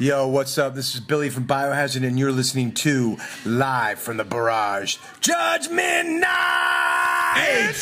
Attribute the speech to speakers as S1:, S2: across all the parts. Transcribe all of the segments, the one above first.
S1: Yo, what's up? This is Billy from Biohazard, and you're listening to Live from the Barrage Judgment Night!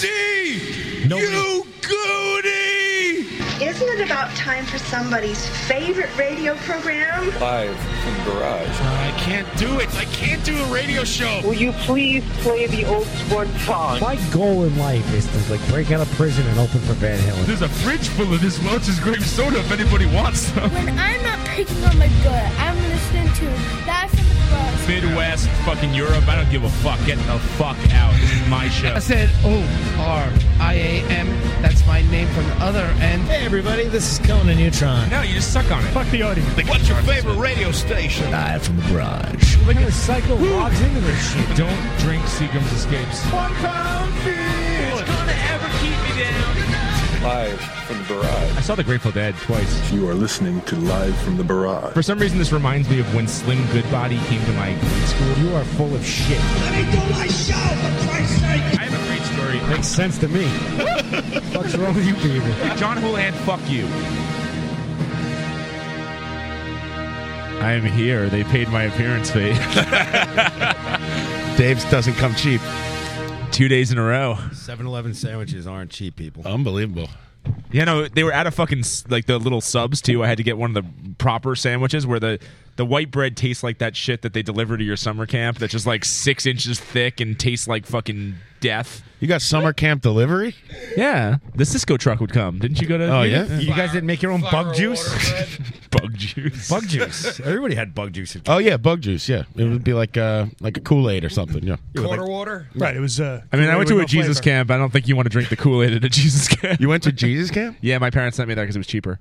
S2: Andy!
S3: Nobody-
S2: You goody!
S4: Isn't it about time for somebody's favorite radio program?
S5: live from the garage.
S2: I can't do it. I can't do a radio show.
S6: Will you please play the old sport song?
S3: My goal in life is to like break out of prison and open for Van Halen.
S2: There's a fridge full of this Welch's grape soda if anybody wants some.
S7: When I'm not picking on my butt, I'm listening to Live from the Bros.
S2: Midwest, fucking Europe. I don't give a fuck. Get the fuck out. This is my show.
S8: I said O R I A M. That's my name from the other end.
S3: Hey everybody, this is Conan Neutron.
S2: No, you just suck on it. Fuck the audience.
S9: What's your favorite radio station?
S3: Live from the garage. Look at the cycle logs into this shit.
S2: Don't drink Seagram's Escapes.
S5: Live from the garage.
S2: I saw The Grateful Dead twice.
S10: You are listening to Live from the Barrage.
S2: For some reason, this reminds me of when Slim Goodbody came to my grade school.
S3: You are full of shit.
S9: Let me do my show, for Christ's sake!
S2: I have a great story.
S3: Makes sense to me. What's wrong with you people?
S2: John Houlihan, fuck you. I am here. They paid my appearance fee.
S11: Dave's doesn't come cheap.
S2: Two days in a row.
S11: 7 Eleven sandwiches aren't cheap, people.
S9: Unbelievable.
S2: Yeah, no, they were out of fucking s- like the little subs too. I had to get one of the proper sandwiches where the the white bread tastes like that shit that they deliver to your summer camp. That's just like six inches thick and tastes like fucking death.
S11: You got summer camp delivery?
S2: Yeah, the Cisco truck would come. Didn't you go to?
S11: Oh, yeah?
S3: You guys didn't make your own bug juice?
S2: bug juice.
S3: bug juice. Everybody had bug juice.
S11: Oh yeah, bug juice. Yeah, it would be like uh like a Kool Aid or something. Yeah.
S9: Quarter water?
S3: Right, it was. Uh,
S2: I mean, I went to a Jesus camp. I don't think you want to drink the Kool Aid at a Jesus camp.
S11: You went to Jesus camp?
S2: Yeah, my parents sent me there because it was cheaper.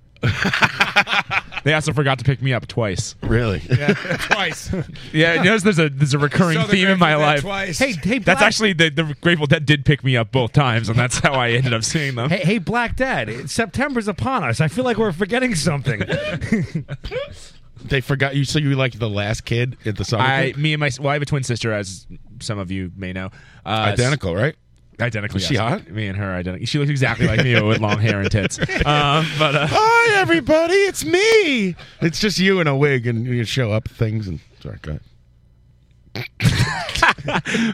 S2: they also forgot to pick me up twice.
S11: Really?
S9: Twice.
S2: Yeah, you notice there's a there's a recurring
S9: Southern
S2: theme in my
S9: Grateful Dead
S2: life.
S9: Twice.
S3: Hey, hey, Black,
S2: That's actually the, the Grateful Dead did pick me up both times, and that's how I ended up seeing them.
S3: Hey, hey, Black Dad. it- September's upon us. I feel like we're forgetting something.
S11: They forgot you. So you were like the last kid at the summer
S2: I,
S11: camp?
S2: me and my well, I have a twin sister, as some of you may know. Uh,
S11: Identical, right?
S2: identical.
S11: Is she
S2: yes.
S11: hot?
S2: Me and her are identical. She looks exactly like me but with long hair and tits. Um, but uh,
S11: Hi everybody, it's me. It's just you in a wig, and you show up things and sorry, go ahead.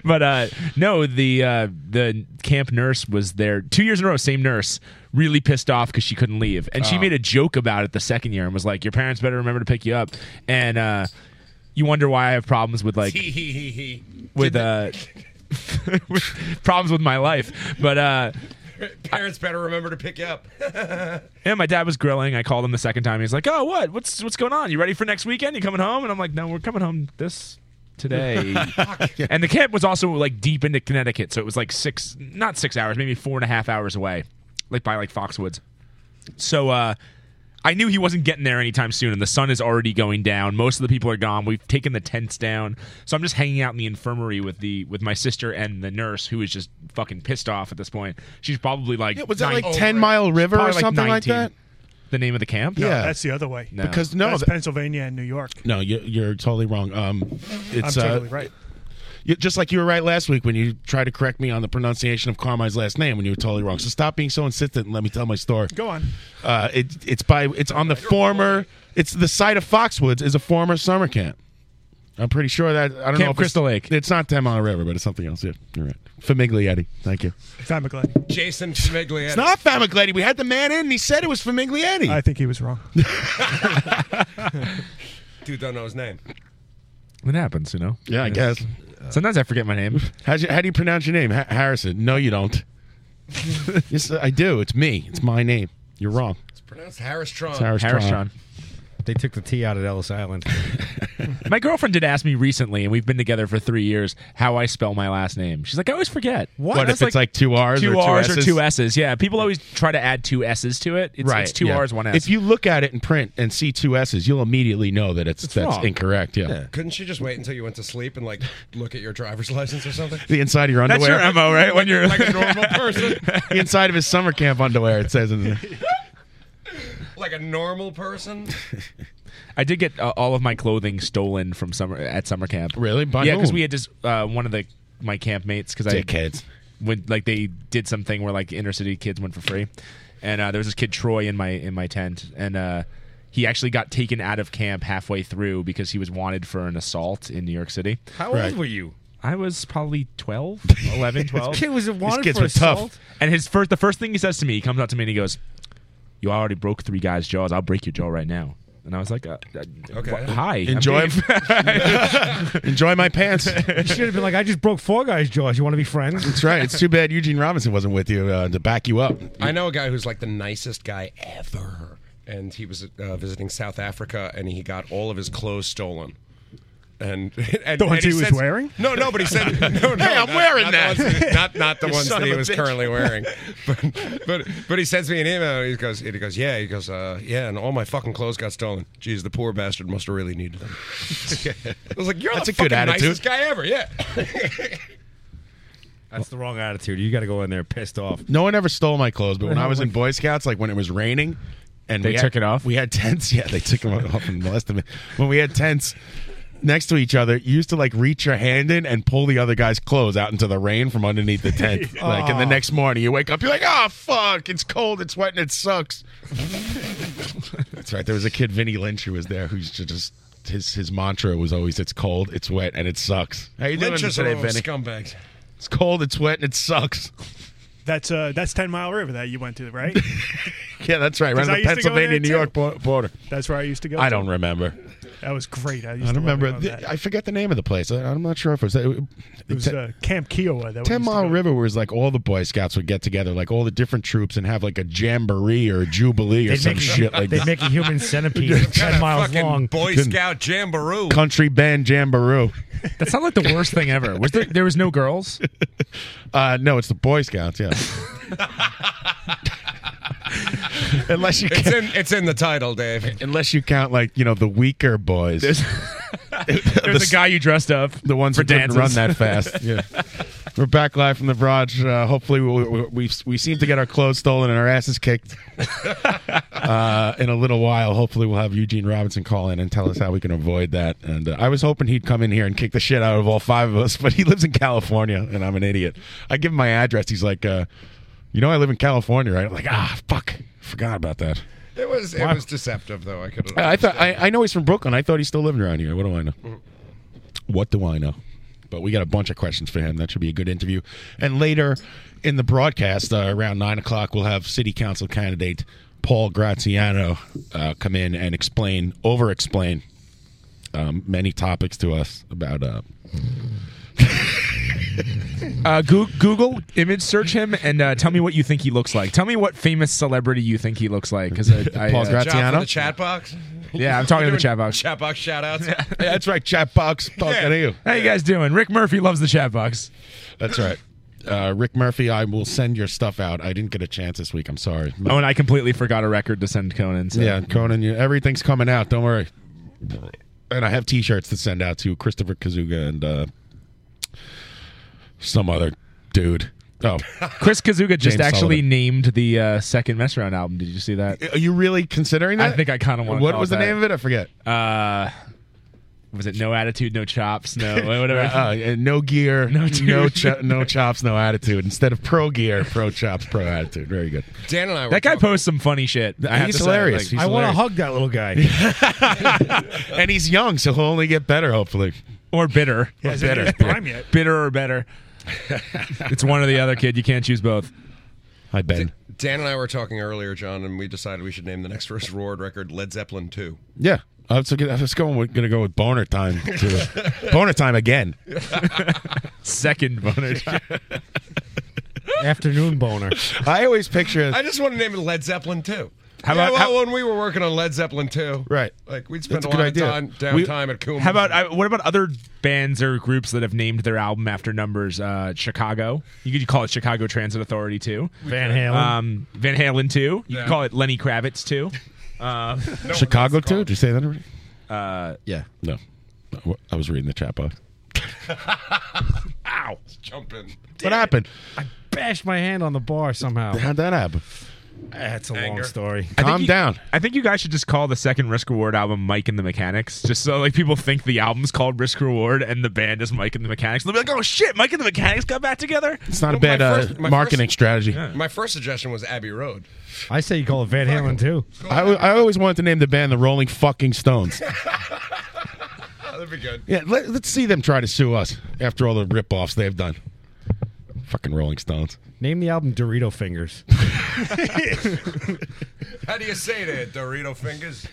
S2: but uh, no, the uh, the camp nurse was there two years in a row. Same nurse, really pissed off because she couldn't leave, and she made a joke about it the second year and was like, "Your parents better remember to pick you up." And uh, you wonder why I have problems with like with uh, with problems with my life, but. uh
S9: Parents better remember to pick you up.
S2: yeah, my dad was grilling. I called him the second time. He's like, "Oh, what? What's what's going on? You ready for next weekend? You coming home?" And I'm like, "No, we're coming home this today." and the camp was also like deep into Connecticut, so it was like six, not six hours, maybe four and a half hours away, like by like Foxwoods. So uh, I knew he wasn't getting there anytime soon, and the sun is already going down. Most of the people are gone. We've taken the tents down, so I'm just hanging out in the infirmary with the with my sister and the nurse, who is just fucking pissed off at this point. She's probably like,
S11: was that
S2: nine- Oh,
S11: like Ten Mile River or
S2: Probably like
S11: something like
S2: 19.
S11: that?
S2: the name of the camp?
S11: yeah,
S8: That's the other way.
S2: No.
S11: because no,
S8: That's
S11: that-
S8: Pennsylvania and New York.
S11: no, you, you're totally wrong. Um,
S8: I'm
S11: it's uh,
S8: totally right.
S11: You, just like you were right last week when you tried to correct me on the pronunciation of Carmine's last name when you were totally wrong. So stop being so insistent and let me tell my story.
S8: Go on.
S11: Uh, it, it's by it's on the former. It's the site of Foxwoods is a former summer camp. I'm pretty sure that I don't know.
S2: Camp
S11: If
S2: Crystal
S11: it's,
S2: Lake.
S11: It's not Ten Mile River, but it's something else. Yeah, you're right. Famiglietti. Thank you.
S8: Tom McGlenn.
S9: Jason Smigley.
S11: It's not Famiglietti. We had the man in. and He said it was Famiglietti.
S8: I think he was wrong.
S9: Dude, don't know his name.
S2: It happens, you know.
S11: yeah, I guess.
S2: Sometimes I forget my name.
S11: How's your, how do you pronounce your name, ha- Harrison? No, you don't. yes, I do. It's me. It's my name. You're wrong.
S9: It's pronounced Harris Tron.
S11: It's Harris
S2: Harris
S11: Tron.
S2: Sean.
S3: they took the tea out at Ellis Island.
S2: My girlfriend did ask me recently, and we've been together for three years, how I spell my last name. She's like, I always forget.
S11: What
S2: And I
S11: if
S2: was
S11: it's like two R's or
S2: two
S11: two
S2: R's or
S11: S's?
S2: two S's? Yeah, people always try to add two S's to it. It's, it's two
S11: yeah.
S2: R's, one S.
S11: If you look at it in print and see two S's, you'll immediately know that it's, that's
S2: wrong.
S11: incorrect. Yeah.
S9: Couldn't she just wait until you went to sleep and, like, look at your driver's license or something?
S11: The inside of your
S2: That's
S11: underwear.
S2: your MO, right? When you're
S9: Like a normal person.
S11: the inside of his summer camp underwear. It says in there.
S9: Like a normal person.
S2: I did get uh, all of my clothing stolen from summer at summer camp.
S11: Really? By
S2: yeah, because
S11: whom?
S2: we had just uh, one of the my campmates because I
S11: Dickheads.
S2: when like they did something where like inner city kids went for free, and uh, there was this kid Troy in my in my tent, and uh, he actually got taken out of camp halfway through because he was wanted for an assault in New York City.
S3: How
S11: Right.
S3: old were you?
S2: I was probably 12, 11, 12.
S3: Kid was wanted
S11: kids
S3: for
S11: were tough.
S3: assault.
S2: And his first, the first thing he says to me, he comes up to me and he goes, "You already broke three guys' jaws. I'll break your jaw right now." And I was like, uh, uh,
S9: Okay.
S2: wh- "Hi, I'm
S11: Enjoy,
S2: being-
S11: enjoy my pants.
S3: You should have been like, I just broke four guys' jaws. You want to be friends?
S11: That's right. It's too bad Eugene Robinson wasn't with you uh, to back you up.
S9: I know a guy who's like the nicest guy ever, and he was uh, visiting South Africa, and he got all of his clothes stolen. And, and
S3: The ones
S9: and
S3: he was
S9: says-
S3: wearing?
S9: No, no, but he said, no, no,
S11: Hey, I'm
S9: not-
S11: wearing
S9: not
S11: that.
S9: The ones, that- not not the
S11: You
S9: ones
S11: son
S9: that he
S11: of a
S9: was
S11: bitch.
S9: currently wearing. But, but but he sends me an email. And he goes, and he goes, yeah, he goes, uh, yeah, and all my fucking clothes got stolen. Jeez, the poor bastard must have really needed them. I was like, you're
S11: That's
S9: the
S11: a good
S9: fucking
S11: attitude.
S9: nicest guy ever. Yeah.
S3: That's the wrong attitude. You got to go in there pissed off.
S11: No one ever stole my clothes, but when I was in Boy Scouts, like when it was raining, and
S2: They
S11: we had-
S2: took it off?
S11: We had tents. Yeah, they took them off and molested me. When we had tents next to each other, you used to like reach your hand in and pull the other guy's clothes out into the rain from underneath the tent. Like, and the next morning you wake up, you're like, "Oh fuck, it's cold, it's wet, and it sucks." That's right. There was a kid, Vinny Lynch, who was there, who's just his his mantra was always, "It's cold, it's wet, and it sucks." How you doing
S9: Lynchers are
S11: today,
S9: all
S11: Vinny?
S9: scumbags.
S11: It's cold, it's wet, and it sucks.
S12: That's uh, that's Ten Mile River that you went to, right?
S11: Yeah, that's right. Around
S12: I
S11: the
S12: used to go
S11: Pennsylvania,
S12: there,
S11: New
S12: too.
S11: York bo- border.
S12: That's where I used to go.
S11: I
S12: to.
S11: don't remember.
S12: That was great. I, used
S11: I
S12: to
S11: don't
S12: love
S11: remember.
S12: it on
S11: the-
S12: that.
S11: I forget the name of the place. I, I'm not sure if it was. It,
S12: It was uh, Camp Kiowa. That we
S11: Ten
S12: used to
S11: Mile
S12: go to.
S11: River was like all the Boy Scouts would get together, like all the different troops, and have like a jamboree or a jubilee or
S3: They'd
S11: some
S3: make,
S11: shit like
S3: they'd
S11: that.
S3: make a human centipede
S9: Got a
S3: ten miles
S9: fucking
S3: long.
S9: Boy
S11: Couldn't-
S9: Scout jamboree.
S11: Country band jamboree.
S2: That sounded like the worst thing ever. Was there? There was no girls.
S11: Uh, no, it's the Boy Scouts. Yeah. unless you
S9: It's
S11: count,
S9: in it's in the title, Dave.
S11: unless you count like you know the weaker boys,
S2: There's
S11: s-
S2: a guy you dressed up.
S11: the ones
S2: for
S11: who didn't
S2: dances.
S11: run that fast. yeah. We're back live from the barrage. Uh, hopefully, we, we, we, we seem to get our clothes stolen and our asses kicked. uh, in a little while, hopefully, we'll have Eugene Robinson call in and tell us how we can avoid that. And uh, I was hoping he'd come in here and kick the shit out of all five of us, but he lives in California, and I'm an idiot. I give him my address. He's like, uh, "You know, I live in California, right?" I'm like, "Ah, fuck, forgot about that."
S9: It was it was deceptive though. I could.
S11: I I thought I, I know he's from Brooklyn. I thought he still lived around here. What do I know? What do I know? But we got a bunch of questions for him. That should be a good interview. And later in the broadcast, uh, around nine o'clock, we'll have City Council candidate Paul Graziano uh, come in and explain, over-explain um, many topics to us about. Uh,
S2: Uh, Goo- Google image search him and uh, tell me what you think he looks like. Tell me what famous celebrity you think he looks like. Because I, I,
S11: Paul's
S2: uh,
S11: got-
S9: John
S11: Tiana?
S9: from the chat box.
S2: yeah, I'm talking to the
S9: Doing
S2: chat box.
S9: Chat box shout outs.
S11: yeah, that's right, chat box talking to you.
S2: How you guys doing? Rick Murphy loves the chat box.
S11: That's right. Uh, Rick Murphy, I will send your stuff out. I didn't get a chance this week. I'm sorry.
S2: Oh, and I completely forgot a record to send Conan. So.
S11: Yeah, Conan, you, everything's coming out. Don't worry. And I have T-shirts to send out to Christopher Kazuga and uh, some other dude. Oh,
S2: Chris Kazuga just
S11: James
S2: actually
S11: Sullivan.
S2: named the uh, second mess round album. Did Uh, you see that?
S11: are you really considering
S2: I
S11: that?
S2: think I kinda wanna
S11: What
S2: call
S11: was the
S2: it that.
S11: name of it? I forget.
S2: Uh, was it no attitude, no chops, no whatever?
S11: Uh, uh, no gear, no
S2: dude.
S11: no, cho- no chops, no attitude. Instead of pro gear, pro chops, pro attitude. Very good.
S9: Dan and I. Were
S2: that guy
S9: talking-
S2: posts some funny shit. I have
S11: He's
S2: to
S11: hilarious.
S2: Say, like,
S3: I want to
S11: hilarious.
S3: hug that little guy.
S11: And he's young, so he'll only get better. Hopefully,
S2: or bitter,
S12: Hasn't hit
S11: better.
S12: his prime yet.
S2: bitter or better. it's one or the other, kid. You can't choose both.
S11: Hi Ben.
S9: Dan and I were talking earlier, John, and we decided we should name the next first roared record Led Zeppelin Two.
S11: Yeah, I was, I was going. We're gonna go with boner time. To, boner time again.
S2: Second boner.
S3: Afternoon boner.
S11: I always picture.
S9: I just want to name it Led Zeppelin Two. How
S2: How about-
S9: about
S2: how-
S9: when we were working on Led Zeppelin Two?
S11: Right.
S9: Like we'd spend
S11: That's
S9: a
S11: a
S9: lot
S11: good
S9: of
S11: idea.
S9: time
S11: We-
S9: downtime at Coombe.
S2: How about I, what about other bands or groups that have named their album after numbers? Uh, Chicago. You could call it Chicago Transit Authority too.
S3: Van Halen.
S2: Um, Van Halen too. You
S9: Yeah.
S2: could call it Lenny Kravitz too.
S11: Chicago too? Did you say that already?
S2: Yeah.
S11: No. I was reading the chat box.
S9: jumping?
S11: What happened?
S3: bashed my hand on the bar somehow.
S11: How'd that happen?
S3: That's a long story.
S2: I think you- I think you guys should just call the second Risk Reward album "Mike and the Mechanics," just so like people think the album's called Risk Reward and the band is Mike and the Mechanics. They'll be like, "Oh shit, Mike and the Mechanics got back together."
S11: It's not a
S9: Well,
S11: bad
S9: my
S11: uh,
S9: first- my
S11: marketing
S9: first-
S11: strategy.
S9: My first suggestion was Abbey Road.
S3: I say you call it Van Halen too.
S11: I, al- I always wanted to name the band the Rolling Fucking Stones.
S3: Oh,
S9: That'd be good.
S11: Yeah, let, let's see them try to sue us after all the rip-offs they've done. Fucking Rolling Stones.
S3: Name the album Dorito Fingers.
S9: How do you say that, Dorito fingers?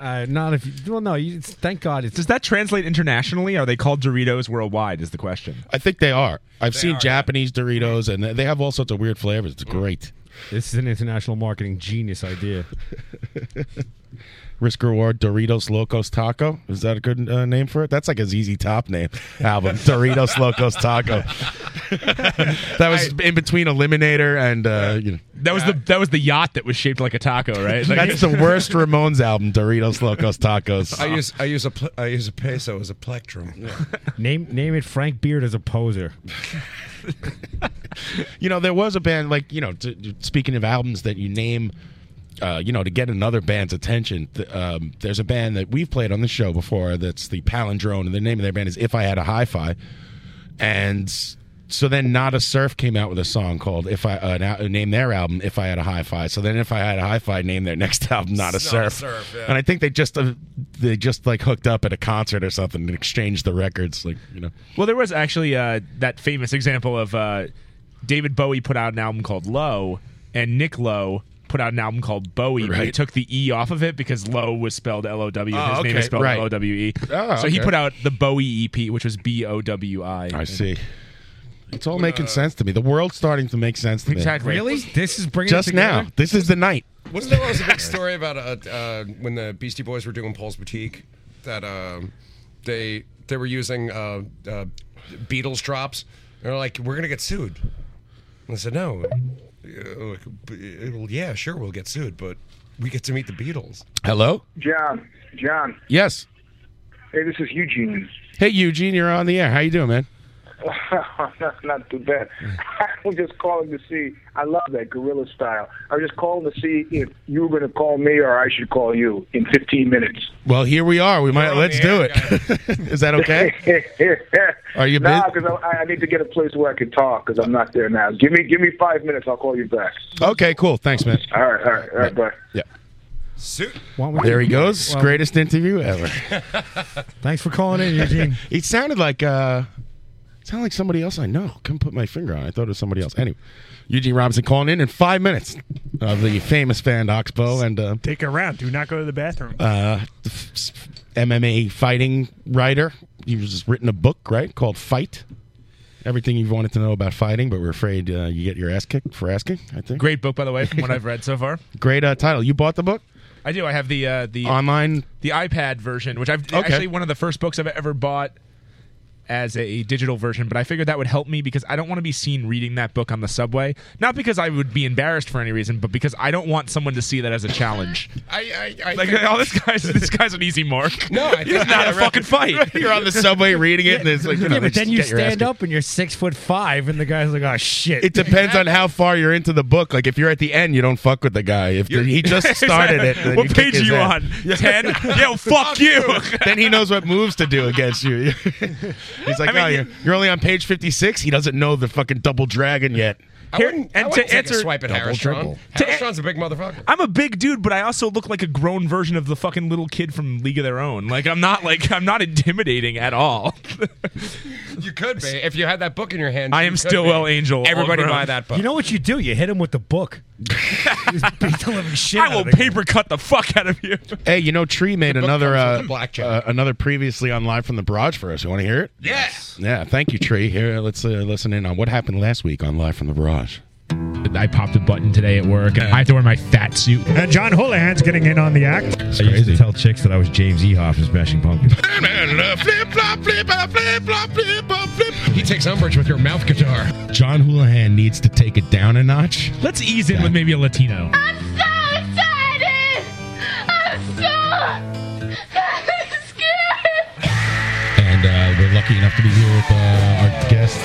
S3: Uh, not if you, well, no. You, it's, thank God. It's
S2: Does that translate internationally? Are they called Doritos worldwide? Is the question.
S11: I think they are. I've seen Japanese Doritos, and they have all sorts of weird flavors. It's great.
S3: This is an international marketing genius idea.
S11: Risk Reward Doritos Locos Taco. Is that a good uh, name for it? That's like a ZZ Top name album. Doritos Locos Taco. that was in between Eliminator and uh, you know.
S2: That was the that was the yacht that was shaped like a taco, right? Like-
S11: That's the worst Ramones album, Doritos Locos Tacos.
S9: I use I use a pl- I use a peso as a plectrum.
S3: Name name it Frank Beard as a poser.
S11: you know, there was a band like you know. T- t- speaking of albums that you name, uh, you know, to get another band's attention, th- um, there's a band that we've played on the show before. That's the Palindrome, and the name of their band is If I Had a Hi-Fi. And so then, Not a Surf came out with a song called If I uh, now, name their album If I Had a Hi-Fi. So then, If I Had a Hi-Fi, name their next album Not a
S9: Not a
S11: Surf.
S9: Surf, yeah.
S11: And I think they just uh, they just like hooked up at a concert or something and exchanged the records, like you know.
S2: Well, there was actually uh, that famous example of uh, David Bowie put out an album called Low, and Nick Low put out an album called Bowie, but he
S11: Right.
S2: took the E off of it because Low was spelled L O W.
S11: Oh,
S2: His name
S11: okay,
S2: is spelled
S11: right.
S2: L O W E.
S11: Oh,
S2: So he
S11: okay.
S2: put out the Bowie EP, which was B O W I. I
S11: see. It's all making sense to me. The world's starting to make sense to me.
S2: Exactly.
S3: Really? This is bringing it
S11: Just now.
S3: together?
S11: This is the night.
S9: Wasn't there always a big story about uh, uh, when the Beastie Boys were doing Paul's Boutique that um, they they were using uh, uh, Beatles drops? They're like, we're gonna get sued. And I said, no. Uh, it'll- yeah, sure, we'll get sued, but we get to meet the Beatles.
S11: Hello?
S13: John, John.
S11: Yes.
S13: Hey, this is Eugene.
S11: Hey Eugene, you're on the air. How you doing, man?
S13: not, not too bad. I was just calling to see. I love that gorilla style. I was just calling to see if you were going to call me or I should call you in 15 minutes.
S11: Well, here we are. We might let's do it. is that okay? Are you
S13: Nah,
S11: busy?
S13: because I, I need to get a place where I can talk because I'm not there now. Give me give me five minutes. I'll call you back.
S11: Okay, cool. Thanks, man.
S13: All right, all right, all right, bye.
S11: Yeah.
S9: Suit.
S11: There he goes. Greatest interview ever.
S3: Thanks for calling in, Eugene.
S11: it sounded like uh it sounded like somebody else I know. Couldn't put my finger on. it. I thought it was somebody else. Anyway, Eugene Robinson calling in in five minutes of the famous Fan Oxbow and uh,
S12: Take a round. Do not go to the bathroom.
S11: uh, the f- s- MMA fighting writer. He was just written a book, right, called Fight. Everything you've wanted to know about fighting, but we're afraid uh, you get your ass kicked for asking. I think
S2: Great book, by the way, from what I've read so far.
S11: great uh, title. You bought the book
S2: I do. I have the uh, the
S11: online.
S2: the iPad version, which I've
S11: Okay.
S2: actually one of the first books I've ever bought as a digital version. But I figured that would help me because I don't want to be seen reading that book on the subway. Not because I would be embarrassed for any reason, but because I don't want someone to see that as a challenge.
S9: I, I, I
S2: Like,
S9: think-
S2: oh, this guy's this guy's an easy mark.
S9: No, I
S2: He's
S9: think-
S2: not
S9: yeah,
S2: a
S9: right.
S2: fucking fight.
S11: You're on the subway reading it, and it's like, you know,
S3: yeah,
S11: they
S3: but then
S11: just
S3: you
S11: get your ass
S3: stand up and you're six foot five, and the guy's like, "Oh shit!"
S11: It depends on how far you're into the book. Like if you're at the end, you don't fuck with the guy. If the, he just started it, then
S2: What
S11: you kick
S2: page are
S11: his
S2: you
S11: ass.
S2: on? Ten? Yo, fuck you.
S11: then he knows what moves to do against you. He's like,
S2: I mean,
S11: oh, you're, you're only on page 56. He doesn't know the fucking double dragon yet.
S9: I wouldn't, I
S2: and to
S9: wouldn't take
S2: answer-
S9: a swipe at
S2: Double
S9: Harris
S2: dribble.
S9: Tron.
S2: To
S9: Harris Tron's a big motherfucker.
S2: I'm a big dude, but I also look like a grown version of the fucking little kid from League of Their Own. Like I'm not like I'm not intimidating at all.
S9: You could be if you had that book in your hand.
S2: I
S9: you
S2: am
S9: could
S2: still
S9: be.
S2: well angel.
S9: Everybody
S2: all grown.
S9: buy that book.
S3: You know what you do? You hit him with the book. Just beat the living shit out
S2: I will
S3: of the guy.
S2: paper cut the fuck out of you.
S11: Hey, you know, Tree made
S2: book
S11: another
S2: comes
S11: uh,
S2: with a blackjack.
S11: uh, another previously on live from the barrage for us. You want to hear it?
S9: Yes.
S11: Yeah. Thank you, Tree. Here, let's uh, listen in on what happened last week on live from the barrage.
S2: I popped a button today at work, and I have to wear my fat suit.
S12: And John Houlihan's getting in on the act.
S3: I used to tell chicks that I was James Ehoff from Smashing Pumpkins.
S9: He takes umbrage with your mouth guitar.
S11: John Houlihan needs to take it down a notch.
S2: Let's ease in with maybe a Latino.
S7: so excited! I'm so scared!
S11: And uh, we're lucky enough to be here with uh, our guest,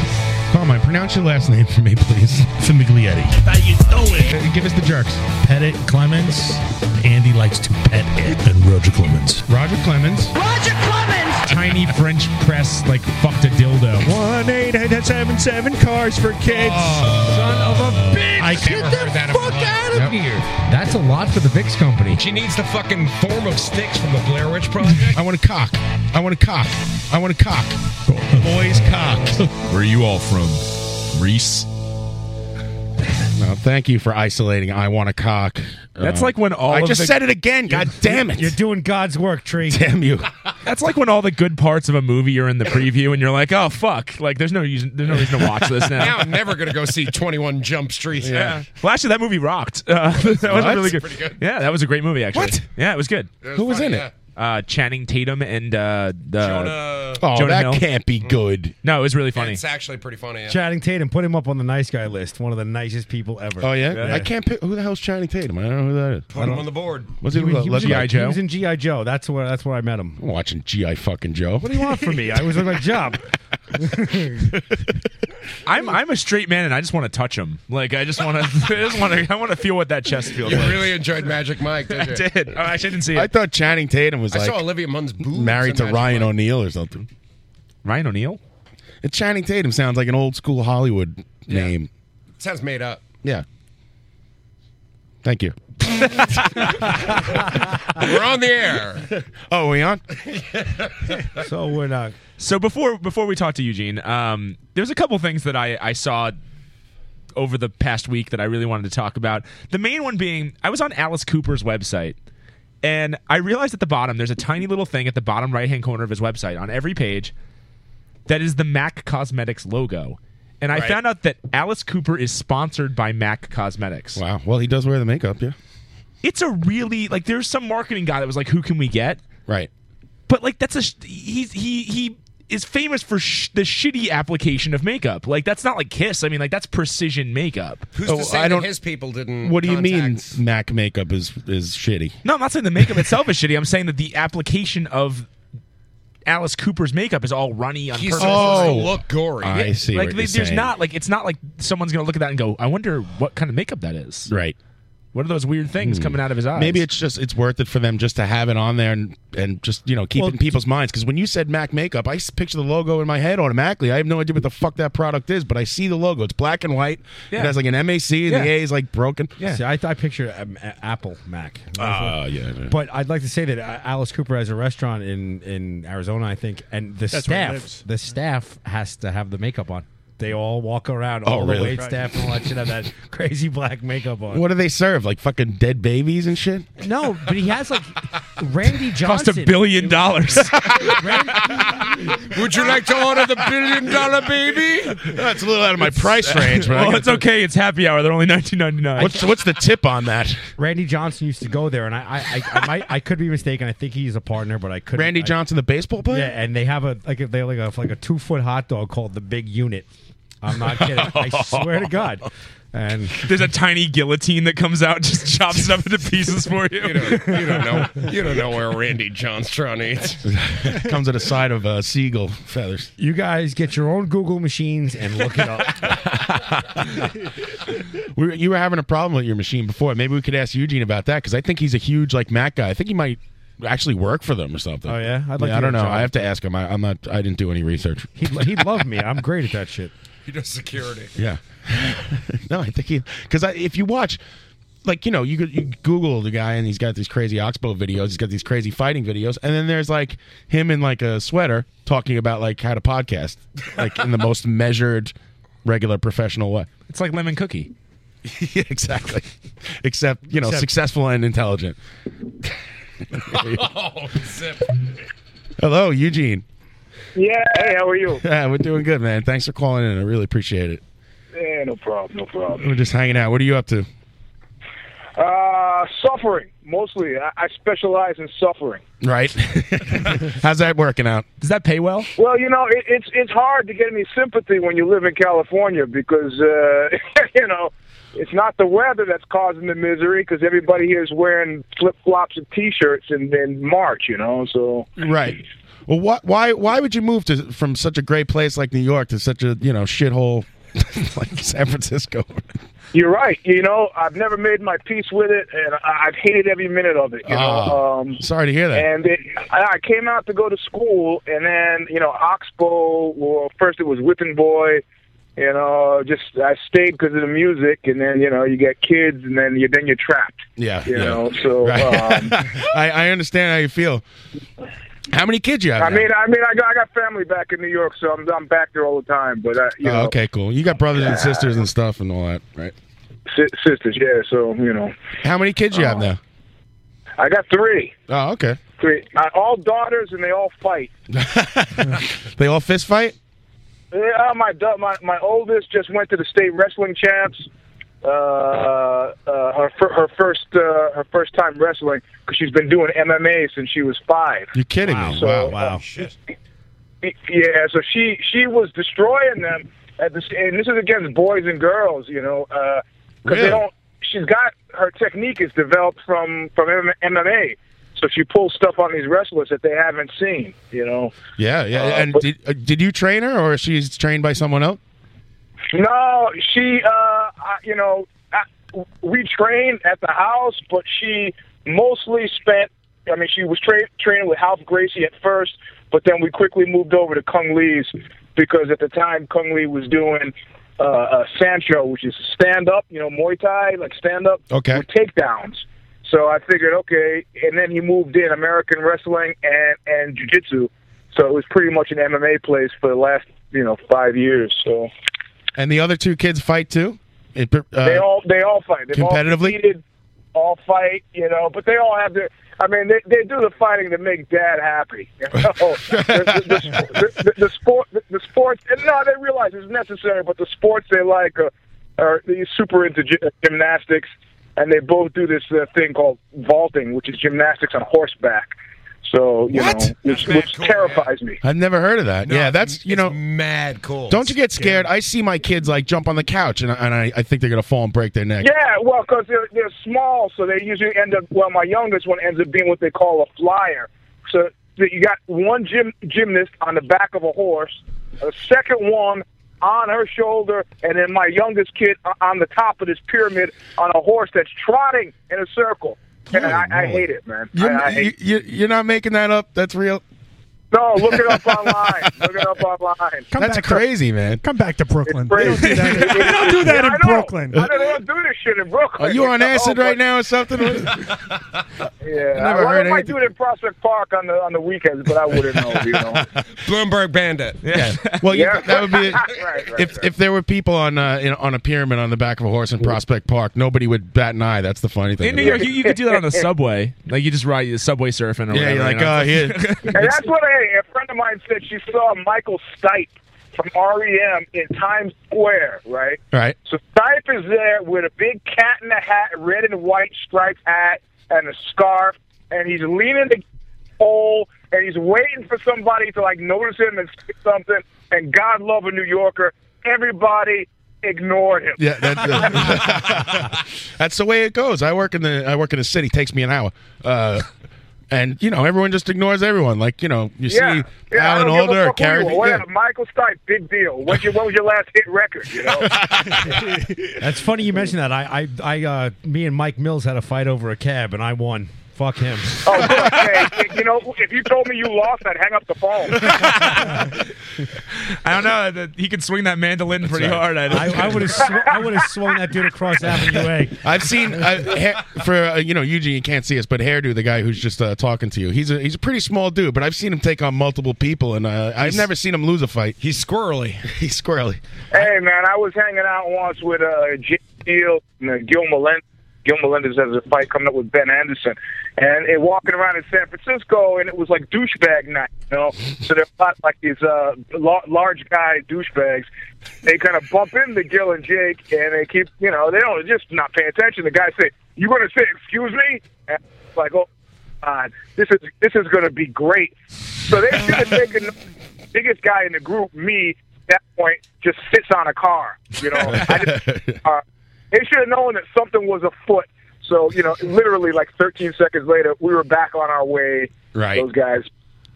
S11: Carl Palma, pronounce your last name for me, please. Famiglietti.
S14: How you doing?
S11: Give us the jerks.
S14: Pettit Clemens. Andy likes to pet it. And Roger Clemens.
S11: Roger Clemens.
S14: Roger Clemens!
S2: Tiny French press, like fucked a dildo.
S12: One eight eight seven seven cars for kids.
S9: Oh. son of a bitch! I get the fuck out
S12: of
S9: here!
S3: That's a lot for the VIX company.
S9: She needs the fucking form of sticks from the Blair Witch Project.
S11: I want a cock. I want a cock. I want a cock. Boys cock.
S15: Where are you all from? Reese?
S11: No, thank you for isolating. I want a cock. Uh,
S2: That's like when all
S11: I
S2: of
S11: just
S2: the-
S11: said it again. God damn it! You're
S3: doing God's work, Tree.
S11: Damn you!
S2: That's like when all the good parts of a movie are in the preview, and you're like, "Oh fuck!" Like, there's no reason, there's no reason to watch this now.
S9: I'm never gonna go see Twenty One Jump Street.
S2: Yeah. Well, actually, that movie rocked. Uh, that was
S9: What?
S2: really good.
S9: Pretty good.
S2: Yeah, that was a great movie. Actually,
S9: What?
S2: Yeah, it was good.
S9: It was Who was funny, in it?
S2: Uh, Channing Tatum and uh, the
S9: Jonah-
S3: Oh, that can't
S11: be good.
S2: No, it was really funny.
S9: It's actually pretty funny. yeah.
S3: Channing Tatum, put him up on the nice guy list. One of the nicest people ever.
S11: Oh yeah? I can't. Pick, who the hell's Channing Tatum? I don't know who that is.
S3: Put
S11: I
S3: him
S11: don't-
S3: on the
S9: board.
S11: What's he,
S3: He was-
S11: look
S3: he was in-
S11: like?
S3: he was in GI Joe. That's where that's where I met him.
S11: I'm watching GI fucking Joe.
S3: What do you want from me? I was on my job.
S2: I'm I'm a straight man, and I just want to touch him. Like, I just want to, I just want to, I want to feel what that chest feels
S9: You
S2: like.
S9: really enjoyed Magic Mike, did
S2: I
S9: you?
S2: did. Oh, I didn't see it.
S11: I thought Channing Tatum was
S9: I
S11: like
S9: saw Olivia Munn's boobs.
S11: married to
S9: in Magic
S11: Ryan O'Neal or something.
S2: Ryan O'Neal.
S11: And Channing Tatum sounds like an old school Hollywood name.
S9: Mike. Sounds made up.
S11: Yeah. Thank you.
S9: We're on the air.
S11: Oh, are we on?
S3: so we're not.
S2: So before before we talk to Eugene, um, there's a couple things that I I saw over the past week that I really wanted to talk about. The main one being I was on Alice Cooper's website. And I realized at the bottom there's a tiny little thing at the bottom right hand corner of his website on every page that is the Mac Cosmetics logo. And I
S11: Right.
S2: found out that Alice Cooper is sponsored by Mac Cosmetics.
S11: Wow. Well, he does wear the makeup. Yeah.
S2: It's a really like there's some marketing guy that was like, "Who can we get?"
S11: Right.
S2: But like that's a sh- he's he he is famous for sh- the shitty application of makeup. Like that's not like Kiss. I mean, like that's precision makeup.
S9: Who's to say that his people didn't?
S11: Oh, What do you
S9: contact-
S11: mean Mac makeup is is shitty?
S2: No, I'm not saying the makeup itself is shitty. I'm saying that the application of Alice Cooper's makeup is all runny on
S9: He's
S2: purpose.
S9: supposed to Oh. look gory. I
S2: Yeah,
S9: see
S2: Like
S9: what
S2: they-
S9: you're
S2: there's
S9: saying.
S2: not like it's not like someone's gonna look at that and go, I wonder what kind of makeup that is.
S11: Right.
S2: What are those weird things
S11: Hmm.
S2: coming out of his eyes?
S11: Maybe it's just it's worth it for them just to have it on there and and just you know keep
S2: Well,
S11: it in people's minds because when you said Mac makeup, I s- picture the logo in my head automatically. I have no idea what the fuck that product is, but I see the logo. It's black and white.
S3: Yeah.
S11: It has like an MAC and
S3: Yeah.
S11: the A is like broken.
S3: See, I, I pictured um, a- Apple Mac.
S11: Ah, yeah, yeah.
S3: But I'd like to say that uh, Alice Cooper has a restaurant in, in Arizona, I think, and the
S16: That's where he
S3: staff
S16: lives.
S3: the staff has to have the makeup on. They all walk around,
S11: Oh,
S3: all the
S11: really?
S3: wait staff and all that shit have that crazy black makeup on.
S11: What do they serve? Like fucking dead babies and shit.
S3: No, but he has like Randy Johnson.
S11: Cost a billion dollars.
S9: Would you like to order the billion dollar baby?
S11: That's a little out of my price range, but I
S2: well,
S11: gotta
S2: it's okay. It's happy hour. They're only 19.99.
S11: What's what's the tip on that?
S3: Randy Johnson used to go there, and I I, I, I, might, I could be mistaken. I think he's a partner, but I could.
S11: Randy Johnson, the baseball player.
S3: Yeah, and they have a like a, they have like a like a two foot hot dog called the Big Unit. I'm not kidding. I swear to God. And
S2: there's a tiny guillotine that comes out, and just chops it up into pieces for you.
S9: You don't know. You don't know where Randy Johnstron eats.
S11: Comes at a side of uh, seagull feathers.
S3: You guys get your own Google machines and look it up.
S11: We were, you were having a problem with your machine before. Maybe we could ask Eugene about that because I think he's a huge like Mac guy. I think he might actually work for them or something.
S3: Oh, yeah? I'd like to
S11: I don't
S3: get
S11: know.
S3: a job.
S11: I have to ask him. I, I'm not. I didn't do any research.
S3: He'd, he'd love me. I'm great at that shit.
S9: He does security.
S11: Yeah. no, I think he because if you watch. Like you know, you, could- you Google the guy and he's got these crazy oxbow videos. He's got these crazy fighting videos, and then there's like him in like a sweater talking about like how to podcast, like in the most measured, regular, professional way.
S2: It's like lemon cookie.
S11: yeah, exactly. Except you know,
S2: Except-
S11: successful and intelligent.
S9: oh, zip.
S11: Hello, Eugene.
S13: Yeah, hey, how are you?
S11: Yeah, we're doing good, man. Thanks for calling in. I really appreciate it.
S13: Yeah, no problem, no problem.
S11: We're just hanging out. What are you up to?
S13: Uh, suffering, mostly. I, I specialize in suffering.
S11: Right? How's that working out?
S2: Does that pay well?
S13: Well, you know, it, it's it's hard to get any sympathy when you live in California because uh, you know it's not the weather that's causing the misery because everybody here is wearing flip flops and t-shirts in, in March. You know, so
S11: Right. Well, why why why would you move to from such a great place like New York to such a you know shithole like San Francisco.
S13: You're right. You know, I've never made my peace with it, and I- I've hated every minute of it. You know,
S11: Ah,
S13: um,
S11: sorry to hear that.
S13: And it, I I came out to go to school, and then you know, Oxbow. Well, first it was Whipping Boy. You know, just I stayed because of the music, and then you know, you get kids, and then you then you're trapped.
S11: Yeah,
S13: You
S11: yeah.
S13: know, so.
S11: Right.
S13: Um,
S11: I, I understand how you feel. How many kids you have?
S13: I
S11: now?
S13: mean, I mean, I got, I got family back in New York, so I'm, I'm back there all the time. But I, you
S11: Oh,
S13: know,
S11: okay, cool. You got brothers and sisters and stuff and all that, right?
S13: si- sisters, yeah. So you know,
S11: How many kids you have
S13: Uh-huh.
S11: now?
S13: I got three,
S11: Oh, okay.
S13: three, uh, all daughters, and they all fight.
S11: They all fist fight?
S13: Yeah, uh, my da- my my oldest just went to the state wrestling champs. Uh, uh, her fir- her first uh, her first time wrestling because she's been doing MMA since she was five.
S11: You're kidding me.
S13: So, uh,
S11: wow, wow.
S13: Yeah, so she she was destroying them at the and this is against boys and girls, you know, because
S11: Really?
S13: they don't. She's got her technique is developed from from M- MMA, so she pulls stuff on these wrestlers that they haven't seen, you know.
S11: Yeah, yeah.
S13: Uh,
S11: and did, uh, did you train her or she's trained by someone else?
S13: No, she, uh, I, you know, I, we trained at the house, but she mostly spent. I mean, she was tra- training with Half Gracie at first, but then we quickly moved over to Kung Lee's because at the time Kung Lee was doing uh, uh, Sancho, which is stand up, you know, Muay Thai, like stand up
S11: Okay.
S13: with takedowns. So I figured, okay, and then he moved in American wrestling and and jujitsu. So it was pretty much an MMA place for the last, you know, five years. So
S11: And the other two kids fight too? In per- uh,
S13: they all they all fight. They've all,
S11: competitively?
S13: competed, all fight, you know. But they all have their. I mean, they, they do the fighting to make dad happy. You know? the, the, the, the, the sport, the, the sports. And no, they realize it's necessary, but the sports they like are, are they're super into gy- gymnastics, and they both do this uh, thing called vaulting, which is gymnastics on horseback. So you
S11: What?
S13: know, which, which terrifies me.
S11: I've never heard of that. yeah, that's, you know.
S9: Mad cool.
S11: Don't you get scared? I see my kids like jump on the couch and, I- and I, I think they're going to fall and break their neck.
S13: Yeah, well, because they're, they're small, so they usually end up. Well, my youngest one ends up being what they call a flyer. So that you got one gym, gymnast on the back of a horse, a second one on her shoulder, and then my youngest kid o- on the top of this pyramid on a horse that's trotting in a circle. And I, I hate it, man. I,
S11: You're,
S13: I hate it.
S11: you, you're not making that up. That's real.
S13: No, look it up online. Look it up online.
S11: That's crazy, man.
S12: Come back to Brooklyn. They don't
S11: crazy.
S12: do that, they don't do that
S13: Yeah, I
S12: in
S13: know. Oh,
S12: Brooklyn.
S13: I don't, they don't do this shit in Brooklyn.
S11: Are you on acid right now or something?
S13: Yeah,
S11: I never
S13: I,
S11: heard
S13: I might do it in Prospect Park on the on the weekends, but I wouldn't know. You know.
S9: Bloomberg Bandit.
S11: Yeah. Well, you, that would be
S13: right, right,
S11: if if there were people on uh, in, on a pyramid on the back of a horse in Prospect Park, nobody would bat an eye. That's the funny thing.
S2: In New
S11: about
S2: York, you, you could do that on the subway. Like you just ride the subway surfing. Or
S11: Yeah, you're like,
S2: whatever, you know?
S11: "Oh, here."
S13: And that's what hey, a friend of mine said. She saw Michael Stipe from REM in Times Square, right?
S11: it. right?
S13: So Stipe is there with a big cat in a hat, red and white striped hat, and a scarf, and he's leaning the pole, and he's waiting for somebody to like notice him and say something. And God love a New Yorker, everybody ignored him.
S11: Yeah, that, that's the way it goes. I work in the I work in the city. Takes me an hour, uh, and you know everyone just ignores everyone. Like you know you
S13: yeah.
S11: see
S13: yeah, I
S11: Alan
S13: don't give a
S11: Alda or
S13: fuck who you
S11: Carrie.
S13: are. Whatever. Michael Stipe, big deal. What, you, what was your last hit record? You know.
S3: That's funny you mentioned that. I, I, I, uh, me and Mike Mills had a fight over a cab, and I won. Fuck him.
S13: Oh, good. Hey, you know, if you told me you lost, I'd hang up the phone.
S2: I don't know. that he could swing that mandolin pretty
S11: right.
S2: hard.
S11: I- I would've sw-
S3: I would have swung that dude across Avenue A.
S11: I've seen uh, hair, for uh, you know Eugene, you can't see us, but hairdo, the guy who's just uh, talking to you, he's a he's a pretty small dude, but I've seen him take on multiple people, and uh, I've never seen him lose a fight.
S9: He's squirrely.
S11: he's squirrely.
S13: hey, man, I was hanging out once with uh, Jim Steele and uh, Gil Melendez. Gil Melendez has a fight coming up with Ben Anderson. And it, walking around in San Francisco, and it was like douchebag night, you know? So there are a lot like these uh, la- large guy douchebags. They kind of bump into Gil and Jake, and they keep, you know, they don't just not pay attention. The guy say, you going to say, excuse me? And it's like, oh, God, this is, this is going to be great. So they should have taken biggest guy in the group, me, at that point, just sits on a car. You know, I just, uh, they should have known that something was afoot. So you know, literally like 13 seconds later, we were back on our way.
S11: Right.
S13: Those guys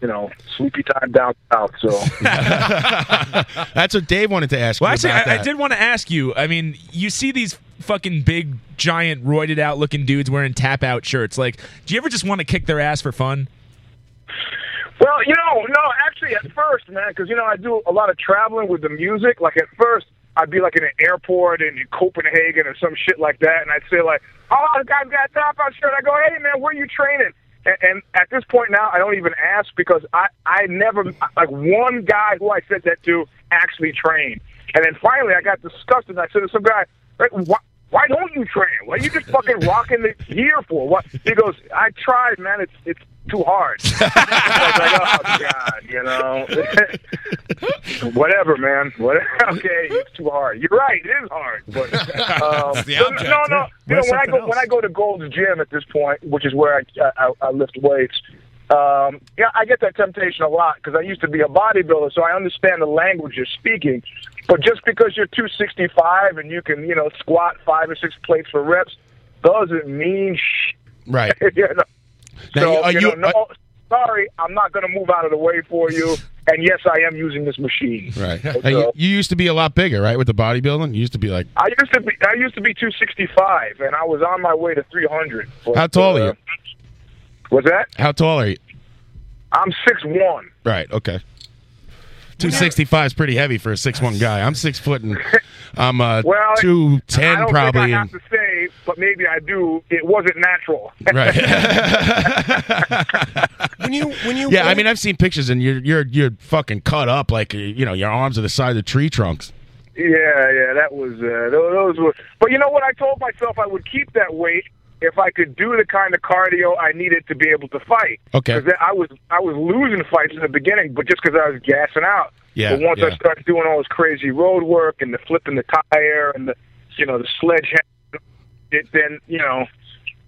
S13: you know, sleepy time down south. So
S11: That's what Dave wanted to ask.
S2: Well,
S11: you
S2: actually,
S11: about
S2: I, I
S11: that.
S2: did want to ask you. I mean, you see these fucking big, giant, roided out looking dudes wearing tap out shirts. Like, do you ever just want to kick their ass for fun?
S13: Well, you know, no, actually, at first, man, because you know I do a lot of traveling with the music. Like at first, I'd be like in an airport in Copenhagen or some shit like that, and I'd say like, "Oh, this guy's got a top out shirt." I go, "Hey, man, where you training?" And, and at this point now, I don't even ask because I I never like one guy who I said that to actually trained, and then finally I got disgusted. and I said to some guy, "Like, why- why don't you train? Why you just fucking rocking the gear for? What? He goes, I tried, man. It's it's too hard. I was like, oh god, you know. Whatever, man. Whatever. Okay, it's too hard. You're right. It is hard, but um,
S16: It's the
S13: no,
S16: object,
S13: no,
S16: yeah.
S13: no. You know,
S16: Wear
S13: when I go
S16: something
S13: when I go to Gold's Gym at this point, which is where I I, I lift weights. Um, yeah, I get that temptation a lot because I used to be a bodybuilder, so I understand the language you're speaking. But just because you're 265 and you can, you know, squat five or six plates for reps, doesn't mean shit.
S11: Right.
S13: you know?
S11: Now,
S13: so,
S11: are
S13: you
S11: you-
S13: know, no, sorry, I'm not going to move out of the way for you. And yes, I am using this machine.
S11: Right.
S13: So,
S11: Now, you, you used to be a lot bigger, right? With the bodybuilding, you used to be like,
S13: I used to be I used to be 265, and I was on my way to 300. But,
S11: how tall
S13: uh,
S11: are you?
S13: What's that?
S11: How tall are you?
S13: I'm six one.
S11: Right. Okay. Two sixty five is pretty heavy for a six one guy. I'm six foot and I'm uh
S13: Well,
S11: two
S13: I
S11: ten
S13: don't
S11: probably.
S13: Think I
S11: And,
S13: have to say, but maybe I do. It wasn't natural.
S11: right.
S9: when you when you
S11: yeah. I mean, I've seen pictures and you're you're you're fucking cut up like you know your arms are the size of tree trunks.
S13: Yeah, yeah, that was uh, tho- those were. But you know what? I told myself I would keep that weight if I could do the kind of cardio I needed to be able to fight.
S11: Okay.
S13: 'Cause I was I was losing fights in the beginning, but just because I was gassing out.
S11: Yeah,
S13: But once
S11: yeah.
S13: I started doing all this crazy road work and the flipping the tire and the you know the sledgehammer, it then you know.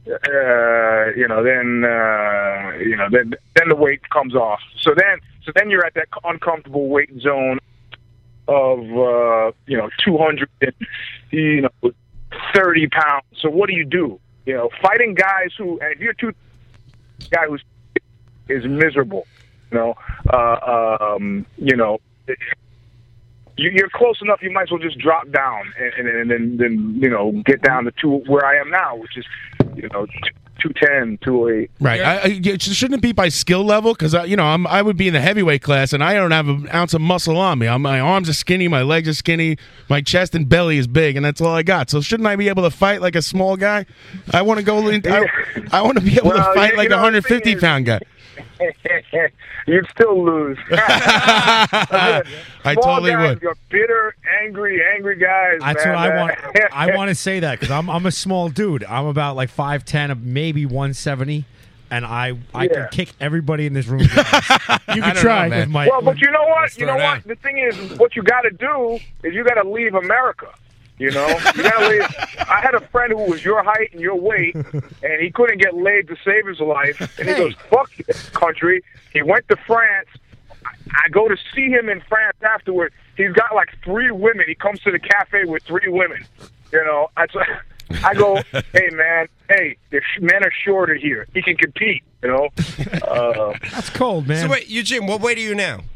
S13: Uh, you know, then uh, you know, then then the weight comes off. So then, so then you're at that uncomfortable weight zone of uh, you know 200 and, you know 30 pounds so what do you do you know fighting guys who and if you're two guy who's is miserable you know uh, um, you know you, you're close enough you might as well just drop down and, and, and then then you know get down to two where I am now which is you know two- 210 208
S11: Right. I, I, yeah, sh- shouldn't it be by skill level? Because you know, I'm I would be in the heavyweight class, and I don't have an ounce of muscle on me. i my arms are skinny, my legs are skinny, my chest and belly is big, and that's all I got. So shouldn't I be able to fight like a small guy? I want to go. In, I, I want to be able
S13: Well,
S11: to fight
S13: you-
S11: like
S13: you know,
S11: a
S13: the
S11: 150 pound guy.
S13: You'd still lose. I
S11: I totally
S13: guys,
S11: would.
S13: You're bitter, angry, angry guys.
S3: That's
S13: man.
S3: what I want. I want to say that because I'm I'm a small dude. I'm about like five ten, uh, maybe one seventy, and I I
S13: Yeah.
S3: can kick everybody in this room. you can try with my.
S13: well, but you know what? You
S3: throw
S13: know
S3: it
S13: what? The thing is, what you got to do is you got to leave America. You know, you got to leave. I had a friend who was your height and your weight, and he couldn't get laid to save his life. And he goes, "Fuck this country." He went to France. I go to see him in France afterward. He's got like three women. He comes to the cafe with three women. You know, I, I go, hey man, hey, the sh- men are shorter here. He can compete. You know, uh,
S3: that's cold, man.
S9: So wait, Eugene, what weight are you now?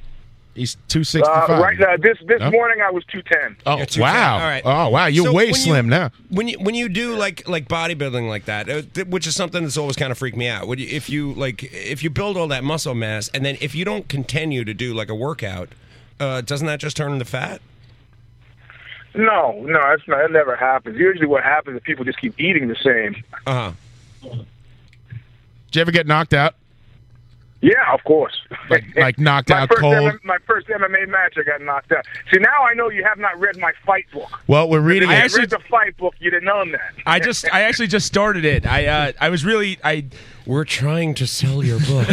S11: He's 265.
S13: Uh, right now, this this
S11: No?
S13: morning I was two ten.
S11: Oh
S9: You're 210.
S11: wow!
S9: All right.
S11: Oh wow! You're
S9: So when
S11: way
S9: you-
S11: slim now.
S9: When you when you do like like bodybuilding like that, uh, th- which is something that's always kind of freaked me out. Would you, if you like if you build all that muscle mass and then if you don't continue to do like a workout, uh, doesn't that just turn into fat?
S13: No, no, that's not. That never happens. Usually, what happens is people just keep eating the same.
S2: Uh-huh.
S9: Uh huh.
S11: Did you ever get knocked out?
S13: Yeah, of course.
S11: Like, like knocked
S13: my
S11: out
S13: first
S11: cold.
S13: M- my first MMA match, I got knocked out. See, now I know you have not read my fight book.
S11: Well, we're reading
S13: If you
S11: it.
S13: had read the fight book, you'd have known that.
S2: I just, I actually just started it. I, uh, I was really, I.
S9: We're trying to sell your book.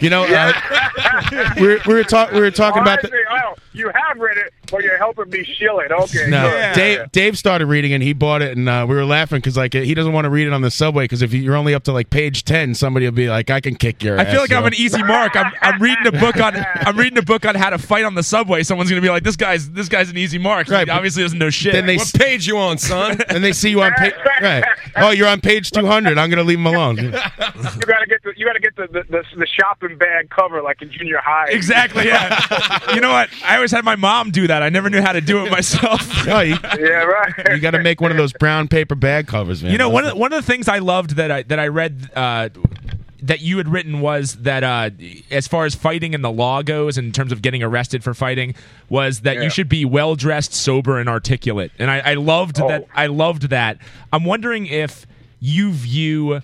S11: You know, uh, we were, we were, talk, we were talking about the,
S13: Honestly, oh, you have read it, but you're helping me shill it. Okay.
S11: No,
S13: good.
S11: Dave. Dave started reading and he bought it, and uh, we were laughing because like he doesn't want to read it on the subway because if you're only up to like page ten, somebody will be like, "I can kick your."
S2: I feel
S11: ass,
S2: like I'm
S11: yo."
S2: an easy mark. I'm, I'm reading a book on I'm reading a book on how to fight on the subway. Someone's gonna be like, "This guy's this guy's an easy mark. He
S11: Right, but
S2: obviously doesn't know shit."
S11: then they What s-
S9: page you on, son?
S11: And they see you on page. Right. Oh, you're on page two hundred. I'm gonna leave him alone.
S13: you gotta get the you gotta get the, the, the, the shopping bag cover like in junior high.
S2: Exactly. Yeah. you know what? I always had my mom do that. I never knew how to do it myself.
S11: No, you,
S13: right.
S11: you got to make one of those brown paper bag covers, man.
S2: You know, one of the, one of the things I loved that I that I read uh, that you had written was that uh, as far as fighting and the law goes, in terms of getting arrested for fighting, was that
S16: Yeah.
S2: you should be well dressed, sober, and articulate. And I, I loved that. I loved that. I'm wondering if you view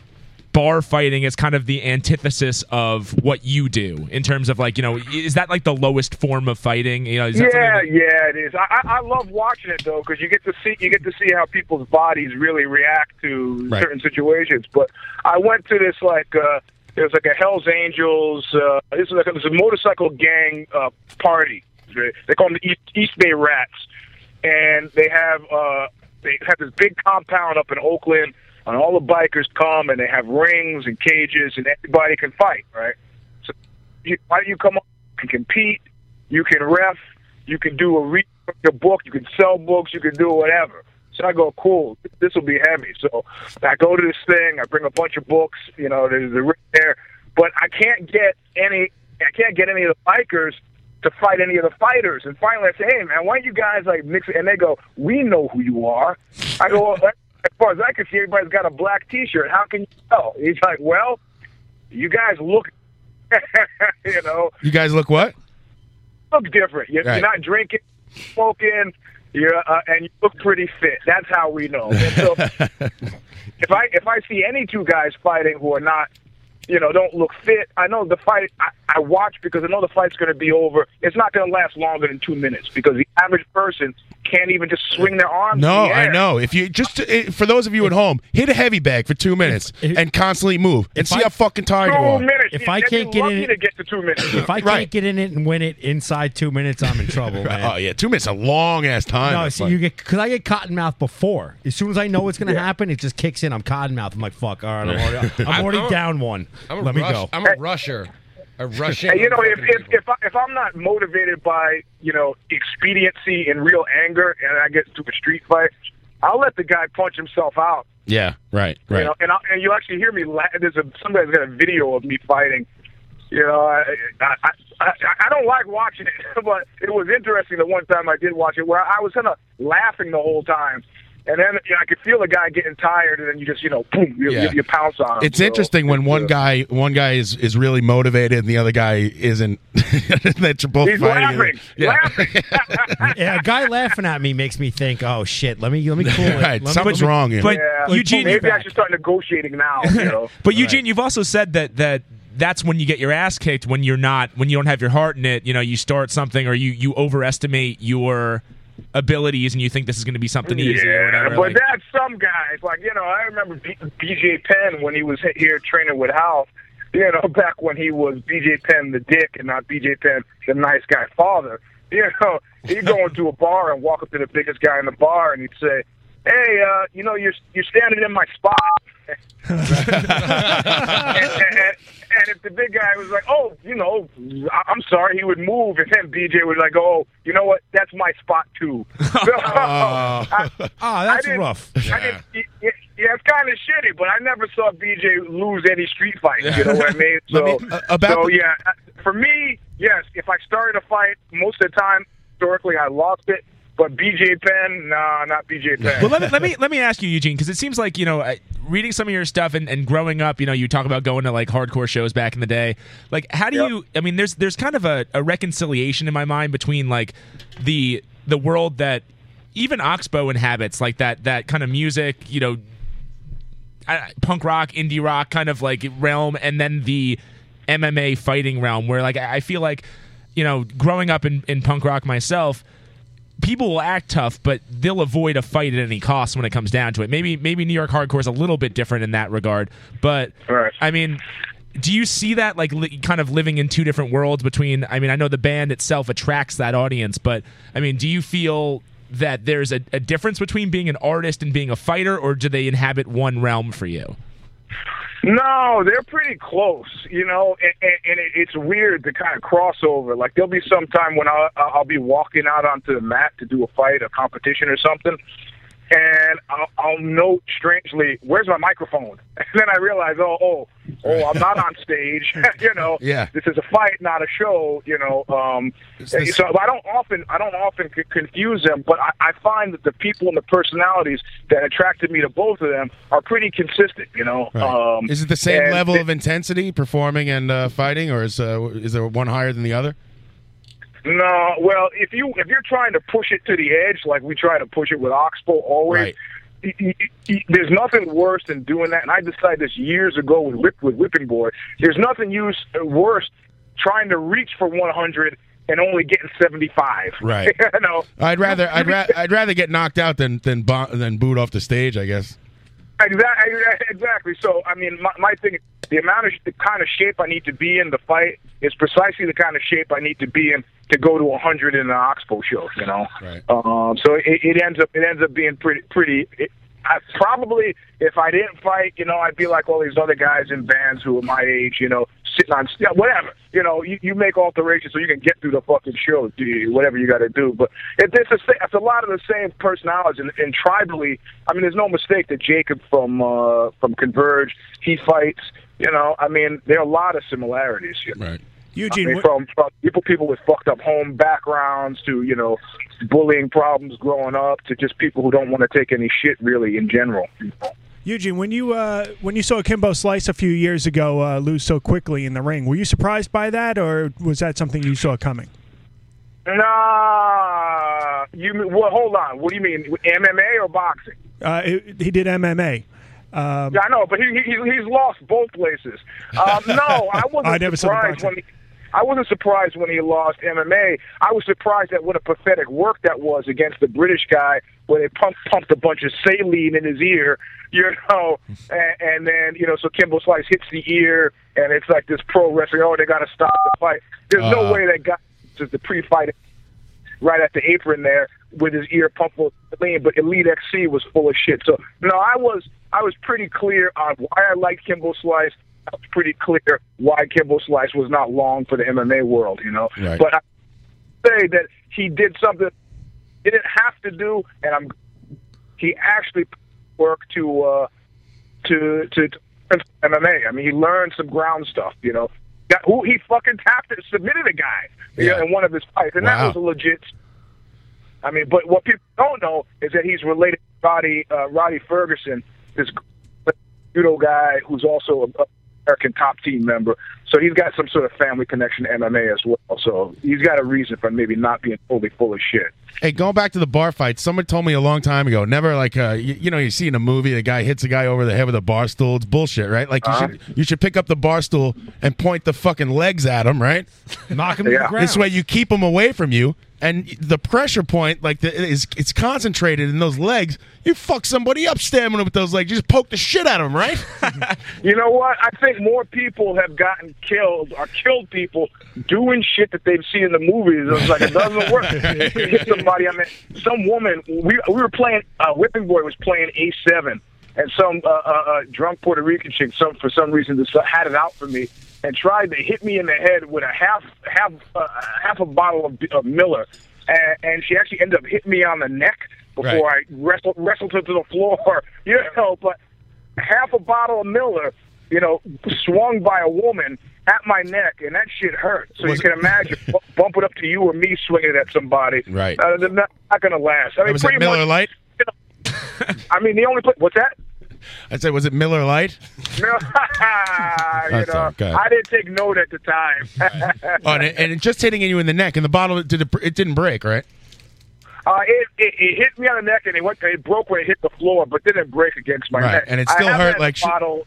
S2: bar fighting as kind of the antithesis of what you do in terms of like you know is that like the lowest form of fighting you know is that something
S13: yeah, yeah, it is. I, I I love watching it though because you get to see you get to see how people's bodies really react to
S17: Right.
S13: certain situations. But I went to this like uh, it was like a Hell's Angels. Uh, this is like a, this is a motorcycle gang uh, party. They call them the East, East Bay Rats, and they have uh, they have this big compound up in Oakland, and all the bikers come and they have rings and cages, and everybody can fight, right? So you, why don't you come up and compete? You can ref. You can do a read your book. You can sell books. You can do whatever. So I go, cool. This will be heavy. So I go to this thing. I bring a bunch of books. You know, there's the ring there, but I can't get any. I can't get any of the bikers to fight any of the fighters. And finally, I say, hey man, why don't you guys like mix it? And they go, we know who you are. I go, well, as far as I can see, everybody's got a black T-shirt. How can you tell? He's like, well, you guys look. you know,
S11: You guys look what?
S13: look different. You're,
S11: Right.
S13: you're not drinking, smoking, you're uh, and you look pretty fit. That's how we know. And so, if I if I see any two guys fighting who are not, you know, don't look fit, I know the fight. I, I watch because I know the fight's going to be over. It's not going to last longer than two minutes because the average person can't even just swing their arms.
S11: No,
S13: in the air.
S11: I know. If you just it, for those of you at home, hit a heavy bag for two minutes and constantly move and
S3: if
S11: see
S3: I-
S11: how fucking tired you
S13: Two
S11: are.
S13: minutes.
S3: If I can't get in,
S13: to get to two minutes.
S3: if I can't get in it and win it inside two minutes, I'm in trouble, man.
S11: Oh yeah, two minutes a long ass time.
S3: No,
S11: to
S3: see,
S11: fight.
S3: you get because I get cottonmouth before. As soon as I know what's going to
S11: Yeah.
S3: happen, it just kicks in. I'm cottonmouth. I'm like, fuck. All right, I'm already, I'm
S9: I'm-
S3: already
S9: I'm a-
S3: down one.
S9: I'm a
S3: Let
S9: rush,
S3: me go.
S9: I'm a rusher. A rushing.
S13: Hey, you know, if if if, I, if I'm not motivated by you know expediency and real anger, and I get into a street fight, I'll let the guy punch himself out.
S11: yeah, right,
S13: You
S11: right.
S13: know, and I, and you actually hear me. La- there's a somebody's got a video of me fighting. You know, I I, I I I don't like watching it, but it was interesting. The one time I did watch it, where I was kind of laughing the whole time, and then you know, I could feel the guy getting tired, and then you just you know, boom, you,
S11: Yeah.
S13: you, you pounce on him.
S11: It's
S13: So,
S11: interesting when one
S13: yeah.
S11: guy one guy is, is really motivated and the other guy isn't. that you're both
S3: He's
S11: fighting.
S3: laughing.
S11: Yeah,
S3: yeah, a guy laughing at me makes me think, oh shit. Let me let me cool it. Let
S11: Right,
S3: me-
S11: something's
S3: let me-
S11: wrong here.
S2: But Eugene-
S13: maybe I should start negotiating now. You know.
S2: But Eugene, you've also said that that that's when you get your ass kicked when you're not when you don't have your heart in it. You know, you start something or you you overestimate your abilities and you think this is going to be something easy. Or
S13: Yeah,
S2: whatever.
S13: but
S2: like-
S13: that's some guys. Like you know, I remember B- BJ Penn when he was he- here training with Hal. You know, back when he was BJ Penn the dick and not BJ Penn the nice guy father. You know, he'd go into a bar and walk up to the biggest guy in the bar and he'd say, "Hey, uh, you know, you're you're standing in my spot."
S11: Oh.
S13: and, and, and if the big guy was like, "Oh, you know, I- I'm sorry," he would move, and then BJ would like, "Oh, you know what? That's my spot too." I-
S3: Oh, that's
S13: I didn't-
S3: rough.
S13: I didn't, y- y- yeah, it's kind of shitty, but I never saw BJ lose any street fights. You know what I mean? So,
S11: Let me- uh, about
S13: so
S11: the-
S13: yeah, I- for me, yes. If I started a fight, most of the time, historically, I lost it. But BJ Penn, nah, not BJ Penn.
S2: well, let me let me let me ask you, Eugene, because it seems like you know, I- reading some of your stuff and, and growing up, you know, you talk about going to like hardcore shows back in the day. Like, how do you? I mean, there's there's kind of a, a reconciliation in my mind between like the the world that even Oxbow inhabits, like that that kind of music, you know, I- punk rock, indie rock kind of like realm, and then the MMA fighting realm, where like I I feel like, you know, growing up in, in punk rock myself, people will act tough, but they'll avoid a fight at any cost when it comes down to it. Maybe maybe New York hardcore is a little bit different in that regard, but I mean. Do you see that like li- kind of living in two different worlds between I mean I know the band itself attracts that audience but I mean do you feel that there's a, a difference between being an artist and being a fighter or do they inhabit one realm for you?
S13: No, they're pretty close, you know, and, and, and it, it's weird the kind of crossover. Like there'll be some time when I'll, I'll be walking out onto the mat to do a fight, a competition, or something, and I'll, I'll note strangely, "Where's my microphone?" And then I realize, "Oh, oh, oh, I'm not on stage." you know,
S16: Yeah.
S13: this is a fight, not a show. You know, um,
S16: this-
S13: so I don't often, I don't often c- confuse them, but I, I find that the people and the personalities that attracted me to both of them are pretty consistent. You know,
S11: Right.
S13: um,
S11: is it the same
S13: and
S11: level
S13: it-
S11: of intensity performing and uh, fighting, or is uh, is there one higher than the other?
S13: No, well, if you if you're trying to push it to the edge, like we try to push it with Oxbow always, y- y- y- there's nothing worse than doing that. And I decided this years ago with whip, with whipping board. There's nothing use uh, worse trying to reach for 100 and only getting 75.
S11: Right.
S13: you know.
S11: I'd rather I'd, ra- I'd rather get knocked out than than bo- than booed off the stage. I guess.
S13: Exactly. Exactly. So, I mean, my, my thing, the amount of the kind of shape I need to be in to fight is precisely the kind of shape I need to be in to go to 100 in an Oxbow show. You know.
S11: Right.
S13: Um, so it, it ends up it ends up being pretty pretty. It, I probably if I didn't fight, you know, I'd be like all these other guys in bands who are my age, you know, sitting on yeah, whatever. You know, you, you make alterations so you can get through the fucking show, do whatever you got to do. But it, it's, the sa- it's a lot of the same personalities and, and tribally. I mean, there's no mistake that Jacob from uh, from Converge he fights. You know, I mean, there are a lot of similarities. You know?
S11: Right.
S13: Eugene, from, from people people with fucked up home backgrounds to you know bullying problems growing up to just people who don't want to take any shit really in general.
S17: Eugene, when you uh, when you saw Kimbo Slice a few years ago uh, lose so quickly in the ring, were you surprised by that, or was that something you saw coming?
S13: Nah, you mean- well hold on. What do you mean MMA or boxing?
S17: Uh, it, he did MMA. Um,
S13: yeah, I know, but he, he he's lost both places. Um, no, I wasn't
S17: I never saw the
S13: surprised
S17: boxing.
S13: when he, I wasn't surprised when he lost MMA. I was surprised at what a pathetic work that was against the British guy, where they pumped pumped a bunch of saline in his ear, you know, and, and then you know, so Kimbo Slice hits the ear, and it's like this pro wrestling. Oh, they got to stop the fight. There's
S16: Uh.
S13: no way that guy just the pre-fight right at the apron there with his ear pumped full of lean, but Elite XC was full of shit. So no, I was I was pretty clear on why I liked Kimbo Slice. I was pretty clear why Kimbo Slice was not long for the MMA world, you know.
S16: Right.
S13: But I say that he did something he didn't have to do, and I'm he actually worked to uh, to to to learn some MMA. I mean, he learned some ground stuff, you know. Got, who he fucking tapped it, submitted a guy you know, in one of his fights, and
S16: Wow.
S13: that was a legit. I mean, but what people don't know is that he's related to Roddy uh, Roddy Ferguson, this judo guy who's also a, a American top team member. So he's got some sort of family connection to MMA as well. So he's got a reason for maybe not being totally full of shit.
S11: Hey, going back to the bar fight, someone told me a long time ago. Never like uh, you, you know you see in a movie the guy hits a guy over the head with a bar stool. It's bullshit, right? Like you
S13: Uh-huh.
S11: should you should pick up the bar stool and point the fucking legs at him, right? Knock him
S3: to the Yeah. ground.
S11: This way you keep him away from you, and the pressure point like the, is it's concentrated in those legs. You fuck somebody up stabbing him with those legs. You just poke the shit out of him, right?
S13: You know what? I think more people have gotten killed or killed people doing shit that they've seen in the movies. It's like it doesn't work. You hit somebody. I mean, some woman. We we were playing. Uh, Whipping Boy was playing A seven, and some uh, uh, uh, drunk Puerto Rican chick, some for some reason, just had it out for me and tried to hit me in the head with a half half uh, half a bottle of, of Miller, and, and she actually ended up hitting me on the neck before
S16: Right.
S13: I wrestled wrestled her to the floor. You know, but half a bottle of Miller, you know, swung by a woman at my neck, and that shit hurt. So you can imagine bu- bumping up to you or me swinging it at somebody.
S16: Right.
S13: Uh, they're not, not going to last. I mean,
S11: was that
S13: pretty
S11: Miller
S13: much,
S11: Lite?
S13: I mean, the only place. What's that?
S11: I said, was it Miller Light?
S13: No, you
S11: That's
S13: know,
S11: okay.
S13: I didn't take note at the time.
S11: Oh, and, it, and it just hitting you in the neck, and the bottle did it, it didn't break, right?
S13: Uh, it, it, it hit me on the neck and it went. It broke when it hit the floor, but didn't break against my
S11: Right,
S13: neck.
S11: and it still
S13: I have
S11: hurt
S13: had
S11: like
S13: a
S11: shit.
S13: bottle.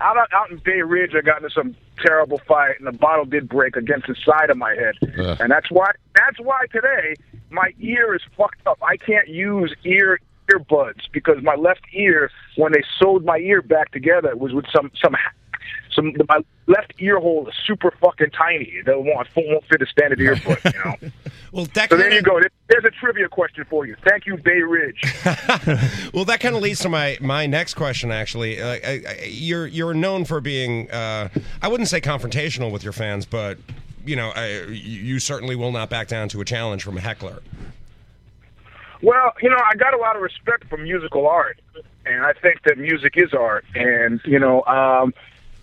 S13: Out out in Bay Ridge, I got into some terrible fight, and the bottle did break against the side of my head,
S16: Ugh.
S13: and that's why that's why today my ear is fucked up. I can't use ear earbuds because my left ear, when they sewed my ear back together, was with some some some my left ear hole is super fucking tiny. They won't won't fit a standard earbud. You know.
S18: Well, that
S13: so there you go. There's a trivia question for you. Thank you, Bay Ridge.
S9: well, that kind of leads to my my next question. Actually, uh, I, I, you're you're known for being uh, I wouldn't say confrontational with your fans, but you know I, you you certainly will not back down to a challenge from a heckler.
S13: Well, you know, I got a lot of respect for musical art, and I think that music is art. And you know, um,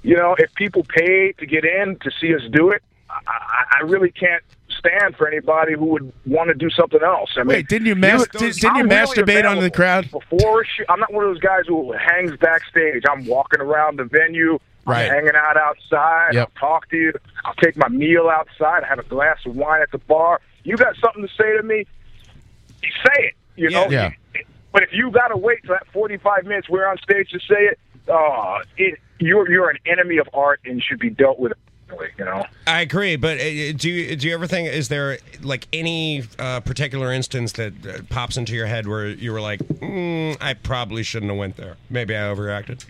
S13: you know, if people pay to get in to see us do it, I, I- I really can't stand for anybody who would want to do something else. I mean,
S11: Wait, didn't you mas-
S13: know,
S11: did- didn't you
S13: I'm
S11: masturbate onto
S13: available
S11: the crowd?
S13: before? a show- I'm not one of those guys who hangs backstage. I'm walking around the venue. I'm
S11: Right.
S13: hanging out outside.
S11: Yep.
S13: I'll talk to you. I'll take my meal outside. I have a glass of wine at the bar. You got something to say to me? Say it. You know,
S11: Yeah.
S13: but if you gotta wait till that forty five minutes we're on stage to say it, uh, it you're you're an enemy of art and should be dealt with. You know,
S9: I agree, but uh, do you do you ever think is there like any uh, particular instance that uh, pops into your head where you were like, mm, I probably shouldn't have went there. Maybe I overreacted.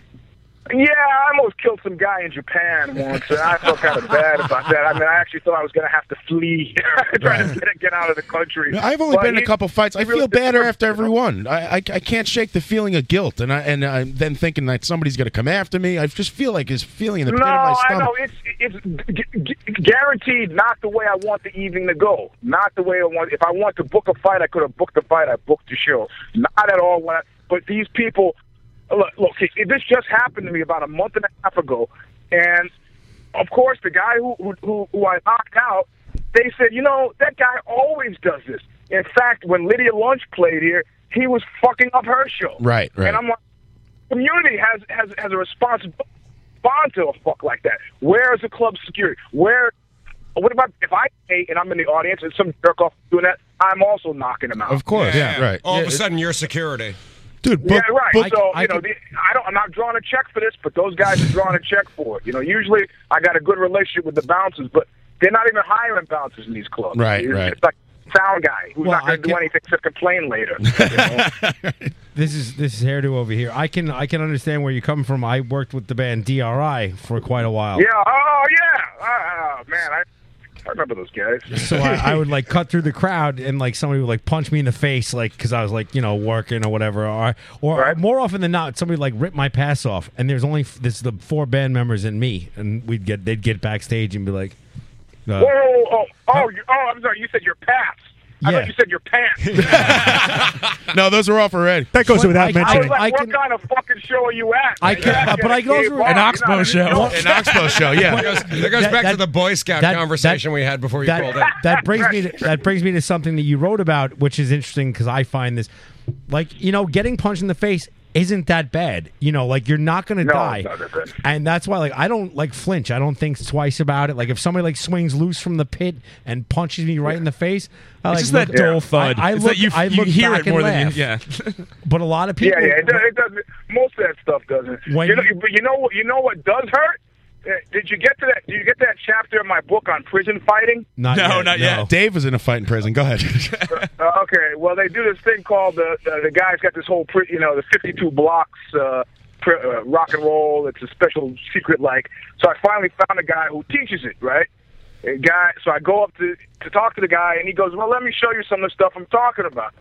S13: yeah, I almost killed some guy in Japan once, and I felt kind of bad about that. I mean, I actually thought I was gonna have to flee, trying to get, get out of the country.
S11: I've only
S13: But
S11: been in a
S13: it-
S11: couple fights. I
S13: it really
S11: feel
S13: just-
S11: better after every one. I, I I can't shake the feeling of guilt, and I and I'm then thinking that somebody's going to come after me. I just feel like it's feeling in the
S13: no,
S11: pit of my
S13: I
S11: stomach.
S13: know it's it's gu- gu- guaranteed not the way I want the evening to go. Not the way I want. If I want to book a fight, I could have booked the fight. I booked the show. Not at all. When I, but these people, look, look. It, this just happened to me about a month and a half ago, and of course, the guy who who, who, who I knocked out, they said, you know, that guy always does this. In fact, when Lydia Lunch played here, he was fucking up her show.
S11: Right, right.
S13: And I'm like, community has has has a responsibility respond to a fuck like that. Where is the club security? Where? What about if I pay and I'm in the audience and some jerk off doing that? I'm also knocking him out.
S9: All of a sudden, you're security.
S11: dude.
S13: yeah, right. so you know, the, I don't. I'm not drawing a check for this, but those guys are drawing a check for it. You know, usually I got a good relationship with the bouncers, but they're not even hiring bouncers in these clubs.
S11: Right,
S13: it's
S11: right.
S13: It's like sound guy who's
S3: Well,
S13: not going
S3: I
S13: to do
S3: can-
S13: anything except complain later. you know?
S3: This is this is hairdo over here. I can I can understand where you come from. I worked with the band DRI for quite a while.
S13: Yeah. Oh yeah. Oh man, I, I remember those guys.
S3: So I, I would like cut through the crowd and like somebody would like punch me in the face like because I was like you know working or whatever or or more often than not somebody like ripped my pass off and there's only f- there's the four band members and me and we'd get they'd get backstage and be like
S13: Whoa,
S3: uh,
S13: whoa, whoa, oh, oh, you, oh, I'm sorry. You said your pants. I
S3: Yeah.
S13: thought you said your pants.
S11: No, those are off already.
S3: That goes But without I- I-
S13: I
S3: mentioning.
S13: was like,
S3: I
S13: what kind of fucking show are you at?
S3: I can-
S13: You're not
S3: but I
S13: getting
S3: can also-
S13: gay bar.
S3: An
S13: You're
S3: Oxbow
S13: not in
S3: show.
S13: New York.
S3: An Oxbow show, yeah.
S9: There goes, there goes
S3: That-
S9: back to
S3: that-
S9: the Boy Scout
S3: that-
S9: conversation we had before you
S3: that,
S9: called in.
S3: that brings me to, that brings me to something that you wrote about, which is interesting because I find this, like you know, getting punched in the face isn't that bad. You know, like you're not going to die, and that's why like I don't like flinch. I don't think twice about it. Like if somebody like swings loose from the pit and punches me right in the face, I,
S2: It's
S3: like,
S2: just
S3: look-
S2: that dull
S3: I-
S2: thud.
S3: I,
S2: It's
S3: look,
S2: that you-
S3: I
S2: you
S3: look
S2: hear
S3: back
S2: it more
S3: and
S2: than you-
S3: laugh. But a lot of people,
S13: Yeah, yeah. It, does, it doesn't. Most of that stuff doesn't.
S3: When-
S13: you know, but you know what? You know what does hurt? Uh, Did you get to that? Did you get to that chapter in my book on prison fighting?
S11: Dave was in a fight in prison. Go ahead.
S13: Uh, okay, well they do this thing called the the, the guy's got this whole pre, you know the 52 blocks uh, pre, uh, rock and roll. It's a special secret like. So I finally found a guy who teaches it right. A guy. So I go up to to talk to the guy and he goes, well let me show you some of the stuff I'm talking about.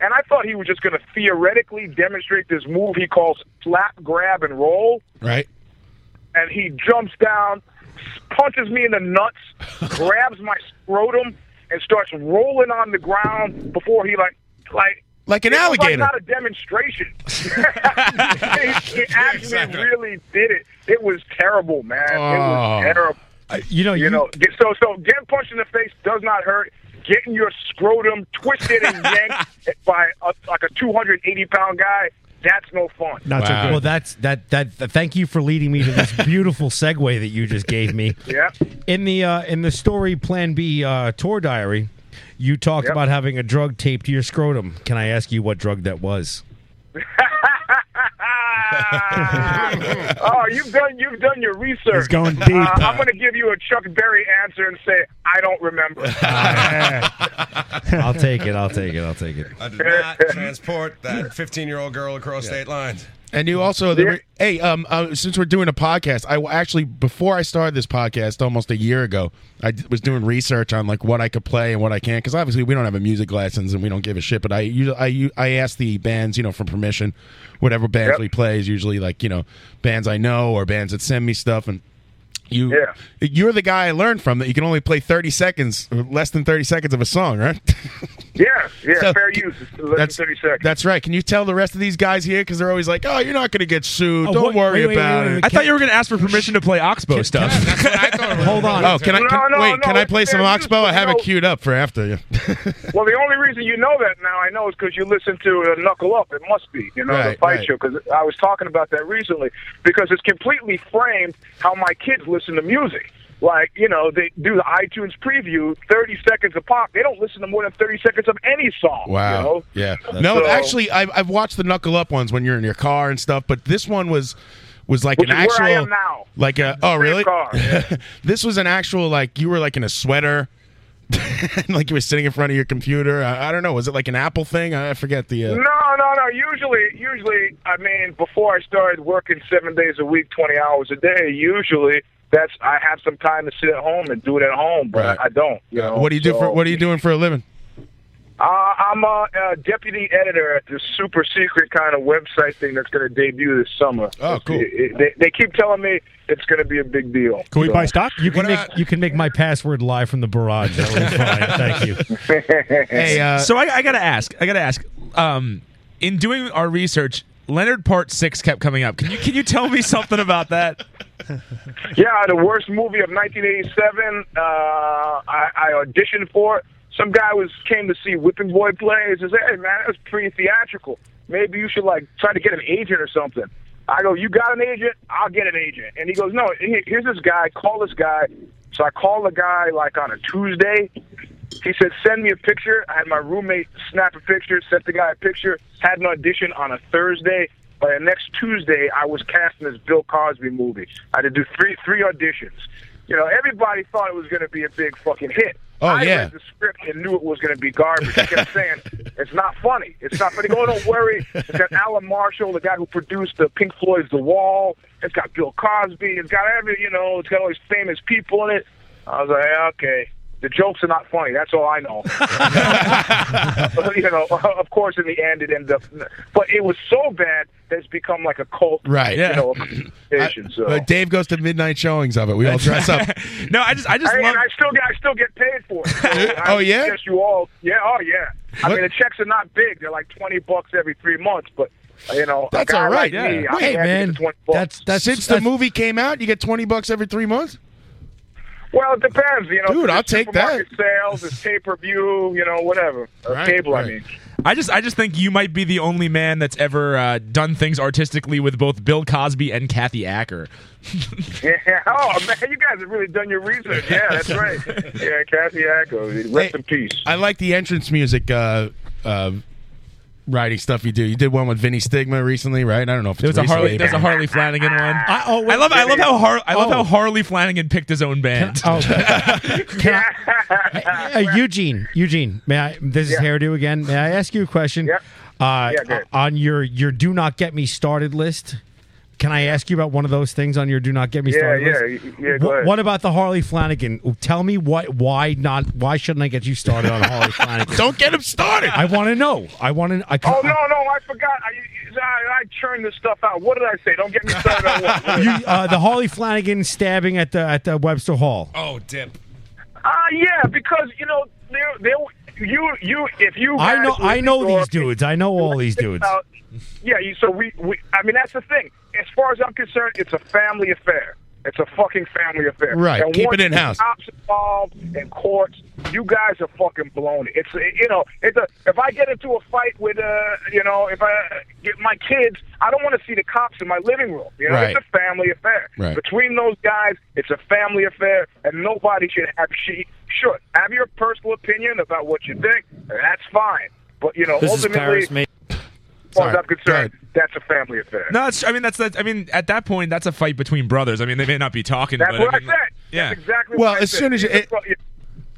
S13: And I thought he was just going to theoretically demonstrate this move he calls slap, grab, and roll
S11: right.
S13: and he jumps down, punches me in the nuts, grabs my scrotum, and starts rolling on the ground before he like like
S11: Like an
S13: It was
S11: alligator.
S13: not a demonstration. he, he actually really did it. It was terrible, man. It was
S11: Oh.
S13: terrible.
S3: you know,
S13: you, know. get- So so getting punched in the face does not hurt. Getting your scrotum twisted and yanked by a, like a 280 pound guy, that's no fun.
S3: Well, that's that that. th- thank you for leading me to this beautiful segue that you just gave me.
S13: Yeah.
S3: In the uh, in the story Plan B uh, tour diary, you talked about having a drug taped to your scrotum. Can I ask you what drug that was?
S13: oh, you've done you've done your research.
S3: He's going
S13: Uh,
S3: deep.
S13: I'm going to give you a Chuck Berry answer and say I don't remember.
S3: I'll take it. I'll take it. I'll take it.
S9: I did not transport that 15 year old girl across state lines.
S11: And you also, the re- hey, um, uh, since we're doing a podcast, I w- actually before I started this podcast almost a year ago, I d- was doing research on like what I could play and what I can't because obviously we don't have a music lessons and we don't give a shit. But I usually I u- I ask the bands you know for permission, whatever bands
S13: Yep.
S11: we play is usually like you know bands I know or bands that send me stuff and. You, you're the guy I learned from that you can only play 30 seconds, or less than 30 seconds of a song, right?
S13: yeah, Yeah, yeah,
S11: So-
S13: fair use. It's 1130 seconds.
S11: That's right. Can you tell the rest of these guys here because they're always like, "Oh, you're not going to get sued. Don't worry about it."
S2: I thought you were going to ask for permission to play Oxbow stuff.
S11: Hold on. Oh, can I can, wait? can I play some Oxbow? I have it queued up for after you.
S13: Well, the only reason you know that now, I know, is because you listen to uh, Knuckle Up. It must be, you know, the
S11: Right,
S13: fight
S11: right.
S13: show 'cause show. Because I was talking about that recently, because it's completely framed how my kids listen to music. Like, you know, they do the iTunes preview, 30 seconds of pop. They don't listen to more than 30 seconds of any song. You know?
S11: Yeah. No,
S13: So-
S11: actually, I've, I've watched the knuckle up ones when you're in your car and stuff, but this one was was like
S13: Which
S11: an
S13: is
S11: actual
S13: where I am now.
S11: like a oh really
S13: car,
S11: this was an actual like you were like in a sweater and like you were sitting in front of your computer I, I don't know was it like an Apple thing I I forget the
S13: No,
S11: uh,
S13: no, no. Usually, usually, I mean, before I started working seven days a week, twenty hours a day, usually that's I have some time to sit at home and do it at home, but
S11: Right.
S13: I don't. You know?
S11: what do you do
S13: So,
S11: for what are you doing for a living
S13: Uh, I'm a, uh deputy editor at this super secret kind of website thing that's going to debut this summer.
S11: Oh,
S13: cool! they, they keep telling me it's going to be a big deal. So-
S3: You can make you can make my password live from the barrage. That would be fine. Thank you.
S13: Hey,
S3: uh,
S2: so I, I gotta ask. I gotta ask. Um, in doing our research, Leonard Part Six kept coming up. Can you can you tell me something about that?
S13: Yeah, the worst movie of 1987. Uh, I, I auditioned for it. Some guy was came to see Whipping Boy play. He says, "Hey man, that was pretty theatrical. Maybe you should like try to get an agent or something." I go, "You got an agent? I'll get an agent." And he goes, "No, he- here's this guy. Call this guy." So I call the guy like on a Tuesday. He said, "Send me a picture." I had my roommate snap a picture, sent the guy a picture. Had an audition on a Thursday. By the next Tuesday, I was casting this Bill Cosby movie. I had to do three three auditions. You know, everybody thought it was going to be a big fucking hit.
S11: Oh,
S13: I
S11: yeah.
S13: read the script and knew it was going to be garbage. I kept saying, "It's not funny. It's not funny." He goes, Oh, don't worry. It's got Alan Marshall, the guy who produced the Pink Floyd's The Wall. It's got Bill Cosby. It's got every you know. It's got all these famous people in it. I was like, "Yeah, okay. The jokes are not funny. That's all I know. you know, of course, in the end, it ended up. But it was so bad that it's become like a cult.
S11: Right.
S13: You
S11: Yeah.
S13: know, station, so.
S11: Uh, Dave goes to midnight showings of it we all dress up
S2: no, I just, I
S13: just, and I still get, I still get paid for it.
S11: Oh, yeah?
S13: Yes, you all. Yeah. Oh, yeah. I
S11: What?
S13: mean, the checks are not big. They're like twenty bucks every three months, but uh, you know,
S11: That's
S13: a guy
S11: all right.
S13: Like me, I'm
S11: Hey
S13: happy to
S11: man,
S13: get 20 bucks.
S11: since the movie came out, you get twenty bucks every three months.
S13: Well, it depends. You know,
S11: Dude,
S13: it's
S11: I'll take
S13: supermarket Sales, it's pay per view. You know, whatever. Uh, cable, I mean.
S2: I just I just think you might be the only man that's ever uh, done things artistically with both Bill Cosby and Kathy Acker.
S13: Yeah. Oh man, you guys have really done your research. Yeah, that's right. Yeah, Kathy Ackles. Rest in peace.
S11: I like the entrance music. Uh, uh, Writing stuff you do. You did one with Vinny Stigma recently, right? I don't know if it's
S2: There was a
S11: recently,
S2: Harley. There's a
S11: but-
S2: Harley Flanagan one. I,
S3: oh,
S2: I love. I love how Har- I love
S3: Oh.
S2: how Harley Flanagan picked his own band.
S3: Uh, Eugene, Eugene, may I? This is hairdo again. May I ask you a question? Uh,
S13: Yeah, go ahead.
S3: on your your do not get me started list, can I ask you about one of those things on your do not get me
S13: Yeah,
S3: started
S13: yeah,
S3: list?
S13: y- yeah, go
S3: What,
S13: ahead.
S3: what about the Harley Flanagan? Tell me what? Why not? Why shouldn't I get you started on Harley Flanagan?
S11: Don't get him started.
S3: I want to know. I want to. I,
S13: Oh no, no, I forgot. I, I, I churned this stuff out. What did I say? Don't get me started on what.
S3: You, uh, the Harley Flanagan stabbing at the at the Webster Hall.
S13: Oh, dip. Ah, yeah, because you know there, there, you, you, if you.
S3: I
S13: guys
S3: know.
S13: were
S3: I know
S13: before-
S3: these dudes. I know all these dudes.
S13: Uh, yeah, you, so we, we, I mean, that's the thing. As far as I'm concerned, it's a family affair. It's a fucking family affair.
S11: Right.
S13: And
S11: Keep
S13: once
S11: it in
S13: the
S11: house.
S13: Cops involved and courts. You guys are fucking blown. It's you know, it's a, if I get into a fight with uh, you know, if I get my kids, I don't want to see the cops in my living room. You know,
S11: Right.
S13: it's a family affair.
S11: Right.
S13: Between those guys, it's a family affair, and nobody should have she should have your personal opinion about what you think. That's fine, but you know,
S2: This is
S13: ultimately,
S2: Paris, mate.
S13: as far as
S2: Sorry.
S13: I'm concerned, that's a family affair.
S2: No, that's, I mean that's that. I mean at that point, that's a fight between brothers. I mean they may not be talking.
S13: That's
S2: but
S13: what
S2: I,
S13: I
S2: mean,
S13: said.
S2: Yeah.
S13: That's exactly
S11: Well,
S13: what I
S11: as
S13: said.
S11: soon as you-
S13: It's-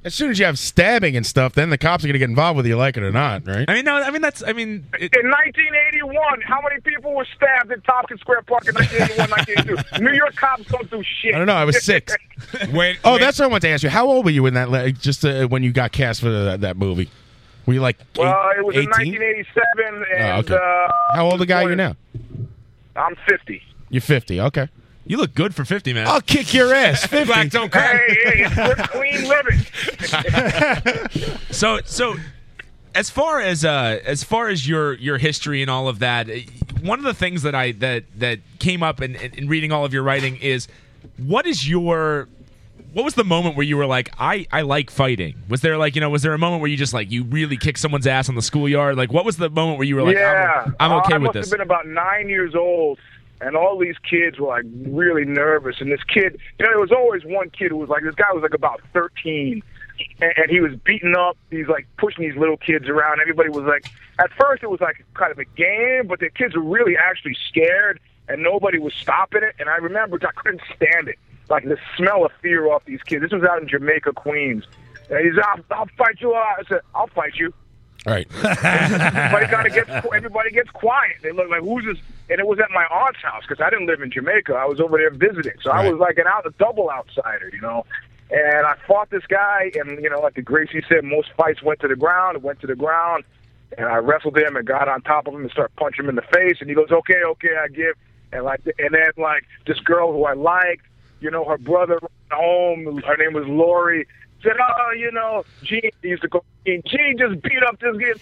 S11: As soon as you have stabbing and stuff, then the cops are going to get involved whether you like it or not, right?
S2: I mean no. I mean that's. I mean
S13: in 1981, how many people were stabbed in Tompkins Square Park in 1981, 1982? New York cops don't do shit.
S11: I don't know. I was six.
S2: wait.
S11: Oh, that's what I want to ask you. How old were you in that? le- Just uh, when you got cast for that, that movie, were you like?
S13: Well, it was in
S11: 18?
S13: 1987,
S11: Oh,
S13: and
S11: okay.
S13: uh,
S11: How old a guy are you now?
S13: I'm 50.
S11: You're 50. Okay.
S2: You look good for 50, man.
S11: I'll kick your ass. 50.
S2: Black don't crack.
S13: Hey, hey, it's good, clean living.
S2: so so as far as uh, as far as your your history and all of that, eh, one of the things that I that that came up in, in in reading all of your writing is what is your what was the moment where you were like, I, I like fighting? Was there like, you know, was there a moment where you just like you really kicked someone's ass on the schoolyard? Like, what was the moment where you were like,
S13: yeah, Uh, Oh,
S2: I'm, I'm okay
S13: I must
S2: with this?
S13: have been about nine years old, and all these kids were like really nervous. And this kid, you know, there was always one kid who was like, this guy was like about thirteen, and, and he was beaten up. He's like pushing these little kids around. Everybody was like, at first it was like kind of a game, but the kids were really actually scared, and nobody was stopping it. And I remembered I couldn't stand it, like the smell of fear off these kids. This was out in Jamaica, Queens. And he's, I'll, I'll fight you. I said, I'll fight you.
S11: All right.
S13: everybody kind of gets everybody gets quiet. They look like who's this? And it was at my aunt's house because I didn't live in Jamaica. I was over there visiting, so I was like an out a double outsider, you know. And I fought this guy, and you know, like the Gracie said, most fights went to the ground. It went to the ground, and I wrestled him and got on top of him and started punching him in the face. And he goes, "Okay, okay, I give." And like, and then like this girl who I liked, you know, her brother ran home. Her name was Lori. Said, "Oh, you know, Gene he used to go. Gene Gene just beat up this kid,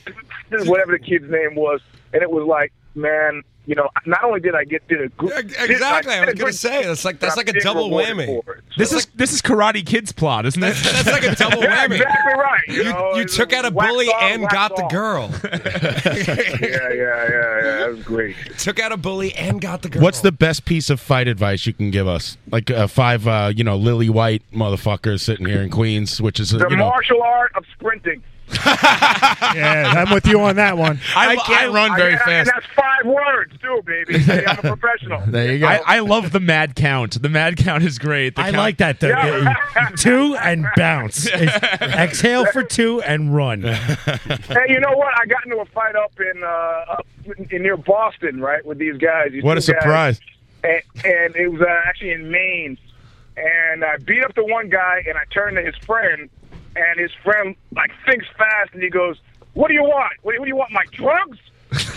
S13: this whatever the kid's name was." And it was like, man, you know, not only did I get did a good
S9: Exactly. I was gonna say that's like that's like a double whammy.
S2: This is this is Karate Kids plot, isn't it?
S9: That's like a double
S13: Yeah,
S9: whammy.
S13: exactly right. You, know,
S9: you
S13: it's
S9: took out a
S13: wax
S9: bully
S13: on,
S9: and
S13: wax
S9: got the
S13: off.
S9: girl.
S13: yeah, yeah, yeah, yeah. That was great.
S9: Took out a bully and got the girl.
S11: What's the best piece of fight advice you can give us? Like uh, five, uh, you know, Lily White motherfuckers sitting here in Queens, which is uh,
S13: The
S11: you know,
S13: martial art of sprinting.
S17: Yeah, I'm with you on that one.
S11: I can't run very
S13: and I-
S11: fast.
S13: And that's five words, too, baby. See, I'm a professional.
S11: There you go.
S2: I, I love the mad count. The mad count is great. The
S3: I
S2: count-
S3: like that though. two and bounce. Exhale for two and run.
S13: hey, you know what? I got into a fight up in uh, up in near Boston, right, with these guys. these
S11: What a
S13: two guys.
S11: surprise.
S13: And, and it was uh, actually in Maine. And I beat up the one guy, and I turned to his friend, and his friend like thinks fast, and he goes, "What do you want? What do you, what do you want? My drugs?" and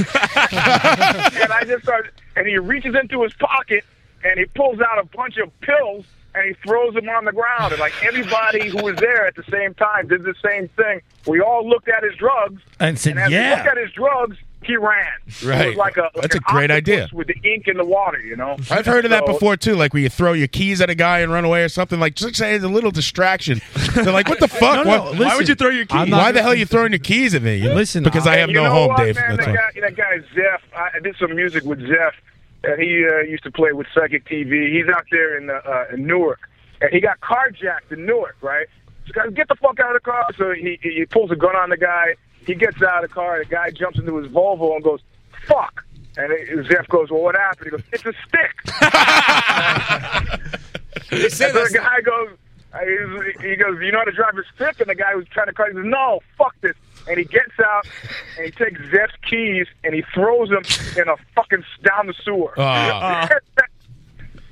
S13: I just started, and he reaches into his pocket, and he pulls out a bunch of pills. And he throws them on the ground, and like everybody who was there at the same time did the same thing. We all looked at his drugs,
S3: And said,
S13: and as he
S3: yeah.
S13: looked at his drugs, he ran. It was
S11: Right.
S13: like a, like
S11: That's
S13: an
S11: a great
S13: octopus
S11: idea.
S13: With the ink in the water, you know.
S11: I've heard of that
S13: So-
S11: before too. Like where you throw your keys at a guy and run away or something. Like just say it's a little distraction. They're like, what the
S3: No,
S11: fuck?
S3: no,
S11: why,
S3: listen.
S11: why would you throw your
S3: I'm
S11: keys?
S3: not-
S11: Why the hell are you throwing your keys at me?
S3: Listen,
S11: because I
S13: Hey,
S11: have
S13: you
S11: no
S13: know
S11: home,
S13: what,
S11: Dave.
S13: Man,
S11: That's
S13: that,
S11: all.
S13: guy, that guy Zeph, I I did some music with Zeph, and he uh, used to play with Psychic TV. He's out there in, uh, uh, in Newark, and he got carjacked in Newark, right? So guys, get the fuck out of the car. So he, he he pulls a gun on the guy. He gets out of the car. The guy jumps into his Volvo and goes, "Fuck." And it, Zeph goes, "Well, what happened?" He goes, "It's a stick." and so the guy goes, I- he goes, you know how to drive a stick? And the guy was trying to cut. He goes, no, fuck this. And he gets out and he takes Zeph's keys and he throws them in a fucking down the sewer.
S11: Ah.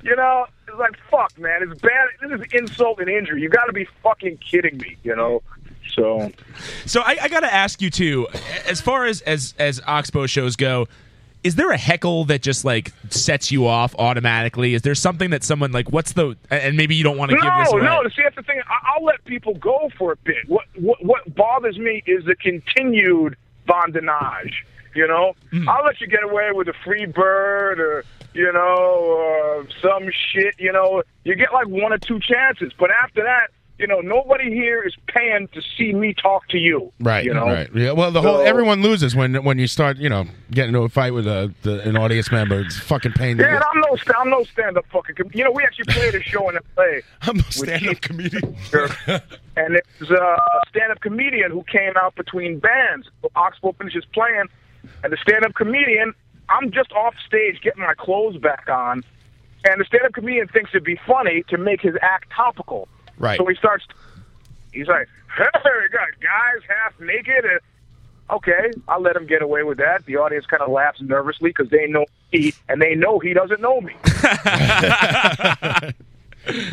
S13: you know, it's like fuck, man. It's bad. This is insult and injury. You got to be fucking kidding me. You know. So
S2: So I, I got to ask you too, as far as as as Oxbow shows go, is there a heckle that just like sets you off automatically? Is there something that someone like what's the and maybe you don't want to give this
S13: no,
S2: away?
S13: no. See, that's the thing. I, I'll let people go for a bit. What what what bothers me is the continued bandinage. You know,
S2: Hmm.
S13: I'll let you get away with a free bird or you know uh, some shit. You know, you get like one or two chances, but after that, you know, nobody here is paying to see me talk to you.
S11: Right,
S13: You know.
S11: right. Yeah, well, the whole
S13: So-
S11: everyone loses when when you start, you know, getting into a fight with a, the, an audience member. It's fucking pain.
S13: Yeah, and I'm no, st- I'm no stand-up fucking. Com- you know, we actually played a show in L.A. I'm no stand-up comedian. and there's a stand-up comedian who came out between bands. Oxbow finishes playing, and the stand-up comedian, I'm just off stage getting my clothes back on, and the stand-up comedian thinks it'd be funny to make his act topical.
S11: Right.
S13: So he starts. He's like, "Hey, we got guys half naked." And, okay, I let him get away with that. The audience kind of laughs nervously because they know he and they know he doesn't know me.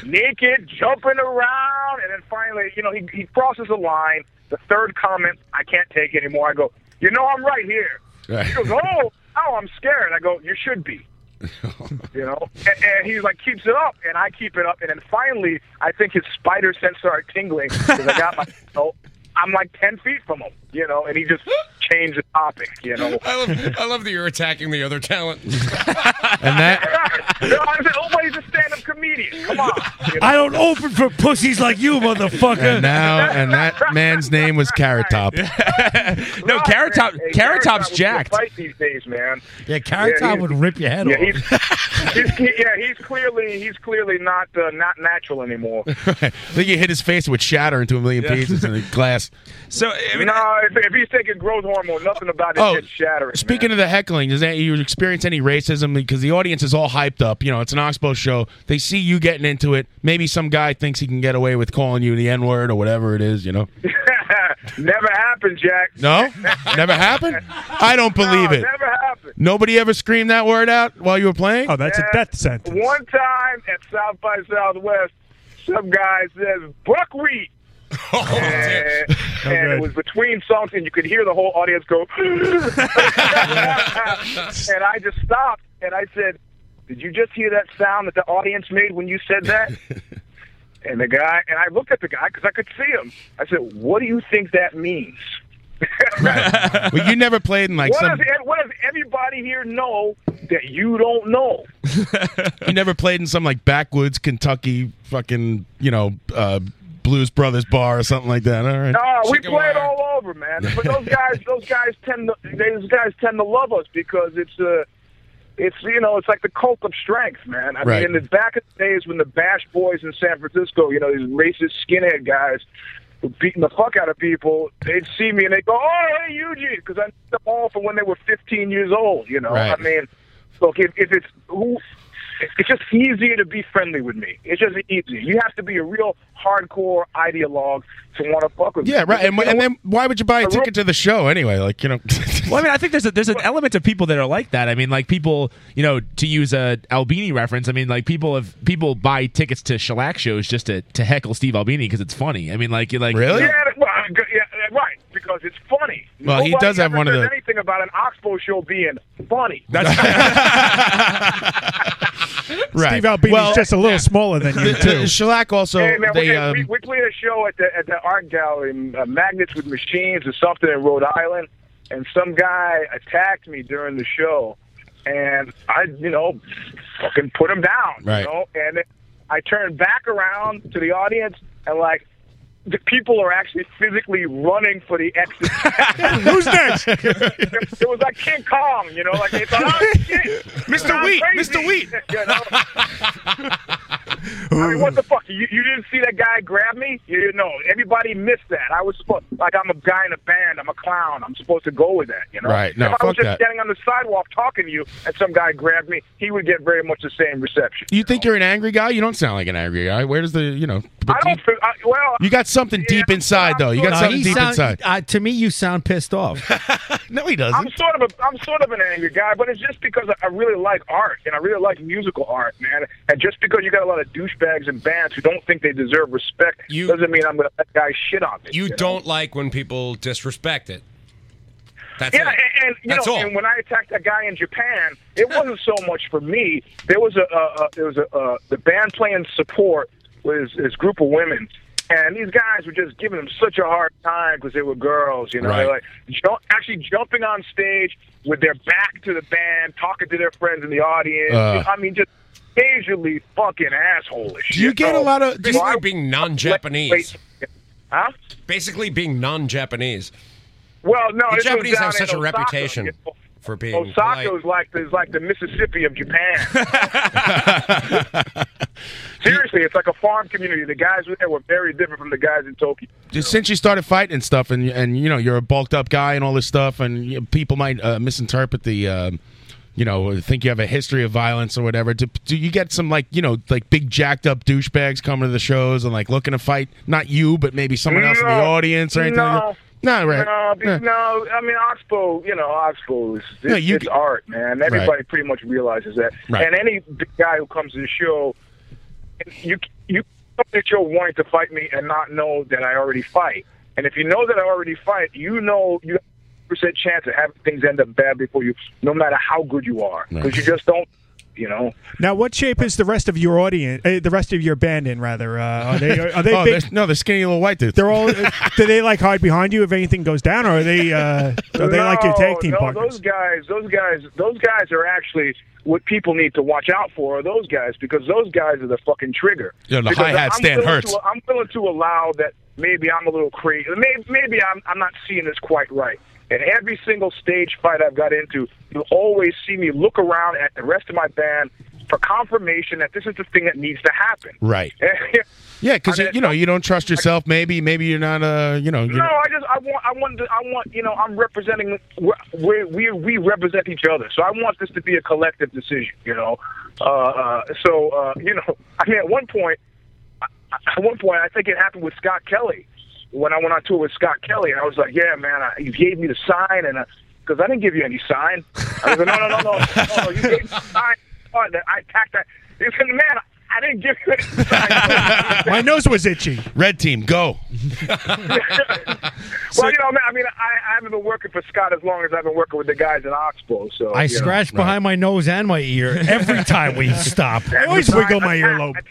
S13: Naked, jumping around, and then finally, you know, he, he crosses the line. The third comment, I can't take anymore. I go, you know, I'm right here. He goes, oh, oh, I'm scared. I go, you should be. you know, and, and he like keeps it up, and I keep it up, and then finally, I think his spider sense started tingling because I got my, oh, I'm like ten feet from him, you know, and he just changed the topic, you know.
S9: I love, I love that you're attacking the other talent.
S11: And that
S13: No, I said, oh, but he's a stand-up comedian. Come on.
S3: I don't open for pussies like you, motherfucker.
S11: and now and that man's name was Carrot Top.
S2: No, Carrot Top.
S13: Hey,
S2: Carrot Top's
S13: would
S2: jacked.
S13: Fight these days, man.
S3: Yeah, Carrot Top
S13: he-
S3: would rip your head
S13: yeah,
S3: off.
S13: He's, he- yeah, he's clearly he's clearly not uh, not natural anymore.
S11: I think he hit his face with shatter into a million
S13: Yeah.
S11: pieces in the glass.
S2: So
S13: no, if, if he's taking growth hormone, nothing about his
S11: Oh,
S13: head shattering.
S11: Speaking of the heckling, does that you experience any racism because the audience is all hyped up? You know, it's an Oxbow show. They see you getting into it. Maybe some guy thinks he can get away with calling you the N word or whatever it is. You know,
S13: never happened, Jack.
S11: no, never happened. I don't believe
S13: No,
S11: it.
S13: Never happened.
S11: Nobody ever screamed that word out while you were playing. Oh,
S17: that's a death sentence.
S13: One time at South by Southwest, some guy says buckwheat. and and it was between songs, and you could hear the whole audience go. and I just stopped, and I said, "Did you just hear that sound that the audience made when you said that?" and the guy, and I looked at the guy because I could see him. I said, "What do you think that means?"
S11: well, you never played in like
S13: what,
S11: some.
S13: does, e, what does everybody here know that you don't know?
S11: You never played in some like backwoods Kentucky fucking you know uh, Blues Brothers bar or something like that. All right.
S13: No, we play it all over, man. But those guys, those guys tend to, those guys tend to love us because it's uh it's you know, it's like the cult of strength, man. I
S16: Right.
S13: mean, in the back of the days when the Bash Boys in San Francisco, you know, these racist skinhead guys were beating the fuck out of people, they'd see me and they'd go, "Oh, hey, Eugene," because I knew them all from when they were 15 years old. You know,
S16: Right.
S13: I mean, look, if, if it's who. It's just easier to be friendly with me. It's just easier. You have to be a real hardcore ideologue to want to fuck with me.
S11: Yeah, right. And,
S13: You know
S11: and then why would you buy a ticket to the show anyway? Like you know,
S2: Well, I mean, I think there's a, there's an element of people that are like that. I mean, like people, you know, to use a Albini reference. I mean, like people have people buy tickets to shellac shows just to, to heckle Steve Albini because it's funny. I mean, like you're like
S11: Really?
S13: Yeah, that- well, I- yeah, that- right. Because it's funny.
S2: Well, he
S13: Nobody
S2: does have
S13: ever
S2: one of
S13: says
S2: the-
S13: anything about an Oxbow show being funny.
S11: right.
S17: Steve Albini's
S11: Well-
S17: just a little smaller than you too.
S11: Shellac also
S13: Hey, man, we, we, we played a show at the at the art gallery, uh, Magnets with Machines, or something in Rhode Island, and some guy attacked me during the show, and I, you know, fucking put him down,
S16: Right.
S13: you know, and it, I turned back around to the audience and like. The people are actually physically running for the exit.
S16: Who's next?
S13: it was like King Kong, you know, like they thought, oh, shit,
S16: Mr.
S13: I'm
S16: Wheat,
S13: crazy,"
S16: Mr. Wheat.
S13: you know? I mean, what the fuck? You, you didn't see that guy grab me? You didn't know. Everybody missed that. I was supposed, like, I'm a guy in a band. I'm a clown. I'm supposed to go with that, you know?
S11: Right. No,
S13: if I was
S11: fuck
S13: just
S11: that.
S13: standing on the sidewalk talking to you and some guy grabbed me, he would get very much the same reception.
S11: you think you're an angry guy? You don't sound like an angry guy. Where does the you know?
S13: I don't feel, I, well,
S11: You got something deep inside though. You got
S3: No,
S11: something
S3: he
S11: deep
S3: sound-
S11: inside.
S3: uh, to me, you sound pissed off.
S11: no, he
S13: I'm sort of a I'm sort of an angry guy, but it's just because I really like art and I really like musical art, man. And just because you got a lot of douchebags and bands who don't think they deserve respect doesn't mean I'm going to let guys shit on me.
S9: You
S13: know?
S9: don't like when people disrespect it. That's
S13: yeah,
S9: it.
S13: and, and you
S9: That's
S13: know,
S9: all.
S13: and when I attacked that guy in Japan, it wasn't so much for me. There was a, a, a there was a, a the band playing support with his, his group of women, and these guys were just giving him such a hard time because they were girls, you know,
S16: Right.
S13: like ju- actually jumping on stage with their back to the band, talking to their friends in the audience.
S11: Uh.
S13: I mean, just majorly fucking assholeish.
S11: Do you get a lot of-
S9: basically
S11: Why-
S9: being non-Japanese?
S13: Huh?
S9: Basically being non-Japanese.
S13: Well, no,
S9: The
S13: this was
S9: Japanese
S13: down
S9: have
S13: in
S9: such a
S13: Osaka, Oh,
S9: reputation
S13: you know.
S9: for being.
S13: Osaka is like is like the Mississippi of Japan. Seriously, it's like a farm community. The guys there were very different from the guys in Tokyo.
S11: Just since you started fighting and stuff, and and you know you're a bulked up guy and all this stuff, and you know, people might uh, misinterpret the, um, you know, think you have a history of violence or whatever. Do, do you get some like you know like big jacked up douchebags coming to the shows and like looking to fight? Not you, but maybe someone else in the
S13: No.
S11: audience or anything.
S13: No.
S11: No, right.
S13: No, be-
S11: Yeah.
S13: no, I mean Oxbow. You know, Oxbow is it's,
S11: No, you
S13: it's
S11: c-
S13: art, man. Everybody pretty much realizes that.
S11: Right.
S13: And any big guy who comes to the show, you you come to the show wanting to fight me and not know that I already fight. And if you know that I already fight, you know you have a percent chance of having things end up badly for you, no matter how good you are, because
S16: Right.
S13: you just don't you know.
S17: Now, what shape is the rest of your audience, uh, the rest of your band in, rather? Uh, are they, are they
S11: Oh,
S17: big?
S11: they're- no, they're skinny little white dudes.
S17: They're all. uh, do they like hide behind you if anything goes down, or are they? Uh, are they like your tag
S13: No,
S17: team
S13: no,
S17: partner?
S13: Those guys, those guys, those guys are actually what people need to watch out for. Are those guys because those guys are the fucking trigger.
S11: Yeah, the
S13: Because I'm
S11: hi-hat stand
S13: willing
S11: hurts.
S13: To, I'm willing to allow that. Maybe I'm a little crazy. Maybe, maybe I'm I'm not seeing this quite right. And every single stage fight I've got into, you'll always see me look around at the rest of my band for confirmation that this is the thing that needs to happen.
S11: Right. Yeah, because you know you don't trust yourself. Maybe maybe you're not uh you know. You're,
S13: No, I just I want I want to, I want you know I'm representing we we we represent each other, so I want this to be a collective decision. You know, uh, uh, so uh, you know I mean at one point I- at one point I think it happened with Scott Kelly when I went on tour with Scott Kelly. I was like, yeah, man, I, you gave me the sign and. I, because I didn't give you any sign. I was like, no, no, no, no, no, no you gave me the sign. Oh, that I packed that. He said, man, I didn't give you any
S17: My nose was itchy.
S11: Red team, go.
S13: well, you know, I mean, I mean, I, I haven't been working for Scott as long as I've been working with the guys in Oxbow. So
S3: I
S13: you
S3: scratch
S13: know.
S3: behind my nose and my ear every time we stop.
S13: I always wiggle my
S3: earlobe.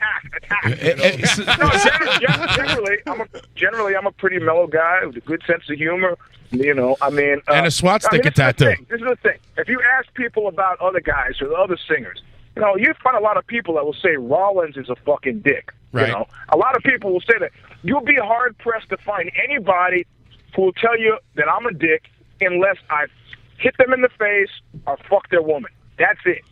S13: No, generally, generally, I'm a, generally, I'm a pretty mellow guy with a good sense of humor. You know, I mean, uh,
S11: And a
S13: I
S11: swastika
S13: mean, this is the
S11: tattoo.
S13: thing. This is the thing. If you ask people about other guys or other singers, you know, you find a lot of people that will say Rollins is a fucking dick.
S11: Right.
S13: You know, a lot of people will say that. You'll be hard pressed to find anybody who will tell you that I'm a dick unless I hit them in the face or fuck their woman. That's it.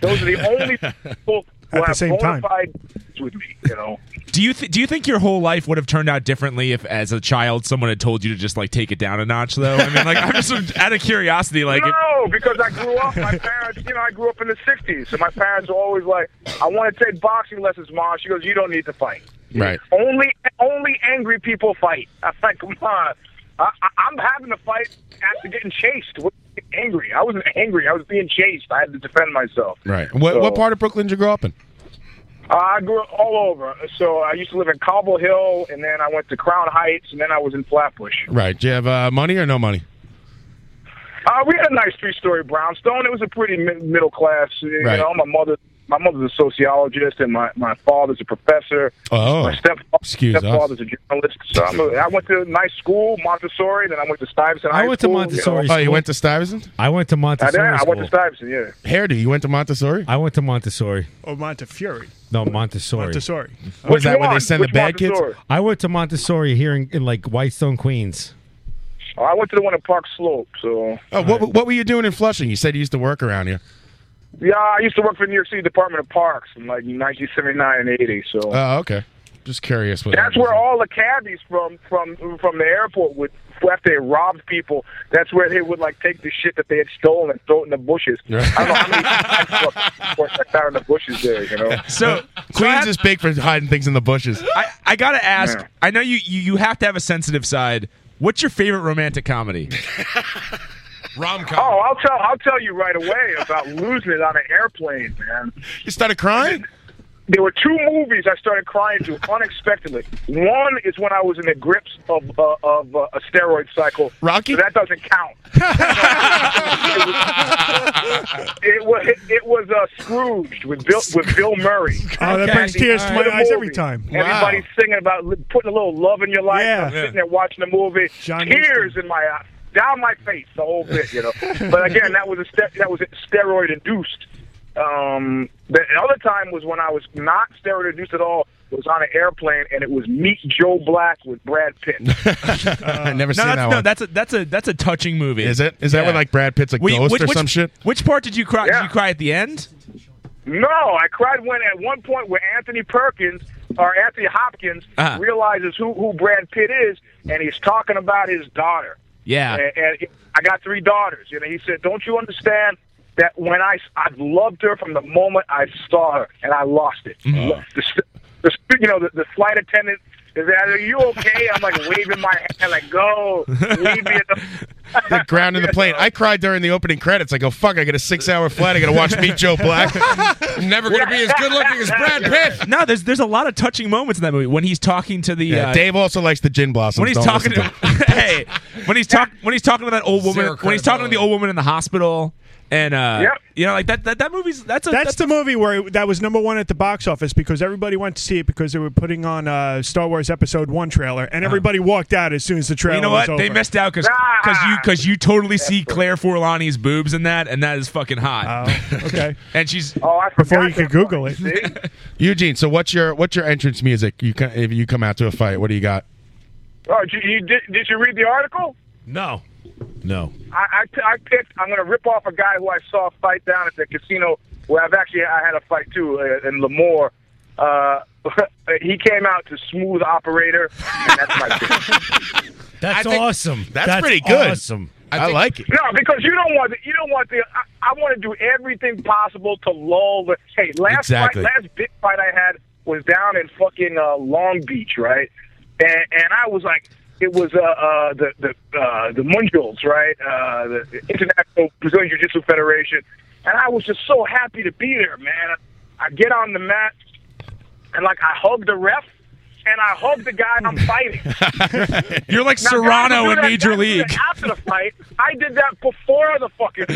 S13: Those are the only people who
S2: At the
S13: have
S2: same time.
S13: bonafide with me. You know.
S2: Do you th- do you think your whole life would have turned out differently if, as a child, someone had told you to just like take it down a notch? Though I mean, like I'm just out of curiosity, like if-
S13: no, because I grew up. My parents, you know, I grew up in the '60s, so my parents were always like, "I want to take boxing lessons, mom." She goes, "You don't need to fight.
S11: Right.
S13: Only, only angry people fight." I'm like, "Come on, I, I, I'm having to fight after getting chased. What, angry? I wasn't angry. I was being chased. I had to defend myself."
S11: Right. What what
S13: So-
S11: part of Brooklyn did you grow up in?
S13: Uh, I grew up all over. So I used to live in Cobble Hill, and then I went to Crown Heights, and then I was in Flatbush.
S11: Right. Do you have uh, money or no money?
S13: Uh, we had a nice three-story brownstone. It was a pretty mi- middle class. You
S11: Right.
S13: know, my mother, my mother's a sociologist, and my, my father's a professor.
S11: Oh.
S13: my step,
S11: Excuse us.
S13: stepfather's a journalist. So I'm a, I went to a nice school, Montessori. Then I went to Stuyvesant. High
S3: I went to
S13: School,
S3: Montessori.
S13: You know.
S11: Oh, you went to Stuyvesant?
S3: I went to
S13: I, did.
S3: Montessori.
S13: I went to
S3: school.
S13: Stuyvesant. Yeah.
S11: Hairdo, you went to Montessori?
S3: I went to Montessori.
S17: Or Montefiore.
S3: No, Montessori.
S17: Montessori.
S11: What is that where they send the bad kids?
S3: I went to Montessori here in, in like Whitestone, Queens.
S13: Oh, I went to the one in Park Slope. So
S11: Oh, what, what were you doing in Flushing? You said you used to work around here.
S13: yeah, I used to work for the New York City Department of Parks in like 1979 and 80. So.
S11: Oh, okay. Just curious. What
S13: That's where all the cabbies from from from the airport would after they robbed people. That's where they would like take the shit that they had stolen and throw it in the bushes. I don't know how many times of course, I found in the bushes there. You know.
S2: So
S11: Queens is big for hiding things in the bushes.
S2: I, I gotta ask. I know you, you you have to have a sensitive side. What's your favorite romantic comedy?
S13: Rom com. Oh, I'll tell I'll tell you right away about losing it on an airplane, man.
S11: You started crying.
S13: There were two movies I started crying to unexpectedly. One is when I was in the grips of uh, of uh, a steroid cycle. Rocky. So that doesn't count. it was it, was uh, Scrooged with Bill with Bill Murray.
S17: Oh, that brings tears to my
S13: What a
S17: eyes
S13: movie.
S17: every time. Wow.
S13: Everybody's singing about li- putting a little love in your life.
S17: Yeah.
S13: I'm sitting there watching the movie, tears in my eye, down my face, the whole bit, you know. but again, that was a ste- that was steroid induced. Um, the other time was when I was not steroid induced at all. Was on an airplane and it was Meet Joe Black with Brad Pitt.
S11: I never
S2: no,
S11: seen
S2: that's,
S11: that
S2: no,
S11: one.
S2: that's a that's a that's a touching movie.
S11: Is it? Is that
S2: Yeah.
S11: where like Brad Pitt's a
S2: Wait,
S11: ghost
S2: which-
S11: or
S2: which-
S11: some shit?
S2: Which part did you cry? Did you cry at the end?
S13: No, I cried when at one point where Anthony Perkins or Anthony Hopkins
S2: Uh-huh.
S13: realizes who, who Brad Pitt is, and he's talking about his daughter.
S2: Yeah.
S13: and, and he- I got three daughters. You know, he said, "Don't you understand that when I I loved her from the moment I saw her, and I lost it."
S2: Mm-hmm.
S16: Mhm.
S13: Lo- The, st- the, st- you know, the, the flight attendant is, "Are you okay?" I'm like waving my hand, like, "Go, leave me." alone."
S11: like grounding the plane. I cried during the opening credits. I go, fuck, I got a six hour flight. I got to watch Meet Joe Black. I'm never going to be as good looking as Brad Pitt.
S2: No, there's there's a lot of touching moments in that movie when he's talking to the
S11: Yeah,
S2: uh,
S11: Dave also likes the gin blossoms.
S2: when he's
S11: Don't
S2: talking
S11: listen
S2: to, hey when he's talk when he's talking to that old woman
S11: Zero
S2: when he's talking to the old woman in the hospital And uh,
S17: Yep.
S2: you know, like that that that movie's that's a
S17: that's, the movie where it- that was number one at the box office because everybody went to see it because they were putting on uh, Star Wars Episode One trailer, and everybody walked out as soon as the trailer.
S2: you know
S17: was
S2: what? They
S17: over.
S2: missed out because
S11: Ah!
S2: you because you totally see Claire Forlani's boobs in that, and that is fucking hot.
S11: Oh,
S17: okay.
S2: and she's
S17: oh, I
S2: before
S17: you could Google it.
S11: Eugene, so what's your what's your entrance music? You co- if you come out to a fight, what do you got?
S13: Oh, did you, you did, did you read the article?
S2: No.
S11: No.
S13: I, I, t- I picked. I'm going to rip off a guy who I saw fight down at the casino where I've actually I had a fight too uh, in Lemoore. Uh, he came out to smooth operator, and that's my pick.
S3: That's
S13: I think-
S3: awesome.
S13: That's pretty good.
S3: Awesome.
S13: No, because you don't want the, you don't want the. I, I want to do everything possible to lull the. Hey, last
S11: Exactly.
S13: fight, last big fight I had was down in fucking uh, Long Beach, right? And and I was like, it was uh, uh the the uh, the Munjals, right? Uh, the International Brazilian Jiu Jitsu Federation, and I was just so happy to be there, man. I get on the mat, and like I hug the ref, and I hug the guy I'm fighting.
S2: You're like
S13: Now, guys
S2: Serrano
S13: do
S2: in
S13: that-
S2: Major
S13: guys do that
S2: League.
S13: After the fight, I did that before the fucking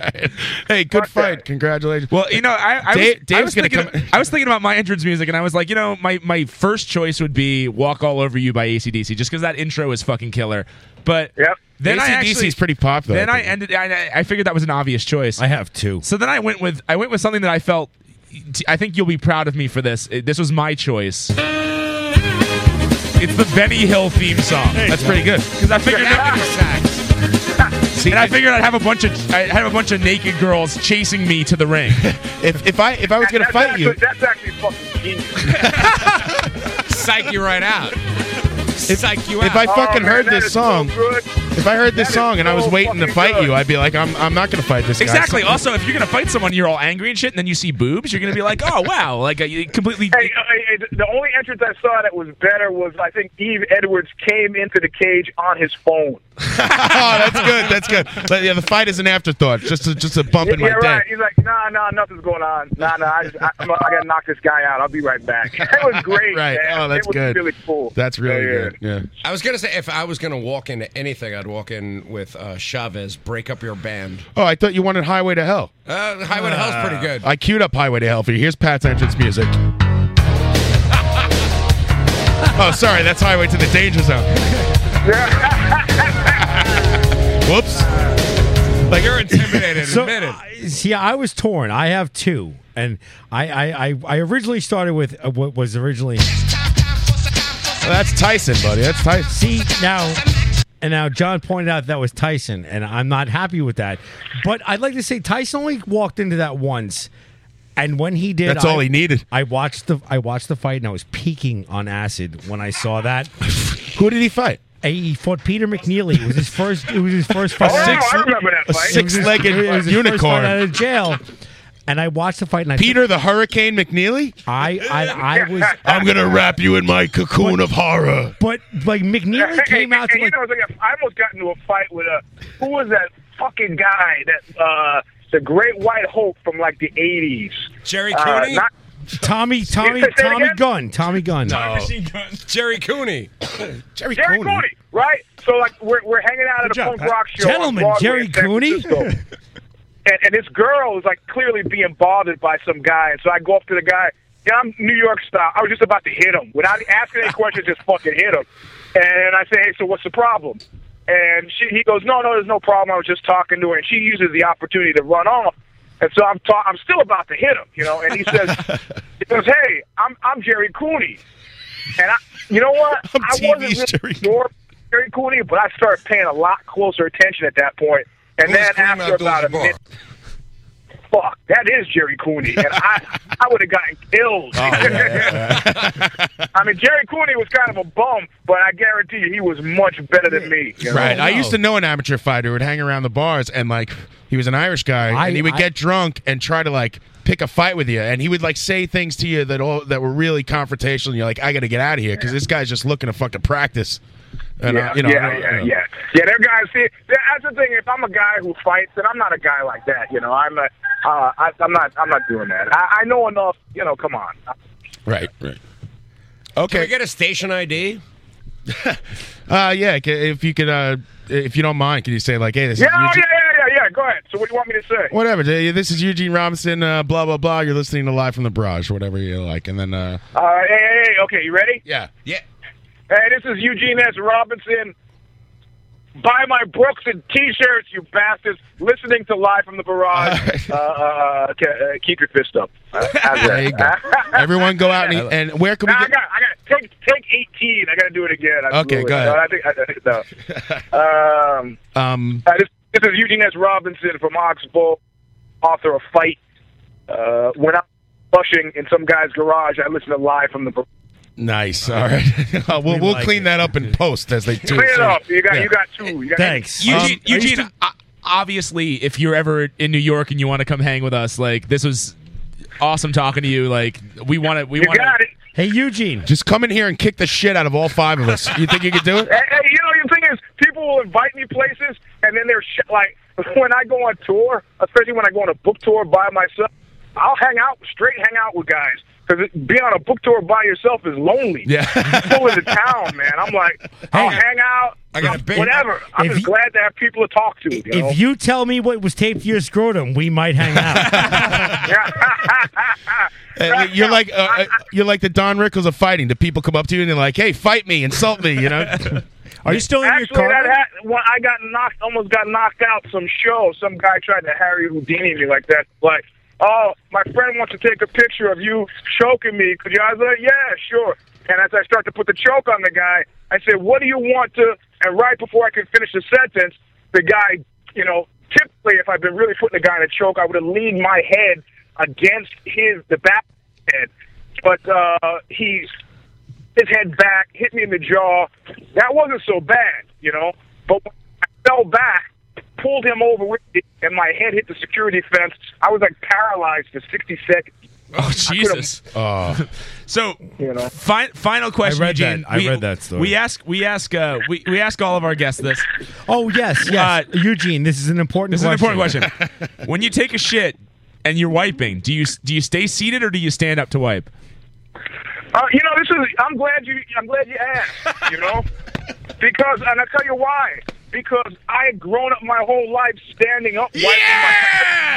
S13: fight.
S11: hey, good fight. Congratulations.
S2: Well, you know, I, I,
S11: Dave-
S2: was,
S11: Dave's
S2: I was
S11: gonna
S2: thinking,
S11: come-
S2: I was thinking about my entrance music, and I was like, you know, my, my first choice would be "Walk All Over You" by ACDC, just because that intro is fucking killer. But then I
S11: AC/DC
S2: actually
S11: is pretty popular.
S2: Then
S11: I
S2: I ended. I, I figured that was an obvious choice. I
S3: have two.
S2: So then I went with I went with something that I felt. I think you'll be proud of me for this. Uh, This was my choice. It's the Benny Hill theme song. That's pretty good because I figured and I figured I'd have a bunch of I have a bunch of naked girls chasing me to the ring.
S11: if if I if I was gonna
S13: That's
S11: fight
S13: actually-
S11: you,
S13: That's actually fucking genius.
S16: Psych you right out. Psych you out.
S11: if I
S2: Oh,
S11: fucking heard
S16: that
S11: this
S16: is so
S11: song,
S13: good.
S11: if I heard this
S16: That is
S11: song and I was
S16: so
S11: waiting to
S16: fucking
S11: fight
S16: good.
S11: you, I'd be like, I'm I'm not gonna fight this guy.
S2: Exactly. Also, if you're gonna fight someone, you're all angry and shit, and then you see boobs, you're gonna be like, "Oh wow!" Like uh, you completely.
S13: Hey, uh, hey, hey, the- the only entrance I saw that was better was I think Eve Edwards came into the cage on his phone.
S11: oh, that's good. That's good. But, yeah, the fight is an afterthought. Just a, just a bump in
S13: yeah,
S11: my
S13: yeah, right.
S11: day.
S13: He's like, nah, nah, nothing's going on. Nah, nah, I, just, I, I'm, I gotta knock this guy out. I'll be right back. That was great.
S11: Right.
S13: man.
S11: Oh, that's
S13: it was
S11: good.
S13: Really cool.
S11: That's really good. Yeah.
S9: I was gonna say if I was gonna walk into anything, I'd walk in with uh, Chavez. Break up your band.
S11: Oh, I thought you wanted Highway to Hell.
S9: Uh, Highway to Hell's pretty good.
S11: I queued up Highway to Hell for you. Here's Pat's entrance music. oh, sorry, that's Highway to the Danger Zone. Whoops. Like
S16: you're intimidated.
S3: So,
S16: admit it.
S3: I- Uh, see, I was torn. I have two, and I I, I, I originally started with uh, what was originally.
S11: that's Tyson, buddy. That's Tyson.
S3: See now, and now John pointed out that was Tyson, and I'm not happy with that. But I'd like to say Tyson only walked into that once, and when he did,
S11: That's
S3: I-
S11: all he needed.
S3: I watched the I watched the fight, and I was peaking on acid when I saw that.
S11: Who did he fight?
S3: He fought Peter McNeely. It was his first. It was his first fight.
S11: Oh, six- I remember that
S3: It was
S11: fight.
S3: his- it was his
S11: six-legged
S3: first fight
S11: unicorn.
S3: out of jail. And I watched the fight, and I
S11: Peter the Hurricane McNeely?
S3: I I, I was.
S11: I'm gonna wrap you in my cocoon of horror.
S3: But like McNeely came out to
S13: and,
S3: like
S13: you know, it's like, I almost got into a fight with a who was that fucking guy that uh, the Great White Hope from like the eighties.
S9: Jerry
S13: Uh,
S9: Cooney.
S13: not-
S3: Tommy Tommy
S13: Say it
S3: Tommy
S13: again?
S3: Gunn. Tommy Gunn.
S9: Jerry Cooney.
S11: Jerry,
S13: Cooney. right? So like we're we're hanging out at a punk rock show, on
S3: Gentlemen,
S13: Broadway
S3: Jerry
S13: in San
S3: Cooney.
S13: Francisco. and, and this girl is like clearly being bothered by some guy, and so I go up to the guy. Yeah, I'm New York style. I was just about to hit him without asking any questions, just fucking hit him. And I say, hey, so what's the problem? And she, he goes, no, no, there's no problem. I was just talking to her, and she uses the opportunity to run off. And so I'm ta- I'm still about to hit him, you know. And he says, he goes, hey, I'm I'm Jerry Cooney. And I, you know what? i wasn't really sure Jerry Cooney, but I started paying a lot closer attention at that point. And
S9: Who's
S13: then
S9: Kareem
S13: after about a
S9: Abdul-Jabbar?
S13: minute, fuck, that is Jerry Cooney, and I I would have gotten killed.
S11: Oh,
S13: I mean, Jerry Cooney was kind of a bum, but I guarantee you, he was much better than me. you know?
S11: Right. I used to know an amateur fighter who would hang around the bars and like he was an Irish guy
S13: I-
S11: and he would
S13: I-
S11: get drunk and try to like pick a fight with you and he would like say things to you that all that were really confrontational and you're like I got to get out of here cuz this guy's just looking to fucking practice. And
S13: yeah,
S11: I, you know,
S13: yeah,
S11: I don't-
S13: yeah,
S11: you know.
S13: yeah, yeah. They're guys. See, that- that's the thing. If I'm a guy who fights, then I'm not a guy like that. You know, I'm a, uh, I, I'm not, I'm not doing that. I, I know enough. You know, come on.
S11: Right, right.
S9: Can
S11: Okay.
S9: we get a station ID?
S11: Uh yeah, c- if you could uh if you don't mind, can you say like hey this
S13: Yeah,
S11: is
S13: oh, yeah,
S11: Eugene-
S13: yeah, yeah, yeah. Go go ahead. So what do you want me to say?
S11: Whatever. Jay, This is Eugene Robinson. Uh, blah blah blah. You're listening to live from the barrage, whatever you like, and then uh,
S13: All right, hey, hey, hey, okay, you ready?
S11: Yeah, yeah.
S13: Hey, this is Eugene S. Robinson. Buy my Brooks and T-shirts, you bastards! Listening to live from the barrage. uh, uh, okay, uh, keep your fist up. Uh, how's
S11: There you go.
S13: that?
S11: everyone go out and, and where can we?
S13: Nah, I
S11: Get,
S13: got, I got take take eighteen. I got to do it again.
S11: Okay, go
S13: Absolutely. No, I think, I, I think, no. um,
S11: um,
S13: uh, this, this is Eugene S. Robinson from Oxbow, author of Fight. Uh, when I'm bushing in some guy's garage, I listen to live from the. Barrage.
S11: nice. All right. we'll we'll
S13: like
S11: clean that up in post as they do.
S13: Clean it
S11: so-
S13: up. You got
S11: Yeah.
S13: you got two. You got
S11: Um,
S2: Eugene, Eugene o- obviously, if you're ever in New York and you want to come hang with us, like this was awesome talking to you. Like we want to, we want to.
S3: Hey Eugene,
S11: just come in here and kick the shit out of all five of us. You think you could do it?
S13: Hey, hey, you know, the thing is, people will invite me places, and then they're sh- like, when I go on tour, especially when I go on a book tour by myself, I'll hang out, straight hang out with guys. Because being on a book tour by yourself is lonely. Yeah. People in the town, man. I'm like, I'll hang out, I got whatever. I'm
S3: If
S13: just glad to have people to talk to. You know?
S3: If you tell me what was taped to your scrotum, we might hang out.
S11: Uh, you're like uh, uh, you're like the Don Rickles of fighting. The people come up to you and they're like, "Hey, fight me, insult me," you know.
S3: Are you still
S13: Actually, that ha- when I got knocked, almost got knocked out some show. Some guy tried to Harry Houdini me like that. Like, oh, my friend wants to take a picture of you choking me. Could you? I was like, yeah, sure. And as I start to put the choke on the guy, I said, what do you want to? And right before I could finish the sentence, the guy, you know, typically if I'd been really putting the guy in a choke, I would have leaned my head against his the back of his head. But uh, he his head back, hit me in the jaw. That wasn't so bad, you know. But when I fell back, pulled him over with me, and my head hit the security fence. I was like paralyzed for 60 seconds.
S2: Oh Jesus!
S11: Oh.
S2: so fi- final question,
S3: I read
S2: Eugene.
S3: that. I read that story.
S2: We ask, we ask, uh, we we ask all of our guests this.
S3: oh yes, yes,
S11: Uh,
S3: Eugene. This is an important.
S2: This is an
S3: question.
S2: important question. when you take a shit and you're wiping, do you do you stay seated or do you stand up to wipe?
S13: Uh, you know, this is. I'm glad you. I'm glad you asked. You know, because and I tell you why. Because I had grown up my whole life standing up. Yeah.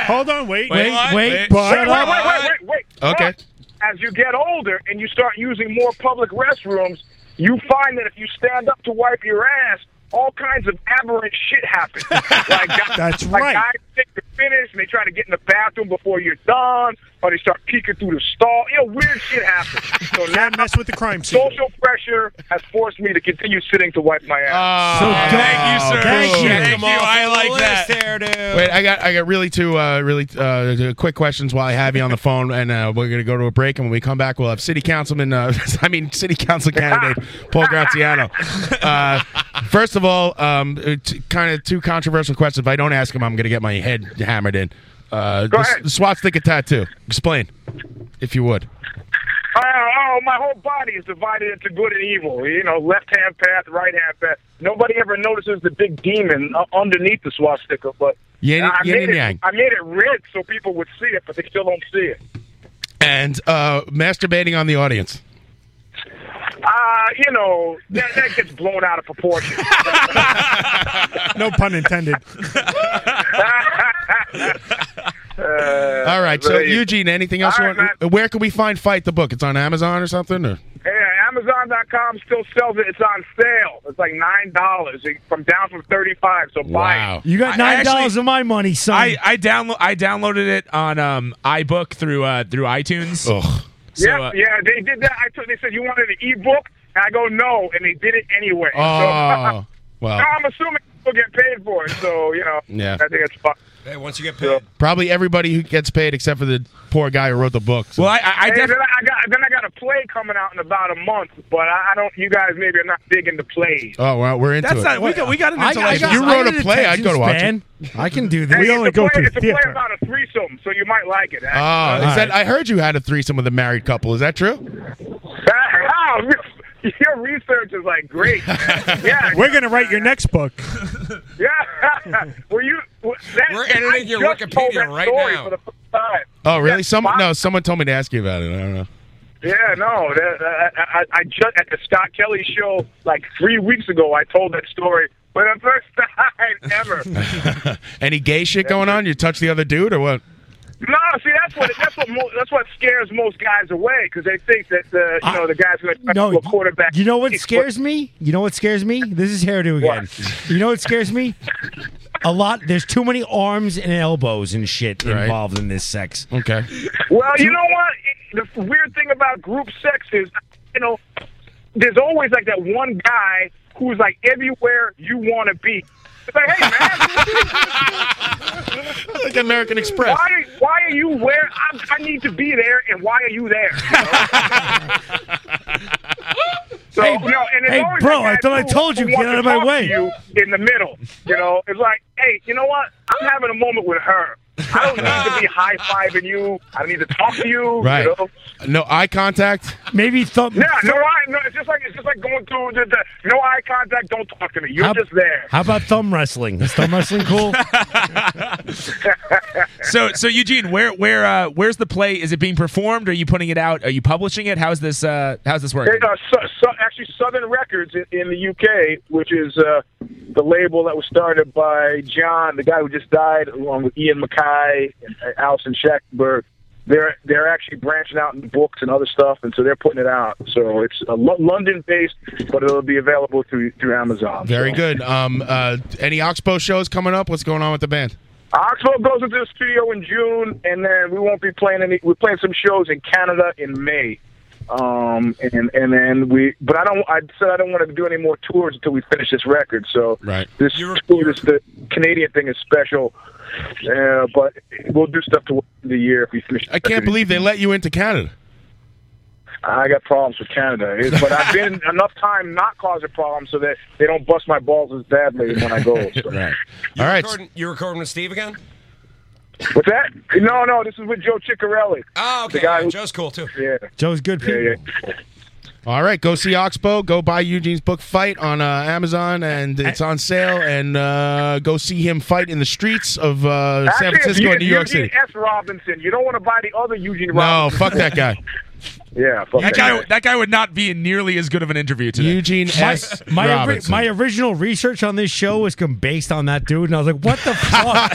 S17: Hold on, wait,
S13: Wait,
S17: wait,
S13: what?
S17: wait,
S13: Wait,
S17: but-
S13: wait, wait, wait, wait, wait, wait.
S11: Okay.
S13: But as you get older and you start using more public restrooms, you find that if you stand up to wipe your ass, all kinds of aberrant shit happens. like guys,
S17: That's
S13: like
S17: right.
S13: guys think they're finished and they try to get in the bathroom before you're done, or they start peeking through the stall. You know, weird shit happens. So now
S17: mess with the crime scene.
S13: Social pressure has forced me to continue sitting to wipe my ass.
S11: So Oh, don't- thank you, sir. thank you. Check 'em off
S16: I like that.
S11: Wait, I got I got really two uh, really uh, two quick questions while I have you on the phone, and uh, we're gonna go to a break. And when we come back, we'll have City Councilman, uh, I mean City Council candidate Paul Graziano. Uh, first of all, um, kind of two controversial questions. If I don't ask him, I'm gonna get my head hammered in. Uh, the, s- the swastika tattoo. Explain, if you would.
S13: Oh, oh, my whole body is divided into good and evil. You know, left hand path, right hand path. Nobody ever notices the big demon uh, underneath the swastika, but
S11: Yin-
S13: I,
S11: yin
S13: made
S11: and
S13: it,
S11: yang.
S13: Uh, I made it red so people would see it, but they still don't see it.
S11: And uh, masturbating on the audience.
S13: Uh, you know, that, that gets blown out of proportion.
S17: no pun intended.
S11: all right. So
S13: Uh, there you-
S11: Eugene, anything else?
S13: All
S11: you
S13: right,
S11: want? Where can we find Fight the Book? It's on Amazon or something, or.
S13: Yeah, Amazon.com still sells it. It's on sale. It's like nine dollars from down from thirty five. So buy it.
S3: You got
S2: I- I
S3: nine dollars of my money, son.
S2: I I download I downloaded it on um iBook through uh through iTunes.
S11: Ugh.
S2: So,
S13: yeah,
S2: uh,
S13: yeah, they did that. I took. They said you wanted an ebook, and I go no, and they did it anyway.
S11: Oh, well.
S13: No, I'm assuming people get paid for it, so you know.
S11: Yeah.
S13: I think it's fun.
S9: Hey, once you get paid,
S11: Probably everybody who gets paid except for the poor guy who wrote the book. So-
S2: Well, I I, I
S13: Hey,
S2: def-
S13: then I got then I got a play coming out in about a month, but I, I don't. You guys maybe are not big into plays.
S11: oh, well, we're into
S2: That's
S11: it.
S2: not- we got- we got an
S11: I- I
S2: intellectual-
S11: You wrote
S2: I
S11: a play. I'd go to watch it.
S3: I can do this.
S13: Hey,
S3: We
S13: it's
S3: only
S13: a
S3: go
S13: play,
S3: through
S13: It's a play
S3: theater.
S13: about a threesome, so you might like it.
S11: Oh, is that, I heard you had a threesome with a married couple. Is that true?
S13: Wow, your research is like great. yeah,
S17: We're gonna write your next book.
S13: yeah. Were you? w- That,
S16: We're editing
S13: I
S16: your
S13: just told
S16: Wikipedia
S13: that
S16: right
S13: story
S16: now.
S13: For the first time.
S11: Oh, really? Someone no, someone told me to ask you about it. I don't know.
S13: Yeah, no. That, I, I, I just at the Scott Kelly show like three weeks ago. I told that story for the first time ever.
S11: Any gay shit going on? You touch the other dude or what?
S13: No, see that's what that's what mo- that's what scares most guys away because they think that the you know the guy's going to
S3: No,
S13: a quarterback.
S3: You know what scares me? You know what scares me? This is hairdo again. You know what scares me? A lot. There's too many arms and elbows and shit involved in this sex.
S11: Okay.
S13: Well, you know what? The weird thing about group sex is, you know, there's always like that one guy who's like everywhere you want to be. It's like, hey man,
S11: like American Express.
S13: Why? are- Why are you where I, I need to be there, and why are you there? So,
S3: Hey,
S13: you know, and it's
S3: hey,
S13: always
S3: bro,
S13: that
S3: I
S13: guy,
S3: thought I
S13: too,
S3: told you,
S13: who
S3: get
S13: wants
S3: out
S13: to
S3: of my
S13: talk to
S3: way.
S13: You in the middle, you know, it's like, hey, you know what? I'm having a moment with her. I don't need to be high fiving you. I don't need to talk to you.
S11: Right.
S13: You know?
S11: No eye contact.
S3: Maybe thumb.
S13: Oh, Yeah, no eye. No, it's just like it's just like going through the, the no eye contact. Don't talk to me. You're
S3: How-
S13: just there.
S3: How about thumb wrestling? Is thumb wrestling cool?
S2: So, so Eugene, where, where, uh, where's the play? Is it being performed? Are you putting it out? Are you publishing it? How's this? Uh, how's this working?
S13: They are su- su- actually Southern Records in, in the UK, which is uh, the label that was started by John, the guy who just died, along with Ian Mackay and uh, Alison Shackberg. They're they're actually branching out into books and other stuff, and so they're putting it out. So it's uh, Lo- London based, but it'll be available through through Amazon.
S11: Very
S13: So-
S11: good. Um, uh, any Oxbow shows coming up? What's going on with the band?
S13: Oxbow goes into the studio in June, and then we won't be playing any. We're playing some shows in Canada in May, um, and and then we. But I don't. I said I don't want to do any more tours until we finish this record. So
S11: right.
S13: this tour, this the Canadian thing is special, uh, but we'll do stuff towards the end of the year if we finish.
S11: I can't believe they let you into Canada.
S13: I got problems with Canada, It- but I've been enough time not causing problems so that they don't bust my balls as badly when I go. So.
S11: right. All right.
S9: Recording, you recording with Steve again?
S13: What's that? No, no, this is with Joe Ciccarelli.
S9: Oh, okay.
S13: The guy
S9: yeah,
S13: who-
S9: Joe's cool too.
S13: Yeah.
S3: Joe's good people.
S11: All right, go see Oxbow. Go buy Eugene's book "Fight" on uh, Amazon, and it's on sale. And uh, go see him fight in the streets of uh, San
S13: Actually,
S11: Francisco
S13: it's
S11: and New York
S13: Eugene
S11: City.
S13: S. Robinson. You don't want to buy the other Eugene
S11: No,
S13: Robinson.
S11: fuck that guy.
S13: Yeah, fuck
S2: That guy, that guy would not be in nearly as good of an interview today.
S11: Eugene
S3: My, my, ori- my original research on this show was com- based on that dude, and I was like, "What the fuck?"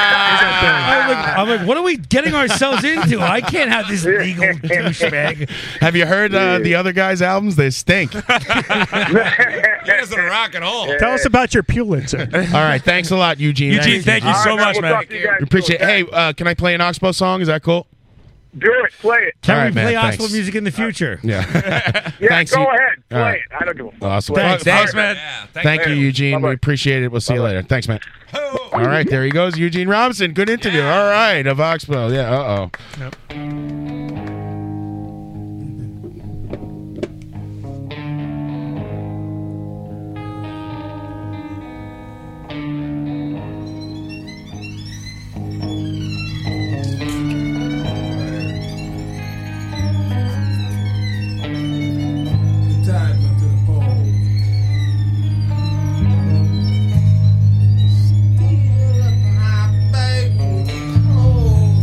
S3: I'm, like, I'm like, "What are we getting ourselves into? I can't have this legal douchebag."
S11: Have you heard uh, the other guys' albums? They stink. All
S9: He doesn't rock at all.
S17: Tell us about your Pulitzer.
S11: right, thanks a lot, Eugene.
S17: Eugene, thank you All so right, man, much, we'll man. talk to you guys
S11: We appreciate. it. Hey, uh, can I play an Oxbow song? Is that cool?
S13: Do it. Play it.
S11: All
S3: Can
S11: right,
S3: we
S11: man,
S3: play
S11: thanks.
S3: gospel music in the future?
S11: Yeah.
S13: Yeah,
S11: Thanks,
S13: go
S11: you-
S13: ahead. Play
S11: All right.
S13: it. I don't give a
S11: Awesome.
S13: Thanks,
S11: Well,
S13: thanks,
S11: uh,
S13: man.
S11: Thank, you, Eugene. We appreciate it. We'll see you later. Thanks, man. All right, there he goes, Eugene Robinson. Good interview. All right, of Oxbow. Yeah. Uh oh.
S18: Time up to the pole. Still my baby cold.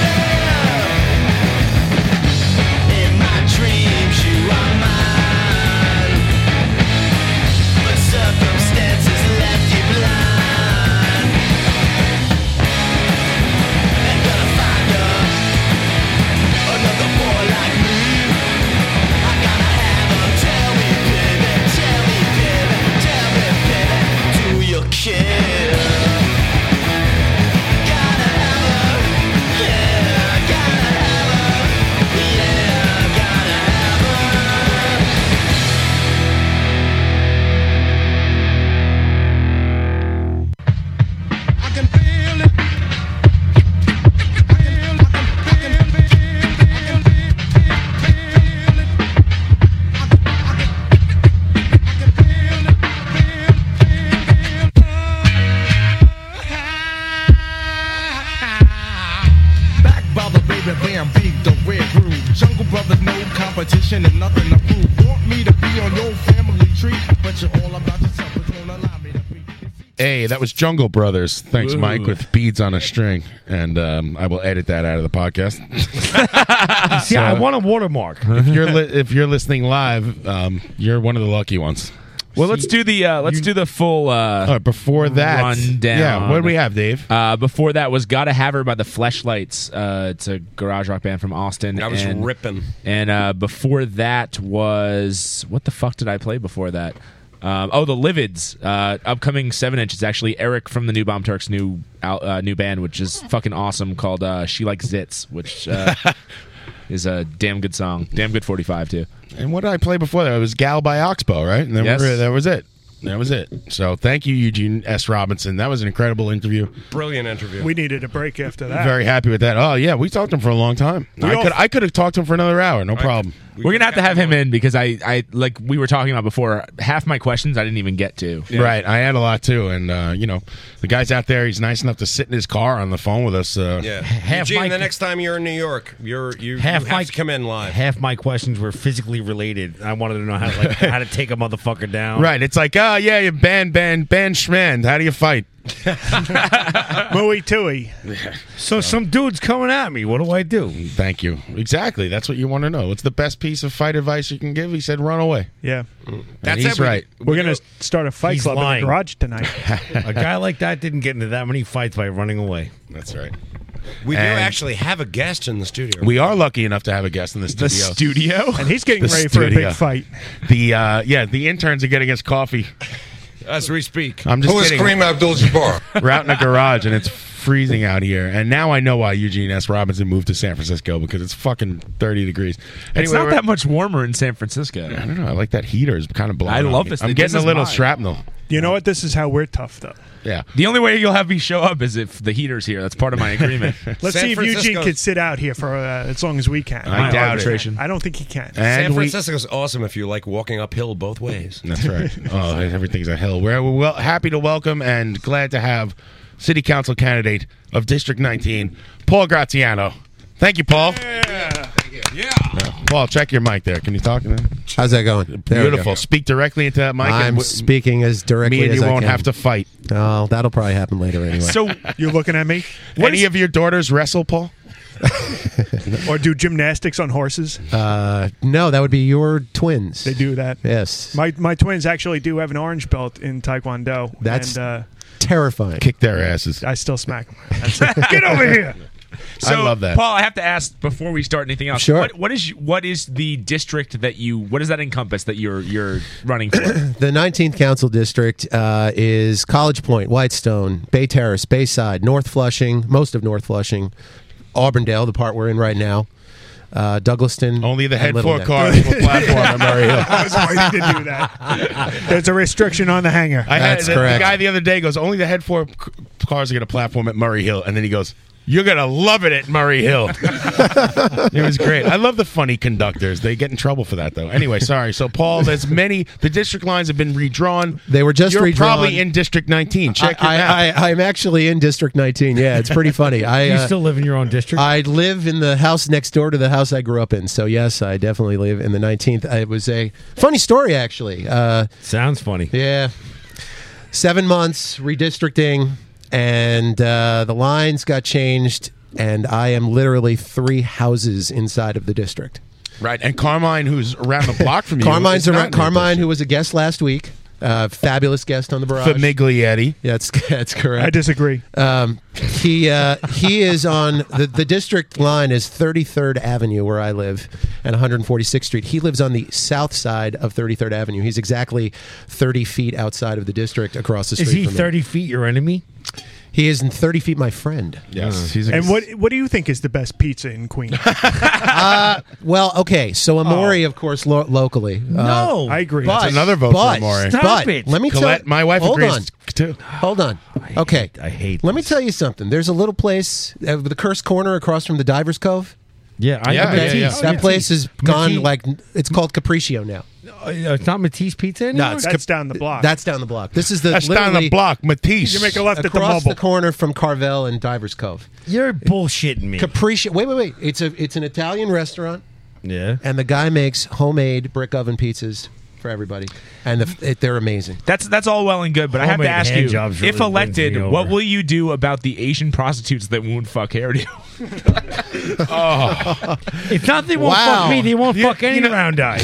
S7: Oh,
S18: and Van Beek, the red crew. Jungle brothers, no competition and nothing to prove. Want me to be on your family tree, but you're all about yourself. But don't allow me to be.
S11: Hey, that was Jungle Brothers. Thanks,
S18: Ooh.
S11: Mike, with beads on a string, and um, I will edit that out of the podcast.
S3: See, I want a watermark.
S11: if you're li- if you're listening live, um, you're one of the lucky ones.
S2: Well, let's do the uh, let's do the full. Uh,
S11: before that,
S2: rundown.
S11: yeah, what do we have, Dave?
S2: Uh, before that was "Gotta Have Her" by the Fleshlights. Uh, it's a garage rock band from Austin.
S9: That was
S2: and,
S9: ripping.
S2: And uh, before that was what the fuck did I play before that? Um, oh, the Livids, uh, upcoming seven inch. It's actually Eric from the New Bomb Turks' new out, uh, new band, which is fucking awesome, called uh, "She Likes Zits," which uh, is a damn good song, damn good forty five too.
S11: And what did I play before that? It was Gal by Oxbow, right? And then
S2: Yes.
S11: we're- that was it. That was it. So thank you, Eugene S. Robinson. That was an incredible interview.
S9: Brilliant interview.
S17: We needed a break after that.
S11: Very happy with that. Oh yeah, we talked to him for a long time.
S2: We
S11: I
S2: all-
S11: could I could have talked to him for another hour, no problem.
S2: We're gonna have to have him in because I, I like we were talking about before. Half my questions I didn't even get to.
S11: Right, I had a lot too, and uh, you know, the guy's out there. He's nice enough to sit in his car on the phone with us. Uh,
S9: Yeah.
S3: Half
S9: Eugene,
S3: my-
S9: the next time you're in New York, you're you,
S3: Half
S9: you have
S3: my-
S9: to come in live.
S3: Half my questions were physically related. I wanted to know how to like how to take a motherfucker down.
S11: Right, it's like, oh yeah, you ban ban ban Schmand. How do you fight?
S17: Mooey tooey.
S3: So some dude's coming at me. What do I do?
S11: Thank you. Exactly. That's what you want to know. What's the best piece of fight advice you can give? He said, run away.
S17: Yeah.
S11: That's he's right.
S17: We're going to start a fight
S11: He's
S17: club
S11: lying.
S17: in the garage tonight.
S3: A guy like that didn't get into that many fights by running away.
S11: That's right.
S9: We do
S11: And-
S9: actually have a guest in the studio.
S11: We are lucky enough to have a guest in the studio.
S9: The studio? And he's getting
S11: The
S9: ready for a big
S11: studio.
S9: fight.
S11: The uh, yeah, the interns are getting us coffee.
S9: As we speak.
S11: I'm just
S9: Who is
S11: kidding.
S9: Kareem Abdul-Jabbar?
S11: We're out in a garage and it's freezing out here. And now I know why Eugene S. Robinson moved to San Francisco because it's fucking 30 degrees.
S2: it's not
S11: we're-
S2: that much warmer in San Francisco.
S11: I don't know. I like that heater. It's kind of blowing.
S2: I
S11: on
S2: love
S11: me.
S2: this.
S11: I'm
S2: This
S11: getting
S2: is
S11: a little
S2: mine.
S11: shrapnel.
S17: You know what? This is how we're tough, though.
S11: Yeah.
S2: The only way you'll have me show up is if the heater's here. That's part of my agreement.
S17: Let's see if Eugene can sit out here for uh, as long as we can.
S2: I doubt it. Arbitration.
S17: I don't think he can.
S11: And
S9: San
S11: we-
S9: Francisco's awesome if you like walking uphill both ways.
S11: That's right. oh, everything's a hell. We're, we're well, happy to welcome and glad to have City Council candidate of District 19, Paul Graziano. Thank you, Paul.
S9: Yeah.
S11: Paul, check your mic there. Can you talk?
S19: How's that going? There we
S11: Beautiful.
S19: go.
S11: Speak directly into that mic. and
S19: I'm
S11: w-
S19: speaking as directly
S11: Me and
S19: as
S11: you
S19: I
S11: won't
S19: can.
S11: have to fight.
S19: Oh, that'll probably happen later anyway.
S17: you're looking at me.
S11: Any of your daughters wrestle, Paul?
S17: or do gymnastics on horses?
S19: uh, no, that would be your twins. They
S17: do that.
S19: Yes,
S17: My my twins actually do have an orange belt in Taekwondo.
S19: That's-
S17: and, uh,
S19: terrifying.
S11: Kick their asses.
S17: I still smack. 'em. Get over here.
S2: So,
S11: I love that.
S2: Paul, I have to ask before we start anything else.
S19: Sure.
S2: What, what is what is the district that you what does that encompass that you're you're running for?
S19: The 19th Council District uh, is College Point, Whitestone, Bay Terrace, Bayside, North Flushing, most of North Flushing, Auburndale, the part we're in right now, uh, Douglaston. Only
S11: the head four cars will platform on Murray Hill.
S17: I was waiting to Oh, do that. There's a restriction on the hanger.
S11: I had the, the guy the other day goes, only the head four c- cars are going to platform at Murray Hill. And then he goes, you're going to love it at Murray Hill. it was great. I love the funny conductors. They get in trouble for that, though. Anyway, sorry. So, Paul, there's many. The district lines have been redrawn.
S19: They were just
S11: You're
S19: redrawn.
S11: probably in District 19. Check your
S19: I,
S11: map.
S19: I, I, I'm actually in District 19. Yeah, it's pretty funny. I
S3: you
S19: uh,
S3: still live in your own district?
S19: I live in the house next door to the house I grew up in. So yes, I definitely live in the 19th. It was a funny story actually. Uh,
S3: Sounds funny.
S19: Yeah. Seven months redistricting, and uh, the lines got changed, and I am literally three houses inside of the district.
S11: right. And Carmine, who's around the block from you.
S19: Carmine's
S11: is not in
S19: around,
S11: the
S19: Carmine, who was a guest last week, uh, fabulous guest on the barrage.
S11: Famiglietti.
S19: Yeah, that's that's correct.
S17: I disagree.
S19: Um, he uh, he is on the the district line is 33rd Avenue where I live and 146th Street. He lives on the south side of 33rd Avenue. He's exactly 30 feet outside of the district across the street.
S3: Is he
S19: from me.
S3: 30 feet your enemy?
S19: He is in 30 feet my friend.
S11: Yes,
S17: and what what do you think is the best pizza in Queens?
S19: uh, well, okay. So Amori,
S3: Oh.
S19: of course, lo- locally. uh,
S17: No. I agree.
S19: But,
S17: That's another vote for
S19: but,
S17: Amori.
S19: Stop
S17: Stop
S19: but
S17: it.
S19: Let me
S11: Colette-
S19: tell
S11: my wife
S19: hold
S11: agrees
S19: on.
S11: too.
S19: Hold on. okay.
S3: I hate.
S19: Let me tell you something. There's a little place, uh, the Cursed Corner, across from the Divers Cove.
S3: Yeah, I- Yeah, Matisse. yeah, yeah.
S19: that place has gone
S3: Matisse.
S19: like it's called Capriccio now.
S3: Uh, it's not Matisse Pizza anymore.
S19: No, it's That's Cap- down the block. that's down the block. This is the
S3: That's down the
S19: literally-
S3: block, Matisse. You make a left at the
S19: across
S3: Mobile.
S19: the corner from Carvel and Divers Cove.
S3: You're bullshitting me.
S19: Capriccio. Wait, wait, wait. It's a it's an Italian restaurant.
S3: Yeah.
S19: And the guy makes homemade brick oven pizzas for everybody, and the, it, they're amazing.
S2: That's that's all well and good, but I have to
S19: Homemade
S2: ask
S19: hand
S2: you:
S19: jobs really
S2: if
S19: brings
S2: elected,
S19: me over.
S2: what will you do about the Asian prostitutes that won't fuck hairdo? oh.
S3: If not, they won't fuck me. They won't fuck any round eye.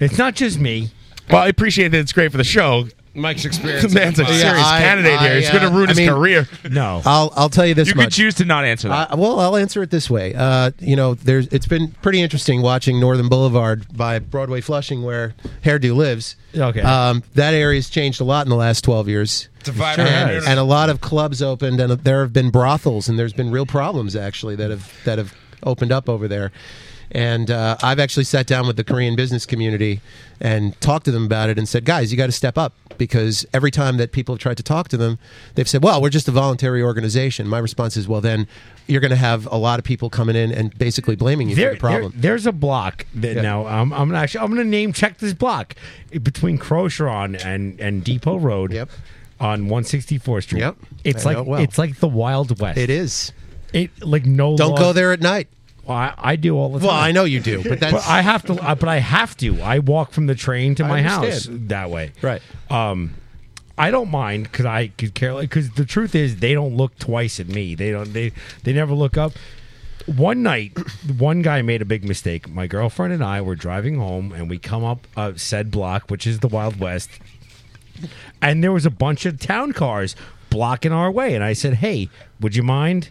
S3: It's not just me.
S11: Well, I appreciate that it's great for the show.
S9: Mike's
S11: The
S9: experience.
S11: man's a
S19: Yeah,
S11: serious
S19: I-
S11: candidate
S19: I,
S11: here. He's
S19: uh,
S11: going to ruin
S19: I
S11: his
S19: mean-
S11: career.
S2: No.
S19: I'll I'll tell you this.
S2: You
S19: much.
S2: could choose to not answer that.
S19: Uh, well, I'll answer it this way. Uh, you know, there's it's been pretty interesting watching Northern Boulevard by Broadway Flushing, where Hairdo lives.
S3: Okay.
S19: um, that area's changed a lot in the last twelve years. It's
S9: a vibrant
S19: and,
S9: area.
S19: and a lot of clubs opened, and there have been brothels, and there's been real problems actually that have that have opened up over there. And uh, I've actually sat down with the Korean business community and talked to them about it, and said, "Guys, you got to step up because every time that people have tried to talk to them, they've said, "Well, we're just a voluntary organization." My response is, "Well, then you're going to have a lot of people coming in and basically blaming you for
S3: There-
S19: the problem."
S3: there- there's a block that now um, I'm gonna actually I'm gonna name check this block between Crocheron and and Depot Road. Yep. On 164th Street. Yep. It's
S19: I know
S3: like
S19: it well.
S3: it's like the Wild West.
S19: It is.
S3: It like no.
S19: Don't
S3: laws-
S19: go there at night.
S3: Well, I, I do all the time.
S19: Well, I know you do, but that's-
S3: I have to. I, but I have to. I walk from the train to
S19: I
S3: my house
S19: understand.
S3: that way.
S19: Right.
S3: Um, I don't mind because I could care. Because the truth is, they don't look twice at me. They don't. They they never look up. One night, one guy made a big mistake. My girlfriend and I were driving home, and we come up uh, said block, which is the Wild West and there was a bunch of town cars blocking our way. And I said, "Hey, would you mind,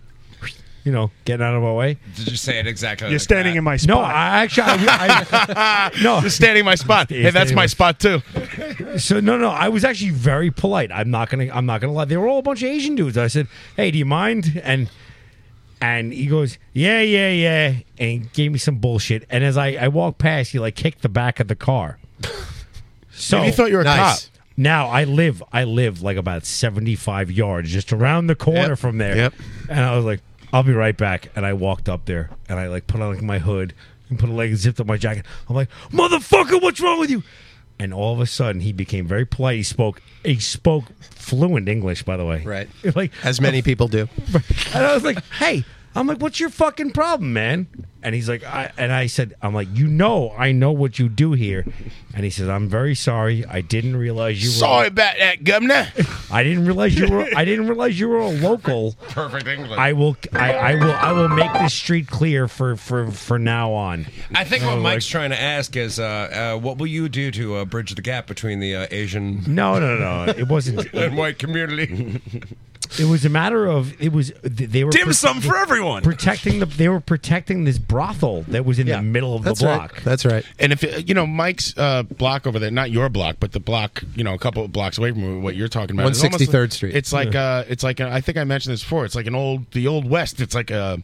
S3: you know, getting out of our way?"
S16: Did you say it exactly? like that?
S3: No, I actually, I, I, no,
S11: You're standing in my spot.
S3: You're
S11: Hey, that's
S3: standing
S11: my
S3: my-
S11: spot too.
S3: so no, no, I was actually very polite. I'm not gonna, I'm not gonna lie. They were all a bunch of Asian dudes. I said, "Hey, do you mind?" And and he goes, "Yeah, yeah, yeah," and he gave me some bullshit. And as I, I walked past, he like kicked the back of the car. So
S11: Maybe he thought you were a Nice. cop.
S3: Now I live, I live like about seventy five yards, just around the corner
S11: Yep.
S3: from there.
S11: Yep.
S3: And I was like, "I'll be right back." And I walked up there, and I like put on like my hood and put a leg zipped up my jacket. I'm like, "Motherfucker, what's wrong with you?" And all of a sudden, he became very polite. He spoke, he spoke fluent English, by the way. Right. Like
S19: as many people do.
S3: And I was like, "Hey." I'm like, what's your fucking problem, man? And he's like, I, and I said, I'm like, you know, I know what you do here. And he says, I'm very sorry. I didn't realize you were.
S11: Sorry about that, governor.
S3: I didn't realize you were. I didn't realize you were a local.
S16: Perfect English.
S3: I will. I, I will. I will make this street clear for for for now on.
S9: I think what
S3: Oh,
S9: Mike's trying to ask is, uh, uh, what will you do to uh, bridge the gap between the uh, Asian?
S3: No, no, no, no. It wasn't-
S9: and white community.
S3: It was a matter of it was th- they were
S2: Dim sum for everyone.
S3: protecting the. They were protecting this brothel that was in the middle of the block.
S19: That's right.
S11: And if you know Mike's uh, block over there, not your block, but the block, you know, a couple of blocks away from what you're talking about, it's almost
S19: 163rd
S11: like-
S19: Street.
S11: It's like
S19: Yeah.
S11: uh, it's like I think I mentioned this before. It's like an old the old west. It's like a,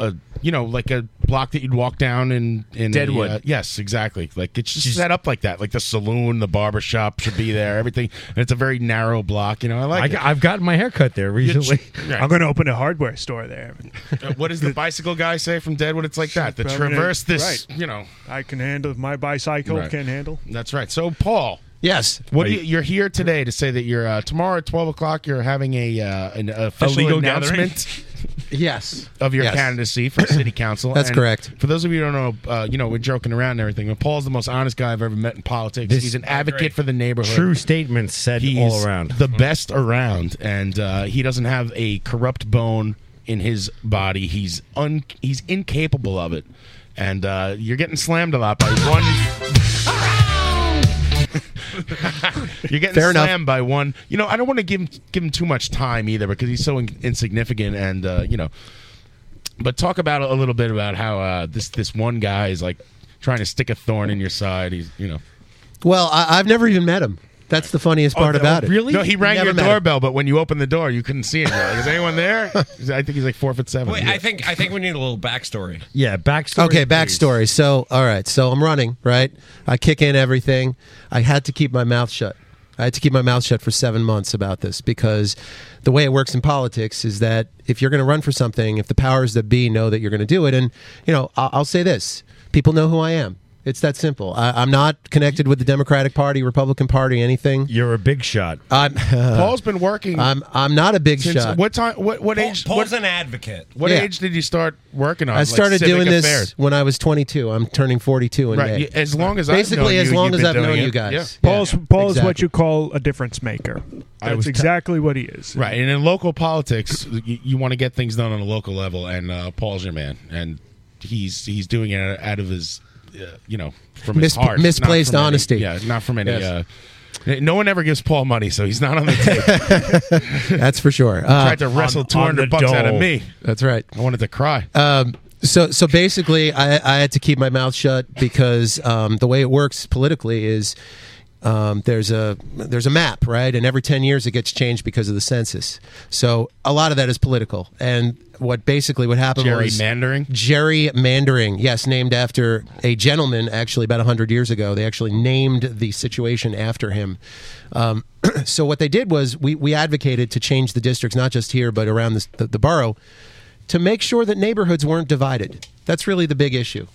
S11: a you know, like a block that you'd walk down in in a,
S2: Deadwood.
S11: uh, yes, exactly. Like it's just, set up like that. Like the saloon, the barber shop should be there. Everything, and it's a very narrow block. You know, I
S3: I,
S11: like. it.
S3: have gotten my hair cut there recently.
S11: I'm gonna
S17: open a hardware store there.
S11: Uh, what does the bicycle guy say from Deadwood? It's like that. The traverse this. You know,
S17: I can handle my bicycle.
S11: Right.
S17: Can handle.
S11: That's right. So Paul.
S19: Yes.
S11: What do you, you're here today to say that you're uh, tomorrow at twelve o'clock. You're having a uh, an official
S19: legal
S11: announcement.
S19: yes.
S11: Of your
S19: Yes.
S11: candidacy for city council.
S19: That's
S11: And
S19: correct.
S11: For those of you who don't know, uh, you know we're joking around and everything. But Paul's the most honest guy I've ever met in politics.
S3: This-
S11: He's an advocate for the neighborhood.
S3: True statements said all
S11: He's
S3: around.
S11: The best around, and uh, he doesn't have a corrupt bone in his body. He's un he's incapable of it. And uh, you're getting slammed a lot by one. you're getting
S19: Fair enough.
S11: slammed by one. You know, I don't want to give him, give him too much time either because he's so in- insignificant, and uh, you know. But talk about a little bit about how uh, this this one guy is like trying to stick a thorn in your side. He's you know.
S19: Well, I, I've never even met him. That's the funniest part about it.
S11: Oh, No, he rang
S19: Never
S11: your
S19: met him.
S11: doorbell, but when you opened the door, you couldn't see him. You're like, is anyone there? He's- I think he's like four foot seven.
S9: Wait, I think I think we need a little backstory.
S3: Yeah, backstory.
S19: Okay, backstory. So, all right. So I'm running, right? I kick in everything. I had to keep my mouth shut I had to keep my mouth shut for seven months about this because the way it works in politics is that if you're going to run for something, if the powers that be know that you're going to do it, and you know, I'll, I'll say this: people know who I am. It's that simple. I, I'm not connected with the Democratic Party, Republican Party, anything.
S3: You're a big shot.
S19: I'm,
S11: Paul's been working.
S19: I'm I'm not a big
S11: since-
S19: shot.
S11: What time? What what age?
S19: Paul's
S11: what,
S19: an advocate.
S11: What
S19: Yeah.
S11: age did you start working on?
S19: I
S11: like,
S19: started
S11: civic
S19: doing this
S11: affairs?
S19: when I was 22. I'm turning 42 in
S11: Right.
S19: May.
S11: you- As long as
S19: basically
S11: I've
S19: as
S11: known you,
S19: long
S11: you've
S19: as
S11: been
S19: I've
S11: doing
S19: known
S11: it.
S19: you guys.
S11: Yeah.
S17: Paul's Paul's
S11: Exactly.
S17: what you call a difference maker.
S11: I
S17: That's
S11: was t-
S17: exactly what he is.
S11: Right, and in local politics, you, you want to get things done on a local level, and uh, Paul's your man, and he's he's doing it out of his, uh, you know, from his
S19: Mis-
S11: heart, not
S19: misplaced
S11: from any-
S19: honesty.
S11: yeah, not from any.
S19: Yes.
S11: Uh, no one ever gives Paul money, so he's not on the tape.
S19: That's for sure. Uh,
S11: Tried to wrestle two hundred bucks out of me.
S19: That's right.
S11: I wanted to cry.
S19: Um, so, so basically, I, I had to keep my mouth shut because um, the way it works politically is um, there's a there's a map, right? And every ten years it gets changed because of the census. So a lot of that is political. And what basically what happened was
S11: Gerrymandering?
S19: Gerrymandering, yes, named after a gentleman actually about hundred years ago. They actually named the situation after him. Um, so what they did was we we advocated to change the districts, not just here but around this, the, the borough to make sure that neighborhoods weren't divided. That's really the big issue.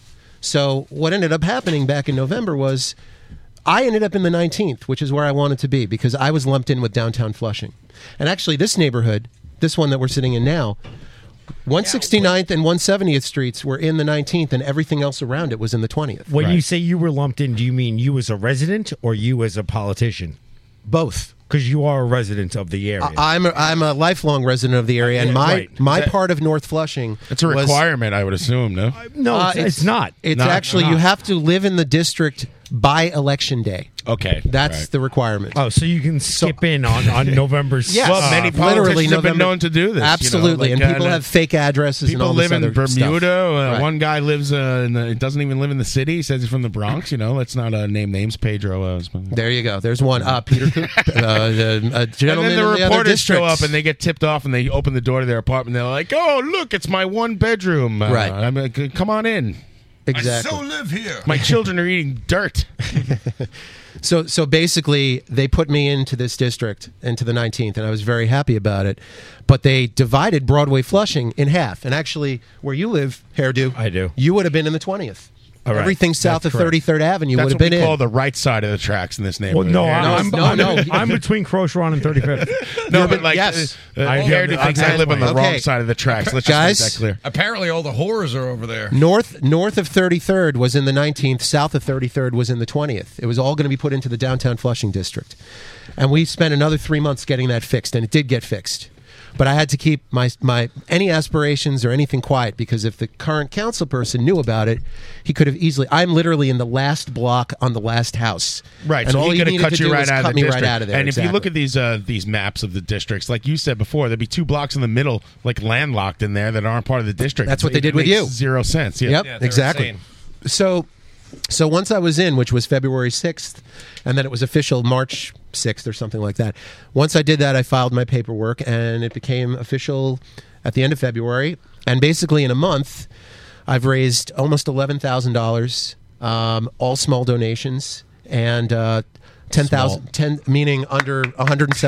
S19: So, what ended up happening back in November was I ended up in the 19th, which is where I wanted to be because I was lumped in with downtown Flushing. And actually, this neighborhood, this one that we're sitting in now, 169th and 170th streets were in the 19th, and everything else around it was in the 20th.
S3: When you say you were lumped in, do you mean you as a resident or you as a politician?
S19: Both.
S3: Because you are a resident of the area.
S19: I'm a, I'm a lifelong resident of the area, and
S3: Yeah,
S19: my
S3: right.
S19: my
S3: Is that-
S19: part of North Flushing.
S11: It's a
S19: was-
S11: requirement, I would assume. No,
S3: No,
S19: Uh,
S3: it's, it's not.
S19: It's
S11: Not-
S19: actually
S11: not.
S19: you have to live in the district by election day.
S11: Okay,
S19: That's
S11: right.
S19: the requirement.
S3: Oh, so you can skip in on on November.
S19: Yes.
S11: Well, many Uh, politicians
S19: literally
S11: have been
S19: November-
S11: known to do this. you know,
S19: Absolutely,
S11: like,
S19: and people
S11: uh,
S19: have fake addresses. and
S11: People
S19: all
S11: live
S19: this
S11: in
S19: other
S11: Bermuda. Uh,
S19: Stuff. Right.
S11: One guy lives uh, in the, doesn't even live in the city. He says he's from the Bronx. You know, let's not uh, name names. Pedro. Uh, is-
S19: There you go. There's one. Uh, Peter, Coop, uh, the, a gentleman
S11: and
S19: in
S11: then the
S19: the other
S11: reporters show
S19: districts.
S11: up and they get tipped off and they open the door to their apartment. They're like, "Oh, look, it's my one bedroom. Uh,
S19: Right.
S11: I'm like, come on in.
S19: Exactly.
S11: I so live here. My children are eating dirt.
S19: So so basically, they put me into this district, into the 19th, and I was very happy about it. But they divided Broadway Flushing in half, and actually, where you live, hairdo, I
S3: do.
S19: You would have been in the 20th.
S11: All right.
S19: Everything south
S11: That's
S19: of
S11: correct.
S19: 33rd Avenue would
S11: That's
S19: have
S11: what
S19: been
S11: we
S19: in.
S11: call the right side of the tracks in this
S3: Well,
S11: neighborhood.
S3: no,
S11: There it
S3: I'm,
S11: is.
S3: I'm, I'm, I'm between Cross Run and 35th.
S11: No, but like,
S3: yes.
S11: uh,
S3: I
S11: I,
S3: hear that.
S11: thinks I live on the
S19: Okay.
S11: wrong side of the tracks. Let's
S19: Guys?
S11: just make that clear.
S9: Apparently, all the horrors are over there.
S19: North north of 33rd was in the 19th, south of 33rd was in the 20th. It was all going to be put into the downtown Flushing district. And we spent another 3 months getting that fixed and it did get fixed. But I had to keep my my any aspirations or anything quiet because if the current council person knew about it, he could have easily I'm literally in the last block on the last house.
S11: Right,
S19: And
S11: so
S19: all
S11: he
S19: he
S11: could have
S19: needed
S11: cut
S19: to
S11: you
S19: do
S11: right
S19: was
S11: out
S19: cut
S11: of the
S19: me
S11: district.
S19: right out of there.
S11: And if you
S19: exactly.
S11: look at these uh, these maps of the districts, like you said before, there'd be two blocks in the middle, like landlocked in there, that aren't part of the district.
S19: That's what they
S11: It
S19: did with
S11: makes
S19: you.
S11: Zero sense. Yeah.
S19: Yep, exactly. So, so once I was in, which was February sixth, and then it was official March sixth or something like that. Once I did that, I filed my paperwork, and it became official at the end of February. And basically, in a month, I've raised almost eleven thousand dollars, um, all small donations, and. Uh, 10,000 10 meaning under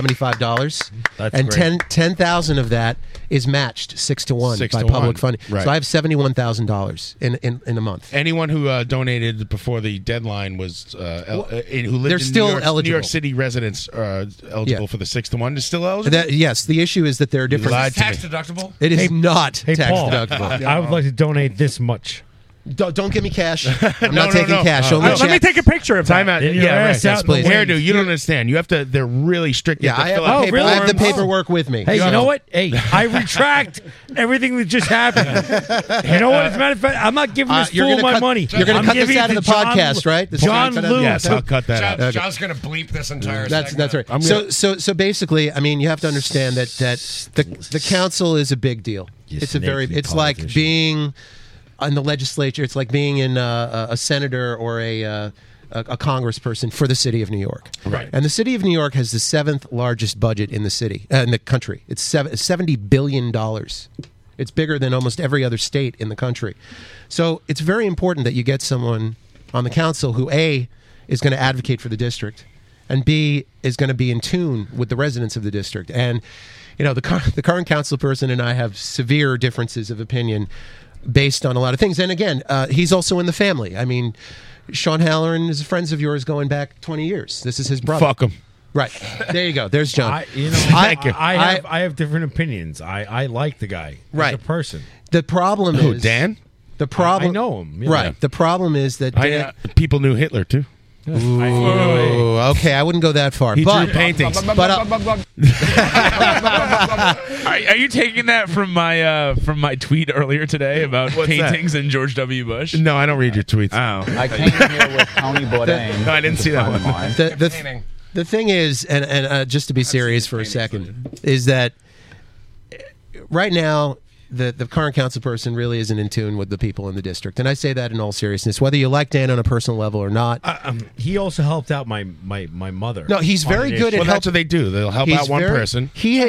S19: $175
S3: That's
S19: and
S3: great.
S19: 10 10,000 of that is matched 6 to 1
S11: Six
S19: by
S11: to one.
S19: public funding.
S11: Right.
S19: So I have seventy-one thousand dollars in, in in a month.
S11: Anyone who uh, donated before the deadline was uh, el- uh, who lived
S19: they're
S11: in
S19: still
S11: New York, New
S19: eligible.
S11: York City residents are eligible
S19: Yeah.
S11: for the six to one. Is still eligible.
S19: That, yes, the issue is that there are different
S11: lied to
S9: Tax deductible?
S19: It is not
S3: Hey,
S19: tax
S3: Paul,
S19: deductible.
S3: I would like to donate this much.
S19: don't, don't give me cash. I'm not
S11: No, no,
S19: taking
S11: no.
S19: cash.
S11: Uh,
S19: only
S11: uh, let me
S19: checks.
S11: take a
S17: picture of
S11: Time out.
S3: Get your
S11: Yeah,
S3: ass
S11: right.
S3: out in the
S11: Yes, please.
S3: way.
S11: Hairdo, you don't understand. You have to. They're really strict. You
S19: Yeah,
S11: have
S19: I
S11: to
S19: have,
S11: fill out
S19: the paper- I have the
S11: forms.
S19: paperwork with me.
S3: Oh, Hey,
S11: Yeah.
S3: you know what? Hey, I retract everything that just happened. You know what? As a matter of fact, I'm not giving
S19: Uh,
S3: this
S19: you're
S3: fool
S19: gonna
S3: my
S19: cut-
S3: money.
S19: you're gonna
S3: I'm
S19: cut this
S3: giving it
S19: out of
S3: to
S19: the
S3: John-
S19: podcast, right? This is
S3: John
S19: gonna cut out of
S3: Lou.
S19: the
S11: Yes, I'll cut that out.
S9: John,
S19: Okay.
S9: John's going to bleep this entire
S19: That's that's right.
S11: I'm
S19: so
S11: gonna-
S19: so so basically, I mean, you have to understand that that the the council is a big deal.
S3: You
S19: It's a very.
S3: sneaky
S19: It's like being in the legislature. It's like being in uh, a, a senator or a. Uh, a, a congressperson for the city of New York,
S11: Right.
S19: And the city of New York has the seventh largest budget in the city, uh, in the country. It's seven, seventy billion dollars. It's bigger than almost every other state in the country. So it's very important that you get someone on the council who a is going to advocate for the district, and B is going to be in tune with the residents of the district. And you know, the cur- the current council person and I have severe differences of opinion based on a lot of things. And again, uh, he's also in the family. I mean, Sean Halloran is friends of yours going back twenty years. This is his brother.
S11: Fuck him.
S19: Right there, you go. There's John.
S3: I, you know,
S19: Thank you.
S3: I, I have I have different opinions. I, I like the guy,
S19: Right.
S3: As a person.
S19: The problem
S3: Who,
S19: is
S3: Dan?
S19: The problem.
S3: I know him, yeah.
S19: Right. The problem is that
S11: I,
S19: Dan-
S11: uh, people knew Hitler too.
S19: Ooh, okay, I wouldn't go that far.
S11: He drew
S19: but,
S11: paintings.
S19: But uh,
S2: Are, are you taking that from my uh, from my tweet earlier today about
S11: What's that?
S2: paintings and George W. Bush?
S11: No, I don't read your tweets.
S2: Oh,
S11: I
S2: came
S11: here with Tony
S20: um,
S19: Bourdain.
S11: no, I didn't see that one.
S19: the, the, the thing is, and, and uh, just to be serious for a second, is that uh, right now the, the current council person really isn't in tune with the people in the district. And I say that in all seriousness, whether you like Dan on a personal level or not.
S11: Uh,
S3: Um, he also helped out my my, my mother.
S19: No, he's
S3: on
S19: very
S3: an
S19: good
S3: issue.
S19: at help- He's very-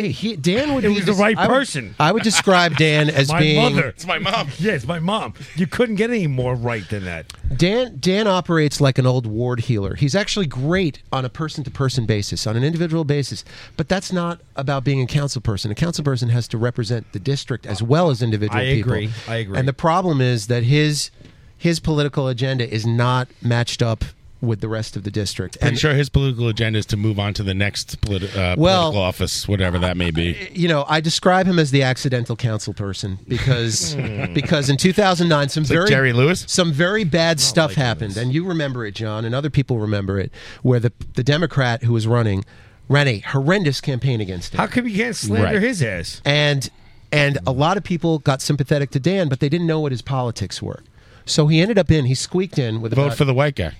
S19: He, he Dan would.
S3: It
S19: be
S3: was
S19: this-
S3: the right
S19: I would-
S3: person.
S19: I would describe Dan as
S3: my
S19: being
S3: mother. It's my mom. yeah, it's my mom. You couldn't get any more right than that.
S19: Dan Dan operates like an old ward healer. He's actually great on a person to person basis, on an individual basis. But that's not about being a council person. A council person has to represent the district as well as individual
S3: I
S19: people.
S3: agree. I agree.
S19: And the problem is that his his political agenda is not matched up with the rest of the district.
S11: Pretty
S19: and
S11: sure his political agenda is to move on to the next politi- uh,
S19: Well-
S11: political office, whatever that may be.
S19: you know, I describe him as the accidental council person because because in 2009 some
S11: Hmm. like
S19: very
S11: Jerry Lewis?
S19: some very bad stuff happened and you remember it John and other people remember it where the the Democrat who was running ran a horrendous campaign against him.
S3: How come you can't slander
S19: Right.
S3: his ass?
S19: And and a lot of people got sympathetic to Dan but they didn't know what his politics were. So he ended up in he squeaked in with
S11: Vote
S19: about-
S11: for the white guy.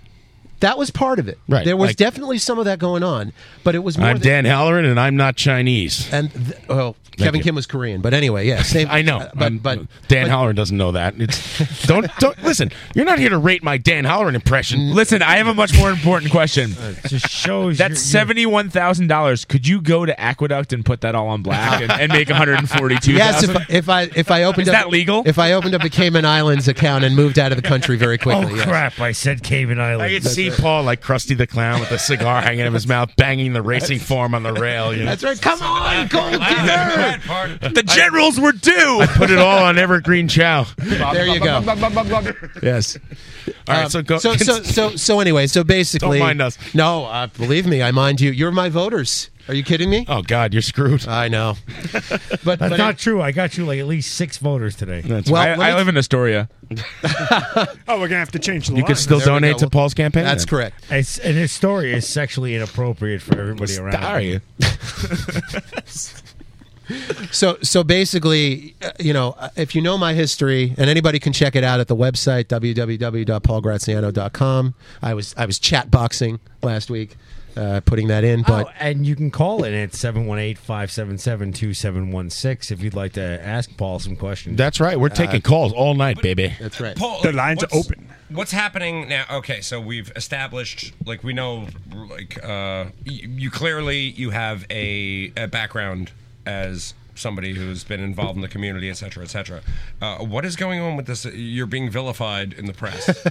S19: That was part of it.
S11: Right,
S19: There was
S11: like-
S19: definitely some of that going on, but it was more
S11: I'm
S19: than-
S11: Dan Halloran, and I'm not Chinese.
S19: and th- oh, Kevin
S11: you.
S19: Kim was Korean, but anyway, yeah, same.
S11: I know,
S19: uh, but
S11: but,
S19: but
S11: Dan Halloran doesn't know that. It's don't don't listen. You're not here to rate my Dan Halloran impression.
S2: Listen, I have a much more important question.
S3: just shows
S2: that's seventy one thousand dollars. Could you go to Aqueduct and put that all on black and, and make one hundred and forty two?
S19: Yes, if, I- if I if I opened
S2: Is
S19: up,
S2: that legal?
S19: If I opened up a Cayman Islands account and moved out of the country very
S11: Oh,
S19: quickly, yes.
S3: Oh, I said Cayman Island.
S11: I could see Paul like Krusty the Clown with a cigar hanging out of his mouth, banging the racing form on the rail. You know?
S19: That's right. Come on, gold
S11: that
S19: digger.
S2: The generals were due.
S11: I put it all on Evergreen Chow.
S19: There you go.
S11: Yes. All right,
S19: Um,
S11: so go.
S19: So so so so anyway, so basically,
S11: Don't mind us.
S19: No, uh, believe me, I mind you. You're my voters. Are you kidding me?
S11: Oh God, you're screwed.
S19: I know. But
S3: That's
S19: but
S3: not true. I got you like at least six voters today.
S19: Well,
S2: I,
S19: let me-
S2: I live in Astoria.
S17: Oh, we're gonna have to change the.
S11: You
S17: line.
S11: could still donate to Paul's campaign.
S19: That's
S11: then.
S19: correct.
S3: It's, and his story is sexually inappropriate for everybody around.
S11: Sorry.
S19: So so basically, uh, you know, uh, if you know my history, and anybody can check it out at the website www.paulgraziano.com. I was I was chat boxing last week, uh, putting that in, but.
S3: Oh, and you can call in at 718-577-2716 if you'd like to ask Paul some questions.
S11: That's right. We're taking
S9: Uh,
S11: calls all night, baby.
S19: Uh, That's right.
S9: Paul,
S17: The lines are
S9: what's-
S17: open.
S9: What's happening now? Okay, so we've established, like, we know, like, uh, y- you clearly you have a, a background as somebody who's been involved in the community, et cetera, et cetera. Uh, what is going on with this? You're being vilified in the press.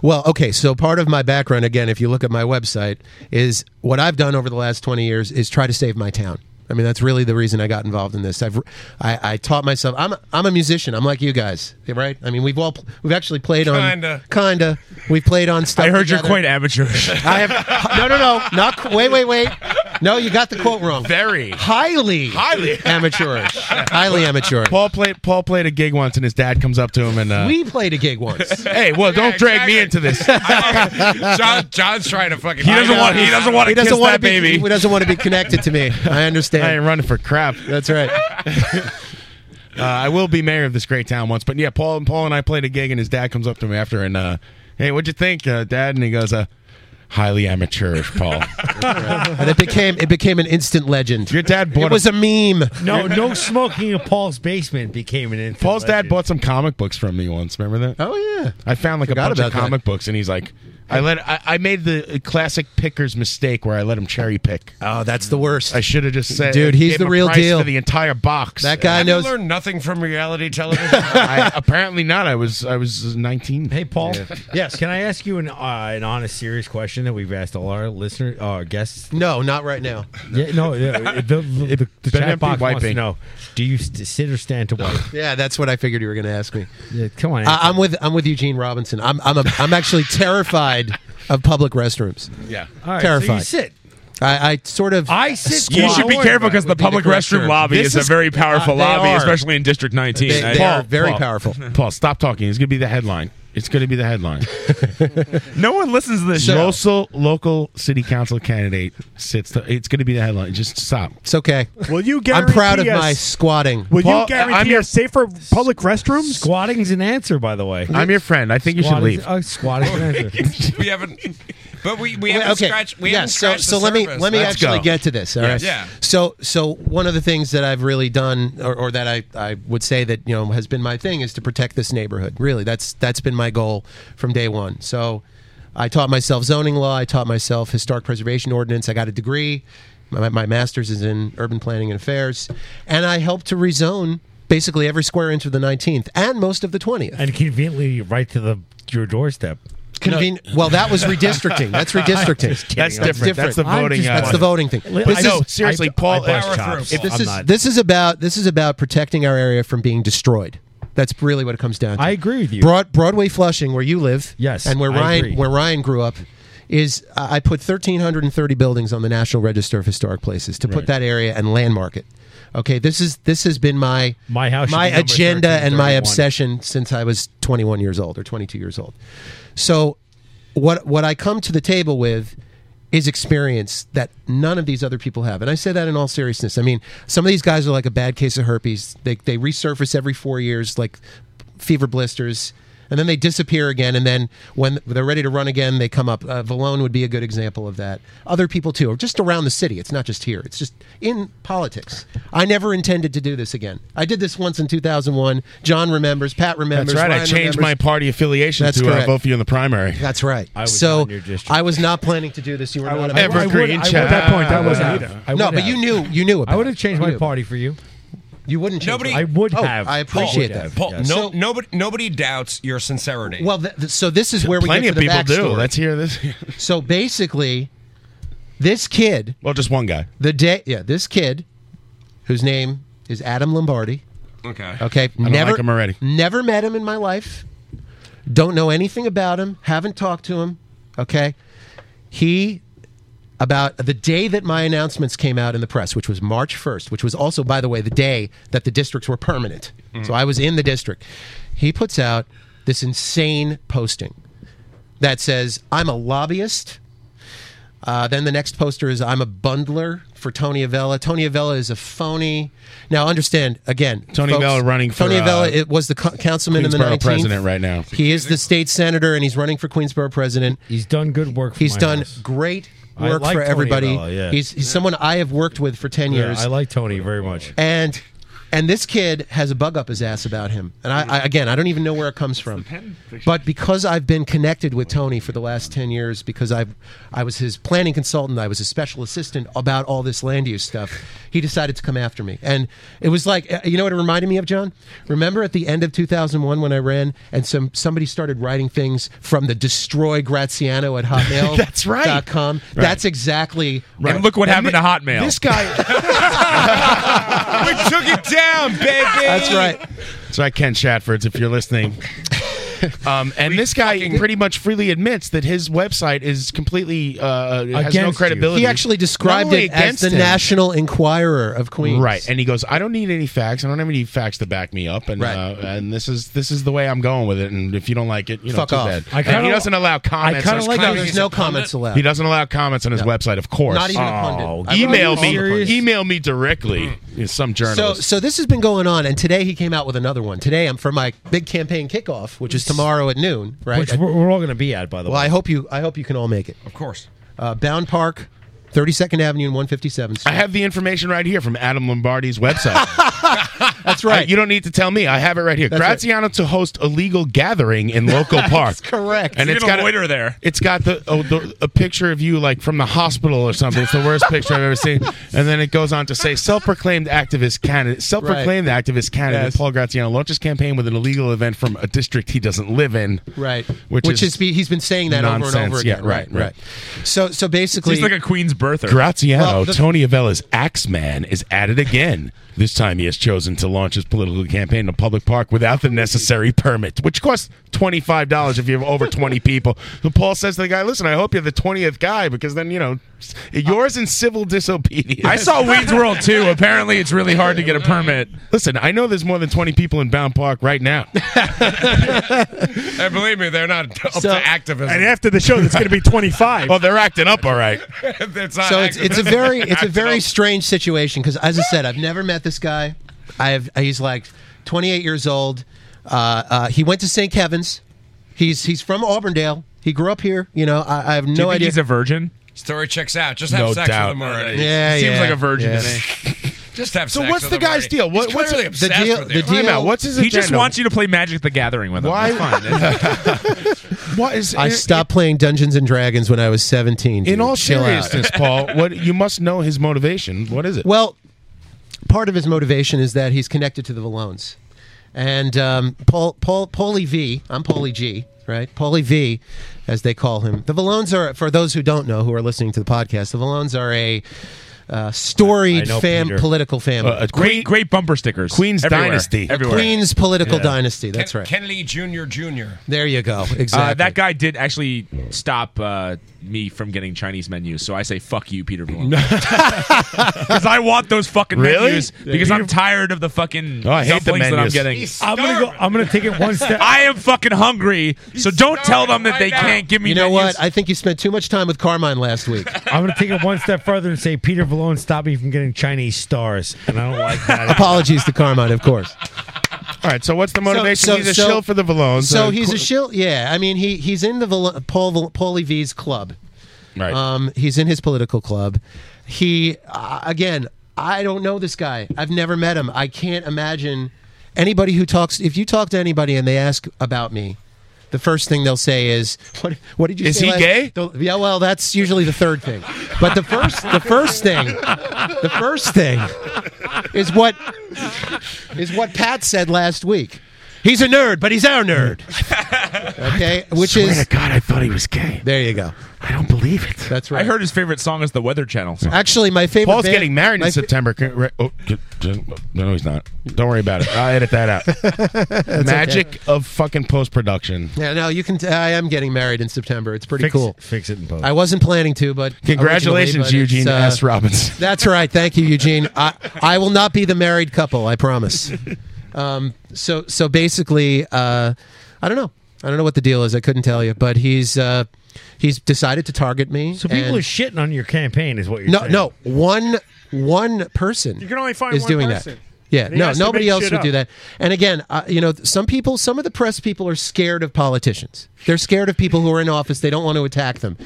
S19: Well, okay, so part of my background, again, if you look at my website, is what I've done over the last 20 years is try to save my town. I mean, that's really the reason I got involved in this. I've, I, I taught myself. I'm, a- I'm a musician. I'm like you guys, right? I mean, we've all, we've actually played on,
S9: Kinda.
S19: kinda. We've played on stuff.
S2: I heard you're
S19: together.
S2: quite amateurish.
S19: I have no, no, no, not qu- wait, wait, wait. No, you got the quote wrong.
S11: Very.
S19: Highly, highly amateurish, highly amateurish.
S11: Paul played. Paul played a gig once, and his dad comes up to him and. Uh,
S19: We played a gig once.
S11: hey, well, don't drag me into this.
S9: John, John's trying to fucking.
S11: He doesn't want- he doesn't want
S19: He
S11: to
S19: doesn't
S11: kiss
S19: want
S11: that
S19: to be,
S11: baby.
S19: He doesn't want to be connected to me. I understand.
S11: I ain't running for crap. Uh,
S19: That's right.
S11: I will be mayor of this great town once, but yeah, Paul and Paul and I played a gig, and his dad comes up to me after and, uh, hey, what'd you think, uh, Dad? And he goes, uh, highly amateurish, Paul.
S19: and it became it became an instant legend. Your
S11: dad bought
S19: it was a, meme.
S3: No, no smoking in Paul's basement became an instant
S11: Paul's dad
S3: legend.
S11: bought some comic books from me once. Remember that?
S19: Oh yeah,
S11: I found like
S19: Forgot
S11: a bunch of
S19: about that.
S11: comic books, and he's like, I let I, I made the classic picker's mistake where I let him cherry pick.
S19: Oh, that's the worst.
S11: I should have just said,
S19: Dude, he's
S11: gave
S19: the
S11: him a
S19: real
S11: price
S19: deal.
S11: for the entire box.
S19: That guy
S9: Have
S19: knows.
S9: you learned nothing from reality television?
S11: I, apparently not. I was I was 19. Hey,
S3: Paul. yes. Can I ask you an uh, an honest, serious question that we've asked all our listeners, uh, guests?
S19: No, not right now.
S3: Yeah, no. Yeah, the the, the, the
S19: been
S3: chat
S19: empty
S3: box wants to
S19: wiping.
S3: know: Do you st- sit or stand to wipe?
S19: Yeah, that's what I figured you were going to ask me.
S3: Yeah, come on.
S19: I, I'm with I'm with Eugene Robinson. I'm I'm a, I'm actually terrified of public restrooms.
S11: Yeah.
S3: All right, so you
S19: terrified.
S3: sit.
S19: I, I sort of.
S3: I sit.
S2: You should be careful because the public restroom lobby
S11: This
S2: is,
S11: is-
S2: a very powerful
S11: uh, they
S2: lobby,
S11: are.
S2: especially in District 19. I-
S11: Paul, stop talking. It's going to be the headline. It's going to be the headline.
S2: no one listens to this show.
S11: Local local city council candidate sits. To, it's going to be the headline. Just stop.
S19: It's okay.
S17: Will you
S19: I'm
S17: guarantee
S19: proud of
S17: us-
S19: my squatting.
S17: Will
S11: Paul,
S17: you guarantee
S11: I'm your-
S17: a safer public restrooms?
S3: Squatting's an answer, by the way.
S11: I'm your friend. I think you should leave.
S3: Uh, squatting's an answer.
S9: we haven't, but we, we
S19: Wait,
S9: haven't
S19: okay.
S9: scratched. We
S19: yeah,
S9: haven't
S19: so,
S9: scratched
S19: so
S9: the
S19: let me
S9: surface.
S19: let me
S9: Let's
S19: actually
S9: go.
S19: get to this. All right.
S9: Yes. Yeah.
S19: So so one of the things that I've really done, or, or that I, I would say that you know has been my thing, is to protect this neighborhood. Really, that's that's been my goal from day one. So I taught myself zoning law. I taught myself historic preservation ordinance. I got a degree. My, my master's is in urban planning and affairs, and I helped to rezone basically every square inch of the 19th and most of the 20th.
S3: and conveniently right to the your doorstep.
S19: Conven- well, that was redistricting. That's redistricting.
S3: Just kidding.
S11: That's different. That's the
S19: I'm
S11: voting,
S19: just-
S11: uh,
S19: that's the voting thing.
S3: Li-
S19: But
S3: I
S19: no,
S3: just-
S11: seriously,
S3: I-
S11: Paul,
S3: I bust
S11: power
S3: chops.
S11: through. If
S19: this
S3: I'm
S19: is
S3: not-
S19: this is about this is about protecting our area from being destroyed. That's really what it comes down to.
S3: I agree with you.
S19: Broad, Broadway Flushing, where you live,
S3: Yes,
S19: and where
S3: I
S19: Ryan
S3: agree.
S19: where Ryan grew up, is I I put thirteen hundred and thirty buildings on the National Register of Historic Places to put
S3: Right.
S19: that area and landmark it. Okay, this is this has been my
S3: My house should
S19: my
S3: be number
S19: agenda, and my
S3: 1331.
S19: obsession since I was twenty one years old or twenty two years old. So, what what I come to the table with is experience that none of these other people have. And I say that in all seriousness. I mean, some of these guys are like a bad case of herpes. They they resurface every 4 years like fever blisters. And then they disappear again, and then when they're ready to run again, they come up. Uh, Valone would be a good example of that. Other people too, or just around the city. It's not just here. It's just in politics. I never intended to do this again. I did this once in 2001. John remembers. Pat remembers.
S11: That's right. I
S19: Ryan
S11: changed
S19: remembers.
S11: my party affiliation
S19: That's
S11: to uh,
S19: correct.
S11: vote for you in the primary.
S19: That's right.
S11: I was
S19: so
S11: not in your district.
S19: I was not planning to do this. You were not
S11: have- I would- Evergreen I would- chat. at that point, I wasn't either. I
S19: no,
S11: would
S19: but
S11: have.
S19: you knew. You knew. About
S3: I would have changed
S19: it.
S3: my
S19: You-
S3: party for you.
S19: You wouldn't change.
S9: Nobody-
S19: it.
S9: I would
S19: Oh,
S9: have.
S19: I appreciate
S9: Paul,
S19: that.
S9: Paul,
S19: Yes.
S9: no,
S19: So-
S9: nobody, nobody doubts your sincerity.
S19: well, th- th- so this is where we
S11: Plenty
S19: get
S11: of
S19: to the
S11: people do.
S19: backstory.
S11: Let's hear this.
S19: So basically, this kid.
S11: Well, just one guy.
S19: The day, yeah, this kid, whose name is Adam Lombardi.
S9: okay.
S19: Okay,
S11: don't
S19: never
S11: like him already.
S19: Never met him in my life. Don't know anything about him. Haven't talked to him. Okay, he about the day that my announcements came out in the press, which was March first, which was also, by the way, the day that the districts were permanent.
S11: Mm.
S19: So I was in the district. He puts out this insane posting that says, "I'm a lobbyist." Uh, then the next poster is I'm a bundler for Tony Avella. Tony Avella is a phony. Now understand again.
S11: Tony
S19: folks,
S11: Avella running for,
S19: Tony Avella
S11: uh,
S19: it was the co- councilman in the
S11: Queensborough
S19: 19th.
S11: president right now.
S19: He is the state senator and he's running for Queensboro president.
S3: He's done good work. For
S19: He's
S3: my
S19: done
S3: house.
S19: great
S3: I
S19: work
S3: like
S19: for
S3: Tony
S19: everybody.
S3: Avella, yeah.
S19: He's, he's someone I have worked with for ten
S3: Yeah,
S19: years.
S3: I like Tony very much.
S19: and and this kid has a bug up his ass about him. And I, I again, I don't even know where it comes from. But because I've been connected with Tony for the last ten years, because I I was his planning consultant, I was his special assistant about all this land use stuff. He decided to come after me, and it was like uh, you know what it reminded me of, John. Remember at the end of two thousand one when I ran, and some somebody started writing things from the destroy Graziano at Hotmail.
S11: That's right.
S19: dot com. That's exactly.
S2: And look what happened to Hotmail.
S11: This guy.
S9: we took it down, baby.
S19: That's right.
S11: That's right, Ken Shatfords, if you're listening. Um, and this guy pretty much freely admits that his website is completely uh, has no
S3: Against you.
S11: credibility.
S19: He actually described
S11: Not only
S19: it as
S11: against
S19: the
S11: him-
S19: National Enquirer of Queens.
S11: Right, and he goes, "I don't need any facts. I don't have any facts to back me up, and uh, and this is this is the way I'm going with it. And if you don't like it, you know,
S19: Fuck
S11: too
S19: off.
S11: bad."
S3: I
S11: And
S3: kinda-
S11: he doesn't allow comments.
S3: I
S11: on
S3: kinda
S11: his
S3: like
S19: No,
S11: content.
S3: that
S19: there's no comments allowed.
S11: He doesn't allow comments on his website, of course.
S19: Not even a
S11: Oh,
S19: pundit. I
S11: email
S19: love you.
S11: me.
S19: Serious?
S11: Email me directly. Is Some
S19: So,
S11: journalist.
S19: so this has been going on, and today he came out with another one. Today I'm for my big campaign kickoff, which is tomorrow at noon. Right.
S3: Which we're, we're all going to be at, by the
S19: well,
S3: way.
S19: I hope you. I hope you can all make it.
S9: Of course.
S19: Uh, Bound Park, 32nd Avenue and 157th.
S11: I have the information right here from Adam Lombardi's website.
S19: That's right.
S11: Uh, you don't need to tell me. I have it right here.
S19: That's right.
S11: Graziano to host a legal gathering in local
S19: That's
S11: park.
S19: correct.
S11: And
S19: You
S11: it's
S19: get a
S11: got
S19: loiter
S2: there.
S11: It's got the, oh, the a picture of you like from the hospital or something. It's the worst picture I've ever seen. And then it goes on to say self-proclaimed activist candidate, self-proclaimed activist candidate
S19: Yes.
S11: Paul Graziano launches campaign with an illegal event from a district he doesn't live in.
S19: Right.
S11: Which,
S19: Which is- he's been saying that over and
S11: nonsense.
S19: over again.
S11: Yeah, right,
S19: Right,
S11: right.
S19: So, so basically,
S2: He's like a queen's birther.
S11: Graziano,
S2: Well, the-
S11: Tony Avella's axe man, is at it again. This time he has chosen to launch his political campaign in a public park without the necessary permit, which costs $25 if you have over 20 people. So Paul says to the guy, listen, I hope you're the 20th guy because then, you know, s- yours in civil disobedience.
S2: I saw Weeds World too. Apparently, it's really hard to get a permit.
S11: Listen, I know there's more than 20 people in Bound Park right now.
S9: and believe me, they're not up
S11: So-
S9: to activism.
S11: And after the show, that's gonna be
S17: 25.
S11: Oh, they're acting up all right.
S9: it's not
S19: so it's, it's a
S9: activism.
S19: very it's a
S9: Acting
S19: very
S9: up.
S19: strange situation because as I said, I've never met this guy. I have he's like 28 years old. Uh, uh, he went to St. Kevin's. He's he's from Auburndale. He grew up here. You know, I, I have no
S9: you think
S19: idea.
S9: he's a
S2: virgin.
S9: Story checks out. Just have
S19: No
S9: sex
S19: doubt.
S9: with him already.
S19: Yeah, Seems yeah, like a virgin to yeah.
S9: Just have
S11: So
S9: sex.
S11: what's
S9: with
S11: the
S9: him
S11: guy's
S9: already.
S11: deal? What-
S9: He's
S11: what's
S9: clearly
S11: the-
S9: obsessed
S11: the deal-
S9: with
S11: the
S9: you.
S11: deal- Time out. What's his
S2: He just
S11: agenda?
S2: wants you to play Magic the Gathering with him.
S11: Why-
S2: That's fine.
S11: What is
S19: I stopped playing Dungeons and Dragons when I was 17.
S11: in
S19: dude.
S11: all
S19: Chill out.
S11: seriousness, Paul, what you must know his motivation. What is it?
S19: Well, part of his motivation is that he's connected to the Valones. And um, Paul, Paul, Paulie V, I'm Paulie G, right? Paulie V, as they call him. The Valones are, for those who don't know, who are listening to the podcast, the Valones are a uh, storied fam- political family.
S2: Uh, great, great bumper stickers.
S19: Queen's
S2: Everywhere.
S19: dynasty. A
S2: Everywhere.
S19: Queen's political dynasty, that's
S9: Ken-
S19: right.
S9: Kennedy Jr. Jr.
S19: There you go.
S2: Uh,
S19: Exactly.
S2: that guy did actually stop uh, me from getting Chinese menus, so I say fuck you, Peter Malone, because I want those fucking
S11: Really?
S2: menus because I'm tired of the fucking
S11: Oh, I hate the
S2: dumplings that I'm
S11: menus.
S2: getting.
S11: He's
S2: I'm gonna go.
S3: I'm gonna take it one step.
S2: I am fucking hungry, so don't tell them that they can't give me.
S19: you know
S2: menus.
S19: what? I think you spent too much time with Carmine last week.
S3: I'm going to take it one step further and say Peter Vallone stopped me from getting Chinese stars, and I don't like that.
S19: Apologies to Carmine, of course.
S11: All right, so what's the motivation?
S19: So- so-
S11: he's a
S19: so-
S11: shill for the Valones.
S19: So
S11: Uh,
S19: he's
S11: qu-
S19: a shill. Yeah, I mean he he's in the Val- Paul Paulie V's club.
S11: Right.
S19: Um, he's in his political club. He uh, again, I don't know this guy. I've never met him. I can't imagine anybody who talks. If you talk to anybody and they ask about me. The first thing they'll say is, "What? What did you?"
S11: Is
S19: say
S11: he
S19: last-
S11: gay?
S19: The- yeah, well, that's usually the third thing. But the first, the first thing, the first thing is what is what Pat said last week. He's a nerd, but he's our nerd. Okay, which
S11: Swear
S19: is
S11: to God, I thought he was gay.
S19: There you go.
S11: I don't believe it.
S19: That's right.
S2: I heard his favorite song is the Weather Channel. Song.
S19: Actually, my favorite.
S11: Paul's
S19: band-
S11: getting married
S19: my
S11: in
S19: fa-
S11: September. Can- right- oh, can- just- no, no, he's not. Don't worry about it. I'll edit that out. Magic of fucking post production.
S19: Yeah, no, you can. T- I am getting married in September. It's pretty
S11: Fix-
S19: cool.
S3: fix it in post.
S19: I wasn't planning to, but originally,
S11: Congratulations,
S19: but it's,
S11: Eugene
S19: uh,
S11: S. Robbins.
S19: That's right. Thank you, Eugene. I, I will not be the married couple. I promise. Um, so so basically, uh, I don't know. I don't know what the deal is. I couldn't tell you, but he's uh, he's decided to target me.
S3: So people
S19: and-
S3: are shitting on your campaign, is what you're
S19: no
S3: saying?
S19: no one one person you
S17: can only find
S19: is
S17: one
S19: doing
S17: person.
S19: that yeah
S17: And he
S19: no
S17: has to
S19: nobody
S17: make
S19: else
S17: shit
S19: would do
S17: up.
S19: that and again uh, you know some people some of the press people are scared of politicians they're scared of people who are in office they don't want to attack them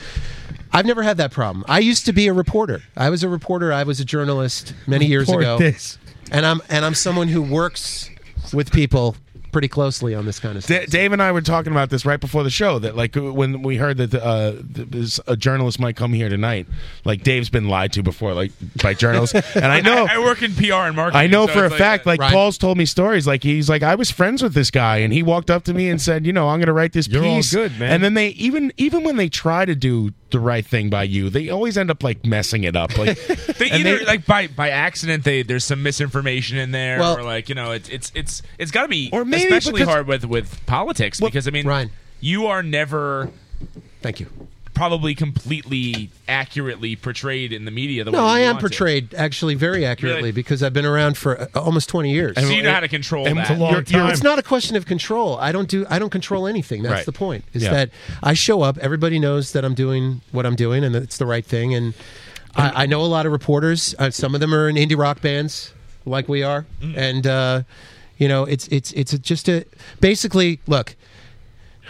S19: I've never had that problem. I used to be a reporter. I was a reporter. I was a journalist many years
S3: Report
S19: ago.
S3: this.
S19: And I'm and I'm someone who works with people pretty closely on this kind of stuff.
S11: D- Dave and I were talking about this right before the show. That like when we heard that uh, th- this, a journalist might come here tonight, like Dave's been lied to before, like by journalists. and I know
S2: I, work in PR and marketing.
S11: I know
S2: so
S11: for a
S2: it's like-
S11: fact, like Paul's told me stories. Like he's like, I was friends with this guy, and he walked up to me and said, you know, I'm going to write this
S3: You're all
S11: piece.
S3: good, man.
S11: And then they even even when they try to do the right thing by you, they always end up like messing it up. Like
S2: They either like by by accident they there's some misinformation in there
S11: Well-
S2: or like you know it's it's it's it's got to be
S11: Or maybe
S2: especially
S11: because-
S2: hard with with politics because I mean you are never
S19: thank you
S2: probably completely accurately portrayed in the media the way
S19: No,
S2: you
S19: I am
S2: want to.
S19: portrayed actually very accurately because I've been around for uh, almost 20 years.
S2: So you know how to control
S19: and
S2: that.
S19: it's a long You're- you're- time. it's not a question of control. I don't do I don't control anything. That's
S2: Right.
S19: the point. Is
S2: Yeah.
S19: that I show up, everybody knows that I'm doing what I'm doing and that it's the right thing and I, I know a lot of reporters. Uh, some of them are in indie rock bands like we are
S2: Mm.
S19: and uh, you know, it's it's it's just a basically, look.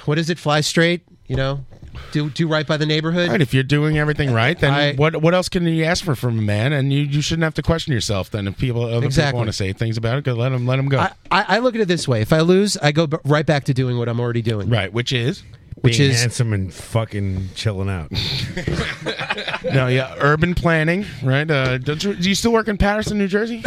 S19: What is it? Fly straight, you know? Do do right by the neighborhood.
S11: Right, if you're doing everything right, then
S19: I-
S11: what what else can you ask for from a man? And you, you shouldn't have to question yourself. Then if people other
S19: Exactly.
S11: people want to say things about it, go let them let them go.
S19: I, I look at it this way: if I lose, I go b- right back to doing what I'm already doing.
S11: Right, which is
S19: which
S3: Being
S19: is
S3: handsome and fucking chilling out.
S11: no, yeah, urban planning, right? Uh, don't you, do you still work in Patterson, New Jersey?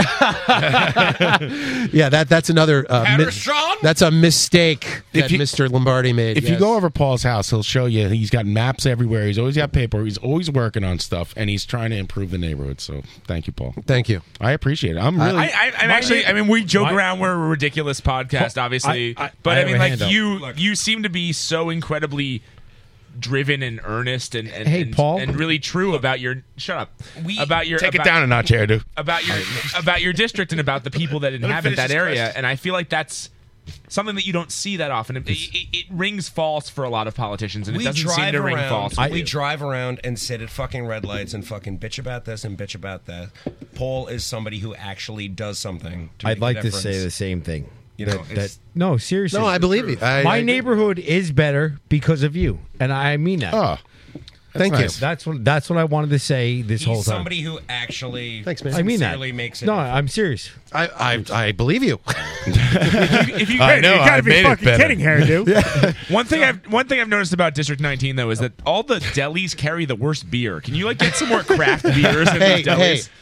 S19: yeah. That that's another uh, mi-
S11: Patterson?
S19: that's a mistake that
S11: you-
S19: Mr. Lombardi made.
S11: If you go over Paul's house, he'll show you. He's got maps everywhere. He's always got paper. He's always working on stuff, and he's trying to improve the neighborhood. So, thank you, Paul.
S19: Thank you.
S11: I appreciate it. I'm really.
S2: I, I, I'm
S11: My-
S2: actually. I mean, we joke
S11: my-
S2: around. We're a ridiculous podcast,
S11: Well,
S2: obviously.
S11: I- I-
S2: but
S11: I
S2: I,
S11: have
S2: mean,
S11: a
S2: like
S11: hand up.
S2: you, you seem to be so incredibly driven and earnest, and, and
S11: Hey,
S2: and,
S11: Paul.
S2: and really true about your. Shut up. We about your
S11: take it
S2: about-
S11: down a notch, here, dude.
S2: about your about your district and about the people that inhabit
S11: finish
S2: that
S11: this
S2: area.
S11: question.
S2: And I feel like that's something that you don't see that often. It, it, it rings false for a lot of politicians, and it
S9: we
S2: doesn't seem
S9: drive
S2: to
S9: around.
S2: ring false. with
S9: we
S2: you.
S9: drive around and sit at fucking red lights and fucking bitch about this and bitch about that. Paul is somebody who actually does something. To
S3: I'd
S9: make a
S3: like to
S9: difference.
S3: say the same thing.
S9: You know,
S3: That-
S9: it's-
S3: that- no, seriously.
S9: No, I believe you. I-
S3: My
S9: I-
S3: neighborhood is better because of you, and I mean that.
S11: Oh,
S3: thank
S9: nice.
S3: you. That's what that's what I wanted to say this
S9: He's
S3: whole time.
S9: somebody who actually
S3: Thanks, man. I mean that.
S9: sincerely makes it.
S3: No, I'm serious.
S19: I I, I believe you.
S2: if you,
S11: I
S2: wait,
S11: know,
S2: you gotta
S11: I
S2: be
S11: made it
S2: fucking
S11: better.
S2: kidding here, dude. One thing I've one thing I've noticed about District 19 though is that all the delis carry the worst beer. Can you like get some more craft beers in
S19: hey,
S2: these delis?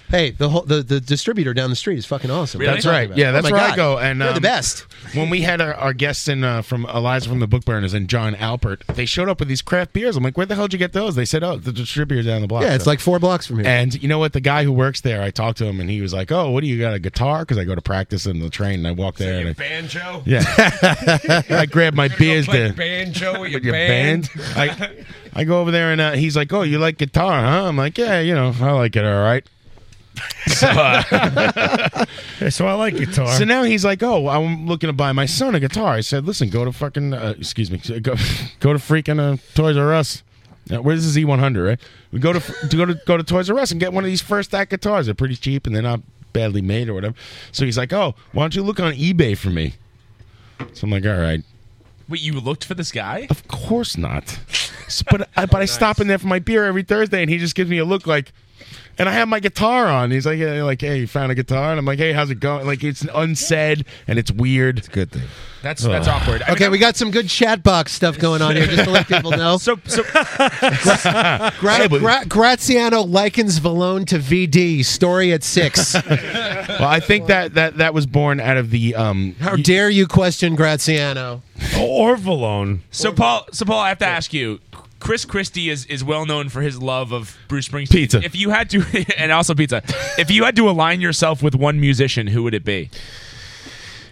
S19: hey, hey! The whole the, the distributor down the street is fucking awesome.
S11: That's right. Yeah, that's
S19: oh my
S11: where
S19: God.
S11: I go. And
S19: they're
S11: um,
S19: the best.
S11: When we had our, our guests in uh, from Eliza from the Book Burners and John Alpert, they showed up with these craft beers. I'm like, where the hell did you get those? They said, oh, the distributor down the block.
S19: Yeah, it's
S11: So-
S19: like four blocks from here.
S11: And you know what? The guy who works there, I talked to him, and he was like, "Oh, what do you got a guitar?" Because I go to practice in the train, and I walk there, and I,
S9: banjo.
S11: yeah, I grab my beers
S9: play
S11: there.
S9: banjo with your,
S11: With your band, I, I go over there, and uh, he's like, "Oh, you like guitar, huh?" I'm like, "Yeah, you know, I like it, all right." So, uh,
S3: so I like guitar.
S11: So now he's like, "Oh, I'm looking to buy my son a guitar." I said, "Listen, go to fucking uh, excuse me, go go to freaking uh, Toys R Us. Uh, Now, where's the Z100? E Right? We go to, to go to go to Toys R Us and get one of these first act guitars. They're pretty cheap and they're not badly made or whatever." So he's like, "Oh, why don't you look on eBay for me?" So I'm like, "All right."
S2: Wait, you looked for this guy?
S11: Of course not. S- But I, but I stop in there for my beer every Thursday, and he just gives me a look like, and I have my guitar on. He's like, yeah, like, hey, you found a guitar, and I'm like, hey, how's it going? Like, it's unsaid and it's weird. It's a good thing.
S2: That's that's awkward. I
S19: okay, we got some good chat box stuff going on here. Just to let people know.
S2: So, so
S19: Gra- Gra- Graziano likens Valone to VD. Story at six.
S11: well, I think that that that was born out of the um.
S19: How dare you question Graziano?
S3: Or Valone.
S2: So Paul, so Paul, I have to ask you. Chris Christie is, is well known for his love of Bruce Springsteen.
S11: Pizza.
S2: If you had to, and also pizza. If you had to align yourself with one musician, who would it be?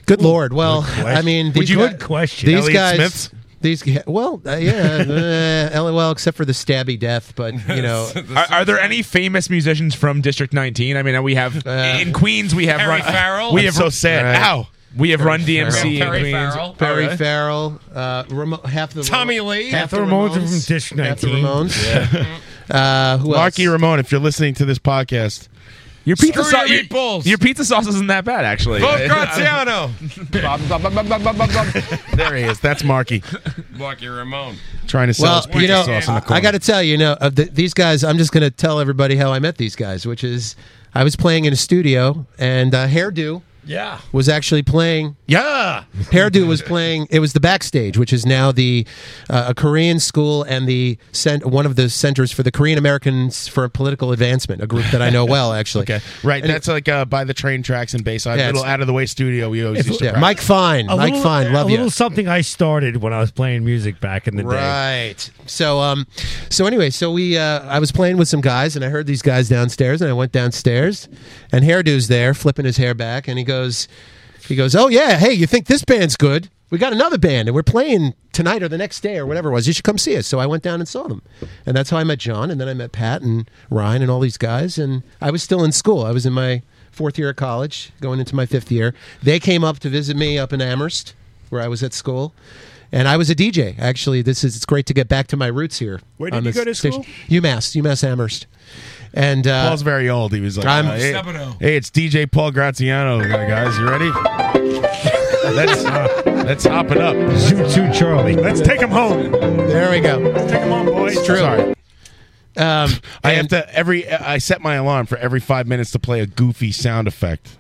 S19: Good lord. Well, I mean,
S2: Would
S19: these
S2: you-
S19: guy-
S2: Good question.
S19: These
S2: Elliot
S19: guys.
S2: Smith?
S19: These g- well, uh, yeah, uh, well, except for the stabby death, but you know,
S2: Are, are there any famous musicians from District 19? I mean, we have in Queens. We have
S19: Perry
S2: Run-
S19: Uh, Farrell?
S2: We
S19: I'm
S2: have
S19: so sad.
S2: Right.
S19: Ow.
S2: We have Run
S19: Perry
S2: DMC
S19: Farrell.
S2: in Queens.
S19: Perry
S2: Okay.
S19: Farrell, uh, Ramo- half the
S9: Tommy
S19: Ramo-
S9: Lee?
S19: half the
S3: Ramones are
S19: Ramones,
S3: from Dish
S19: half the
S3: 19.
S19: Ramones.
S3: Yeah.
S19: Uh, who else?
S11: Marky Ramone, if you're listening to this podcast,
S2: your pizza
S11: sauce.
S2: sauce. Your, your pizza sauce isn't that bad, actually.
S11: Vote Graziano. there he is. That's Marky
S9: Lucky Ramon.
S11: trying to sell
S19: Well,
S11: his pizza
S19: you know,
S11: sauce in the corner.
S19: I got to tell you, you know, of the, these guys, I'm just going to tell everybody how I met these guys, which is I was playing in a studio and uh, Hairdo
S9: Yeah.
S19: was actually playing.
S11: Yeah.
S19: Hairdo was playing. It was the backstage, which is now the uh, a Korean school and the cent- one of the centers for the Korean Americans for Political Advancement, a group that I know well, actually. okay.
S11: Right, that's like uh, by the train tracks in Bayside,
S19: Yeah,
S11: little
S19: it's-
S11: out of the way studio. We always used to practice.
S19: Mike Fine,
S3: A
S19: Mike
S3: little-
S19: Fine, love
S3: a
S19: you.
S3: little something I started when I was playing music back in the day.
S19: Right. So um so anyway, so we uh I was playing with some guys and I heard these guys downstairs and I went downstairs and hairdo's there flipping his hair back and he goes he goes, "Oh yeah, hey, you think this band's good? We got another band and we're playing tonight or the next day or whatever it was. You should come see us." So I went down and saw them. And that's how I met John and then I met Pat and Ryan and all these guys and I was still in school. I was in my fourth year of college, going into my fifth year. They came up to visit me up in Amherst, where I was at school, and I was a DJ. Actually, this is it's great to get back to my roots here.
S17: Where did
S19: on
S17: you
S19: this
S17: go to school?
S19: UMass, UMass Amherst, and uh,
S11: Paul's very old. He was like,
S19: I'm-
S11: uh, hey, hey, it's DJ Paul Graziano, uh, guys. You ready? Let's Let's hop it up.
S3: Zoo Zoo Charlie.
S17: Let's take him home.
S19: There we go. Let's
S17: take him home, boys.
S11: It's true. Sorry. Um, I have to every. I set my alarm for every five minutes to play a goofy sound effect.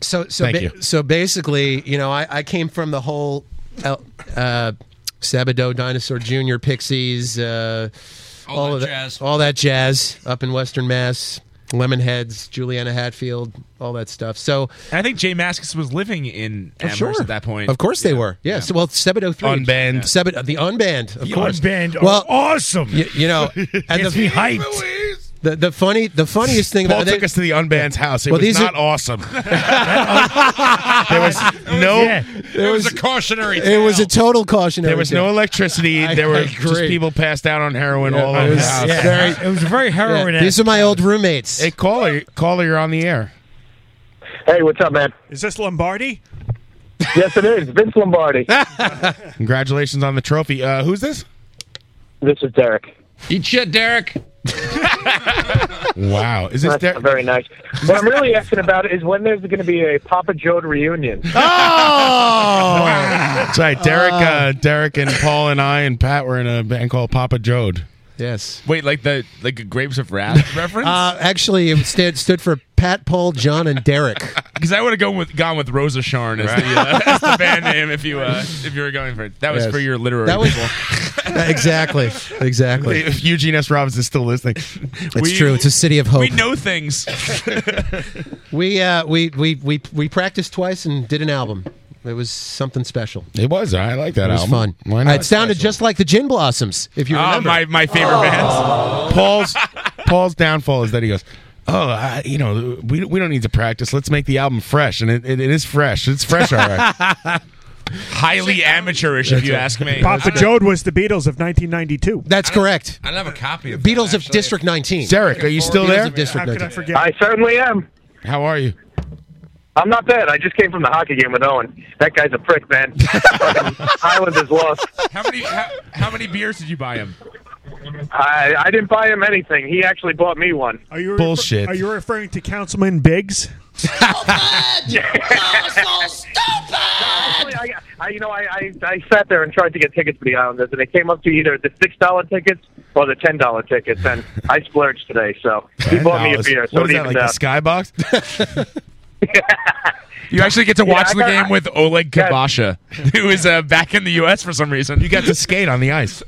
S19: So so
S11: Thank
S19: ba-
S11: you.
S19: so basically, you know, I, I came from the whole El- uh, Sabadoh Dinosaur Jr. Pixies, uh, all, that of that, jazz, all that jazz up in Western Mass, Lemonheads, Juliana Hatfield, all that stuff. So
S2: And I think Jay Maskus was living in
S19: Oh,
S2: Amherst
S19: sure.
S2: at that point.
S19: Of course they were. Yeah. So, well, oh Sebadoh 3.
S2: Unbanned.
S19: Sebad- the Unbanned, of
S2: The
S19: course.
S2: Unbanned are
S19: well,
S3: awesome.
S19: You, you know, and
S11: Gets
S19: the,
S11: me hyped.
S19: The, the funny the funniest thing
S11: Paul
S19: about
S11: took us to the unband's house. It
S19: Well,
S11: was
S19: these are-
S11: not awesome. there was no.
S19: There was
S11: a cautionary.
S19: it was a total cautionary.
S11: There was no
S19: tale.
S11: electricity.
S19: I-
S11: there were
S19: I
S11: just
S19: agree.
S11: people passed out on heroin all
S19: it
S11: over the
S19: was
S11: house.
S19: very- It
S3: was very
S19: Yeah, These are my old roommates.
S11: Hey, caller, caller, you're on the air.
S13: Hey, what's up, man?
S17: Is this Lombardi?
S13: yes, it is. Vince Lombardi.
S11: Congratulations on the trophy. Uh, who's this?
S13: This is Derek.
S11: Eat shit, Derek. wow, is this Derek?
S13: Very nice. What I'm really asking about is when there's going to be a Papa Jode reunion.
S19: Oh!
S11: That's right. Derek, uh, Derek, and Paul and I and Pat were in a band called Papa Jode.
S19: Yes.
S2: Wait, like the like Grapes of Wrath reference?
S19: Uh, actually, it stood, stood for Pat, Paul, John, and Derek.
S2: Because I would have gone with gone with Rosa Sharn as, the, uh, as the band name if you uh, if you were going for it. That was
S11: Yes.
S2: for your literary
S11: That was-
S2: people.
S19: exactly. Exactly.
S11: If Eugene S. Robbins is still listening,
S19: It's true. It's a city of hope.
S2: We know things.
S19: We uh, we, we we we practiced twice and did an album. It was something special.
S11: It was. I like that
S19: it was fun.
S11: album. Why not?
S19: It sounded just like the Gin Blossoms. If you
S2: Ah,
S19: remember, Oh.
S2: my my favorite bands.
S11: Paul's Paul's downfall is that he goes, "Oh, I, you know, we, we don't need to practice. Let's make the album fresh." And it, it, it is fresh. It's fresh, all right.
S2: Highly amateurish, if
S11: That's
S2: you
S11: right.
S2: ask me.
S17: Papa Jode was the Beatles of 1992.
S19: That's correct.
S16: I don't have a copy of
S19: Beatles of District 19.
S11: Derek, are you still
S19: Beatles
S11: there?
S19: Of District 19.
S13: I certainly am.
S11: How are you?
S13: I'm not bad. I just came from the hockey game with Owen. That guy's a prick, man. Fucking Island is lost.
S2: How many how, how many beers did you buy him?
S13: I, I didn't buy him anything. He actually bought me one.
S17: Are you
S11: Bullshit. Oh,
S17: Are you referring to Councilman Biggs?
S13: Actually, I, I, you know, I, I, I sat there and tried to get tickets for the Islanders, and they came up to either the six dollar tickets or the ten dollar tickets, and I splurged today. So he bought me a
S11: $10.
S13: beer. So
S11: What
S13: it
S11: is that,
S13: evens
S11: like a
S13: out.
S11: skybox?
S2: You actually get to
S13: Yeah,
S2: watch
S13: I
S2: the
S13: got-
S2: game with Oleg
S13: Yes.
S2: Kabasha, who is uh, back in the U.S. for some reason. You
S11: got to skate on the ice.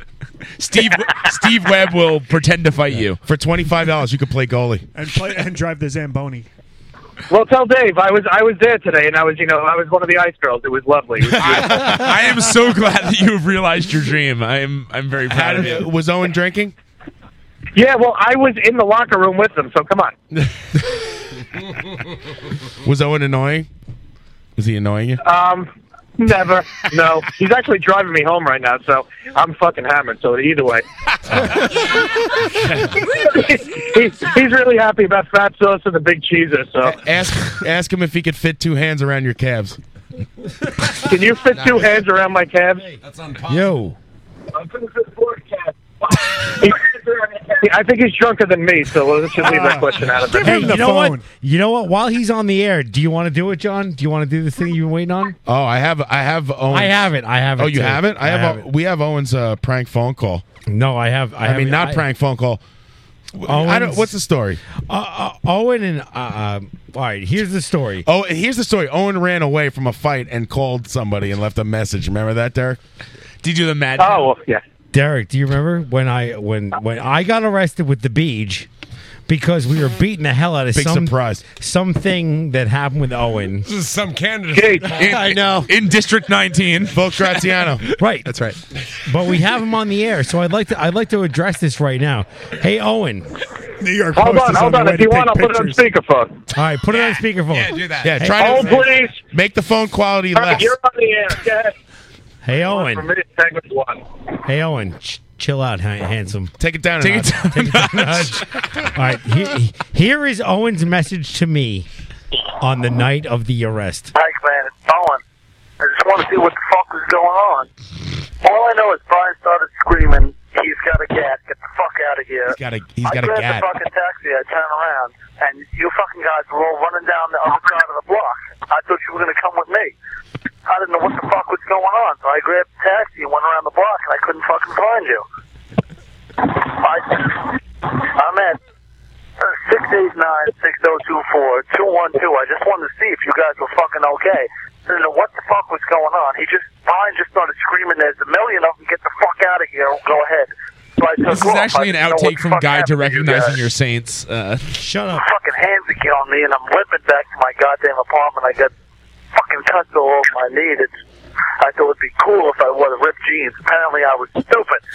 S2: Steve Steve Webb will pretend to fight you
S11: for twenty five dollars. You could play goalie.
S17: and play and drive the Zamboni.
S13: Well, tell Dave I was I was there today, and I was you know I was one of the ice girls. It was lovely. It was beautiful.
S2: I am so glad that you have realized your dream. I'm I'm very proud of you.
S11: Uh, Was Owen drinking?
S13: yeah, well, I was in the locker room with them. So come on.
S11: Was Owen annoying? Was he annoying you?
S13: Um, never. No, he's actually driving me home right now, so I'm fucking hammered. So either way, he's, he's really happy about fat sauce and the big cheeser. So
S11: Ask ask him if he could fit two hands around your calves.
S13: can you fit two hands around my calves?
S16: That's on
S11: Yo,
S13: I think he's drunker than me, so let's just leave that question out of it.
S3: Hey, you know what? You know what? While he's on the air, do you want to do it, John? Do you want to do this thing you've been waiting on?
S11: Oh, I have I have Owen.
S3: I have it. I have it.
S11: Oh, you
S3: too.
S11: have it? I, have. O- we have Owen's uh, prank phone call.
S3: No, I have. I,
S11: I, mean,
S3: have-
S11: not
S3: I-
S11: prank phone call. W- I don't,
S3: Owen's-
S11: what's the story?
S3: Uh, uh, Owen and uh, um, all right. Here's the story.
S11: Oh, and here's the story. Owen ran away from a fight and called somebody and left a message. Remember that, Derek?
S2: Did you do the mad?
S13: Oh, yeah.
S3: Derek, do you remember when I when when I got arrested with the beach because we were beating the hell out of
S11: Big
S3: some
S11: surprise.
S3: something that happened with Owen.
S16: This is some candidate.
S2: I know. In District 19,
S11: Vote Graziano.
S3: Right.
S19: That's right.
S3: But we have him on the air, so I'd like to I'd like to address this right now. Hey Owen. All
S17: New York
S13: Hold
S17: Post
S13: on,
S17: is
S13: hold
S17: on,
S13: on.
S17: the way
S13: If you
S17: to
S13: want, I'll
S17: take
S13: put it on
S17: pictures.
S13: speakerphone.
S3: right, put it on speakerphone.
S16: Yeah, do that.
S11: Yeah,
S3: Hey,
S11: try
S13: Oh,
S11: to
S13: please.
S11: make the phone quality less.
S13: You're on the air. Go ahead.
S3: Hey
S13: For
S3: Owen.
S13: me, it's segment one.
S3: Hey Owen. Ch- chill out, ha- handsome.
S11: Take it down. a
S2: Take it
S11: notch.
S2: down.
S3: All right. He, here is Owen's message to me on the night of the arrest.
S21: Mike, man, it's Bowen. I just want to see what the fuck is going on. All I know is Brian started screaming, he's got a gat, get the fuck out of here.
S11: He's got a- he's got a
S21: I grabbed
S11: gat.
S21: the fucking taxi, I turned around, and you fucking guys were all running down the other side of the block. I thought you were going to come with me. I I didn't know what the fuck was going on, so I grabbed a taxi and went around the block, and I couldn't fucking find you. I, I'm at uh, six eight nine six zero two four two one two. I just wanted to see if you guys were fucking okay. I didn't know what the fuck was going on. He just Brian just started screaming, "There's a million of them! Get the fuck out of here! Go ahead." So I
S2: This
S21: took
S2: is
S21: off.
S2: actually
S21: I
S2: an
S21: didn't know what
S2: outtake
S21: the
S2: from
S21: fuck
S2: Guide to
S21: happened you guys.
S2: Recognizing Your Saints. Uh,
S3: Shut up.
S21: Fucking hands to get on me, and I'm limping back to my goddamn apartment. I got fucking cuts all over my knee. That's, I thought it'd be cool if I wore the ripped jeans. Apparently, I was stupid.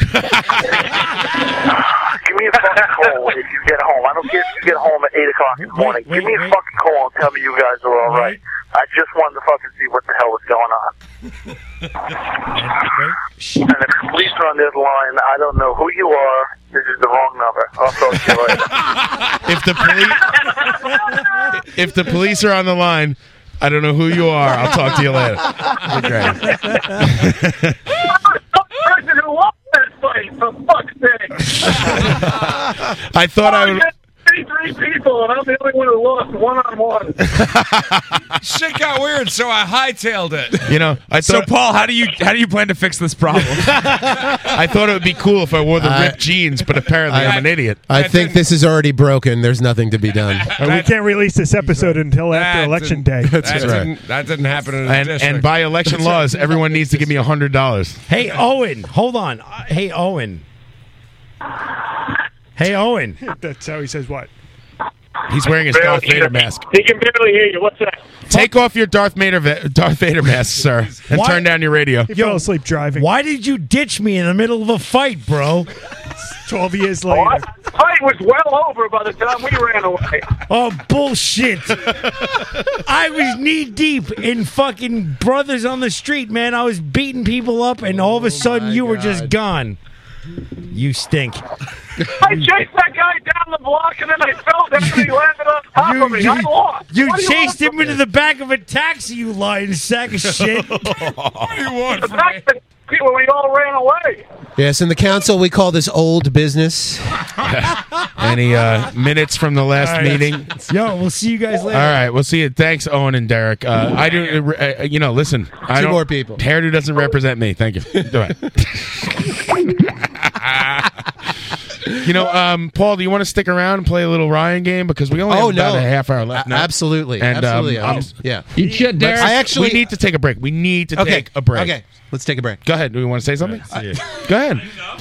S21: Give me a fucking call if you get home. I don't care if you get home at eight o'clock in the morning. Give me a fucking call and tell me you guys are all right. I just wanted to fucking see what the hell was going on. and if the police are on the other line, I don't know who you are. This is the wrong number. I'll talk to you later.
S11: If the police, if the police are on the line, I don't know who you are. I'll talk to you later. Okay.
S21: person who lost this place, for fuck's sake.
S11: I thought I would.
S21: 83 people, and I'm the only one who lost one on one.
S16: Shit got weird, so I hightailed it.
S11: You know, I
S2: so
S11: thought
S2: Paul, how do you how do you plan to fix this problem?
S11: I thought it would be cool if I wore the
S19: I-
S11: ripped jeans, but apparently I, am an idiot.
S19: I think this is already broken. There's nothing to be done.
S17: we can't release this episode until after election day.
S19: That's
S9: that,
S19: right.
S9: didn't, that didn't happen in the
S11: and,
S9: district.
S11: and by election laws, everyone needs to give me hundred dollars.
S3: Hey Owen, hold on. Uh, Hey Owen. Hey Owen.
S17: That's how he says what?
S11: He's wearing his Darth Vader mask.
S17: He can barely hear you. What's that?
S11: Take off your Darth Vader va- Darth Vader mask, sir, and
S3: Why-
S11: turn down your radio.
S17: He fell asleep driving.
S3: Why did you ditch me in the middle of a fight, bro?
S17: Twelve years later.
S21: Fight was well over by the time we ran away.
S3: Oh bullshit! I was knee deep in fucking brothers on the street, man. I was beating people up, and
S11: Oh
S3: all of a sudden you were just gone. You stink.
S21: I chased that guy down the block, and then I fell down, and he landed on top of me. I lost.
S3: You
S21: What do
S3: chased
S21: want
S3: him into the back of a taxi, you lying sack of shit.
S21: from- The fact that people, we all ran away.
S19: Yes, in the council we call this old business.
S11: Any uh, minutes from the last
S3: All right.
S11: meeting?
S3: Yo, we'll see you guys
S11: All
S3: later.
S11: right, we'll see you. Thanks, Owen and Derek. Uh, I do. Uh, you know, listen. I
S19: Two
S11: don't-
S19: more people.
S11: Hairdo doesn't represent me. Thank you. Go ahead. you know, um, Paul, do you want to stick around and play a little Ryan game because we only have
S19: Oh, no.
S11: about a half hour left?
S19: A-
S11: now.
S19: absolutely.
S11: And, um,
S19: Absolutely.
S11: I'm-
S19: I'm- yeah.
S11: Let's-
S19: should, Derek. I actually-
S11: we need to take a break. We need to
S19: Okay.
S11: take a break.
S19: Okay. Let's take a break.
S11: Go ahead. Do we want to say something? Go ahead.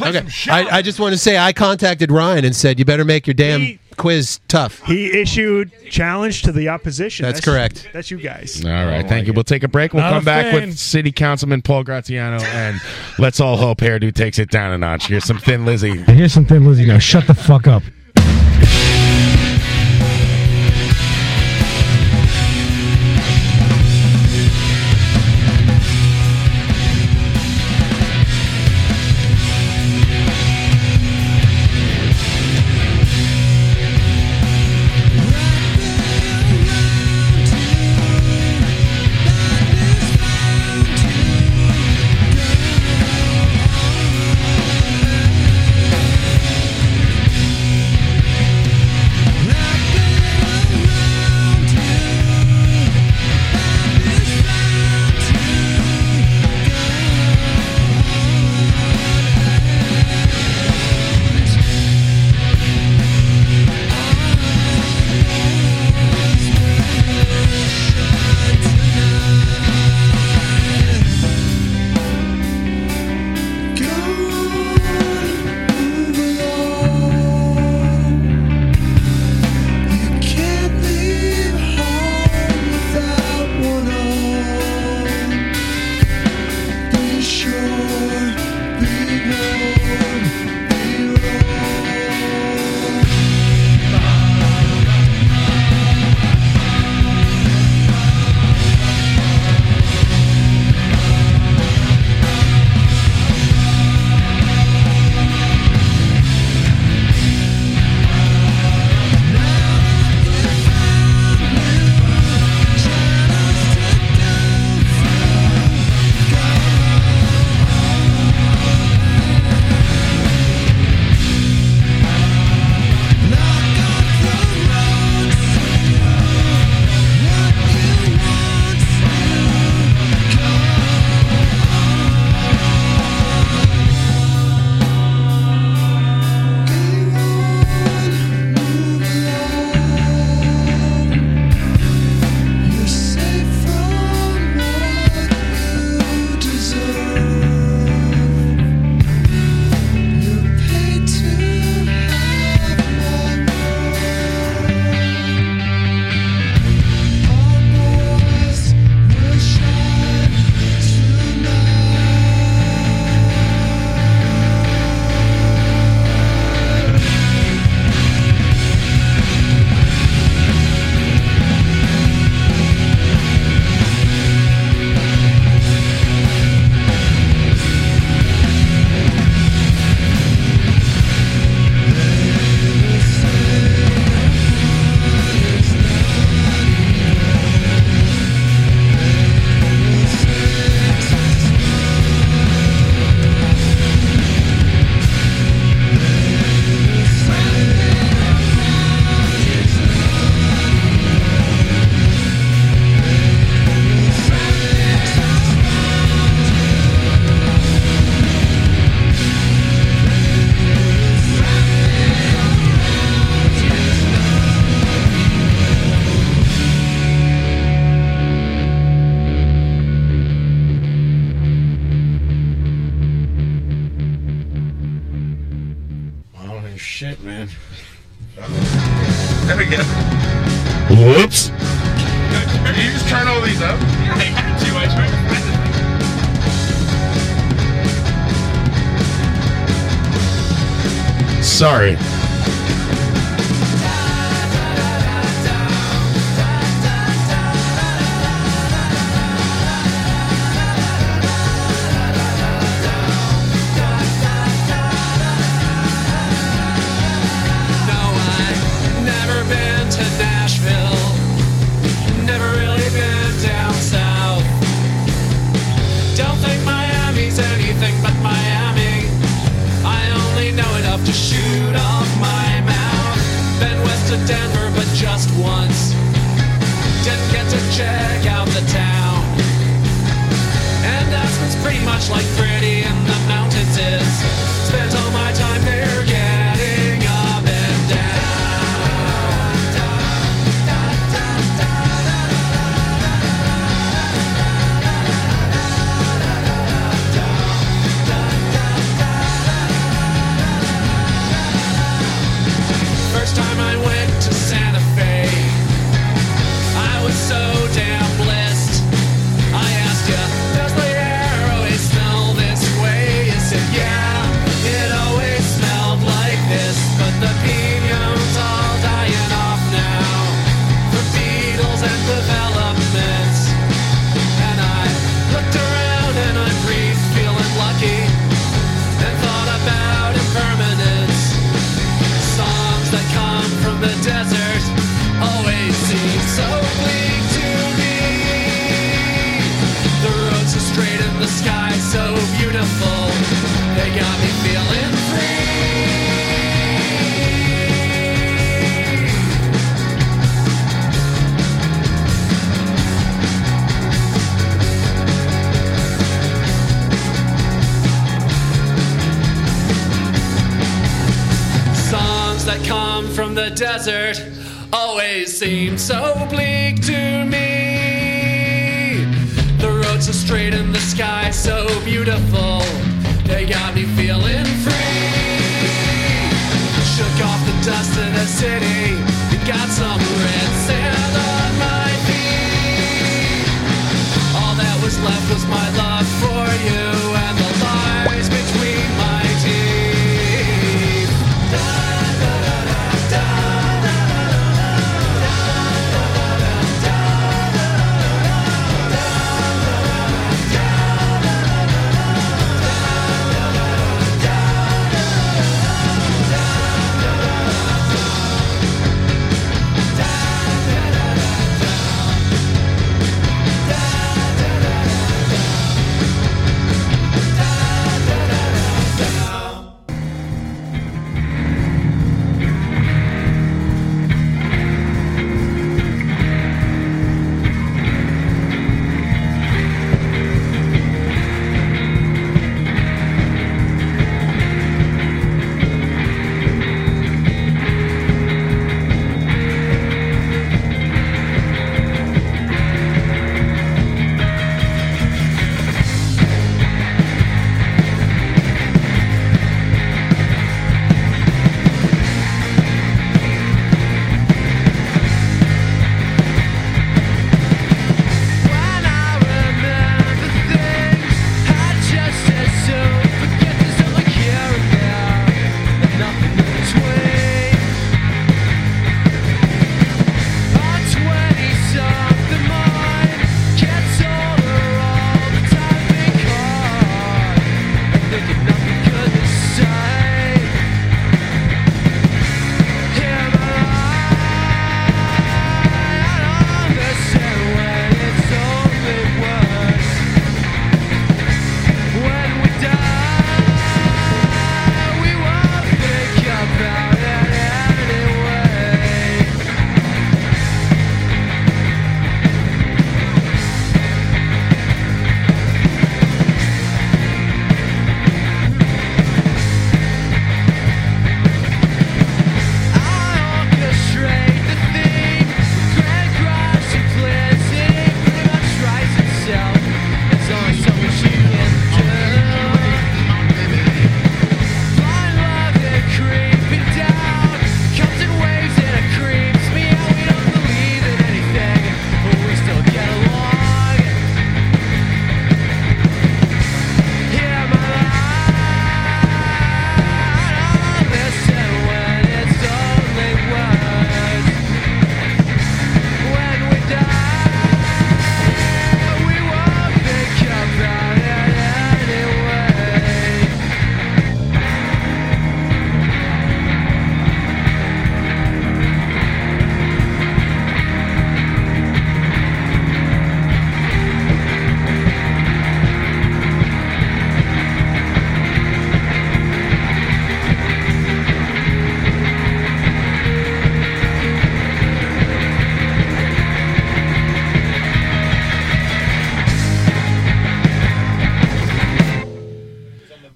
S19: Okay. I, I just want to say I contacted Ryan and said you better make your damn quiz tough.
S17: He issued challenge to the opposition.
S19: That's correct.
S17: That's you guys.
S11: All right, thank you. We'll take a break. We'll
S17: Oh Not
S11: come
S17: a
S11: back
S17: fan.
S11: with City Councilman Paul Graziano, and let's all hope Hairdo takes it down a notch. Here's some Thin Lizzy.
S3: I hear something, Lizzie. Now shut the fuck up.
S11: shit, man.
S16: There we go.
S11: Whoops.
S16: Did you just turn all these up? I had to. I tried to find it.
S11: Sorry.
S16: No, I've never been to Nashville. Never really been down south. Don't think Miami's anything but Miami. I only know enough to shoot off my mouth. Been west of Denver, but just once. Didn't get to check out the town. And Aspen's pretty much like Pretty in the Mountains is. Spent all my time there getting up and down. First time I went to Santa Fe, I was so damn blessed. I asked ya, does the air always smell this way? You said, yeah, it always smelled like this. But the pinos all dying off now for beetles and development. And I looked around and I breathed, feeling lucky, and thought about impermanence. Songs that come from the desert always seem so bleak to me. The roads are straight and the sky so beautiful. They got me feeling free. Songs that come from the desert always seem so bleak to me. The roads are straight and the sky so beautiful. They got me feeling free. Shook off the dust of the city and got some red sand on my feet. All that was left was my love for you and the lies between my teeth.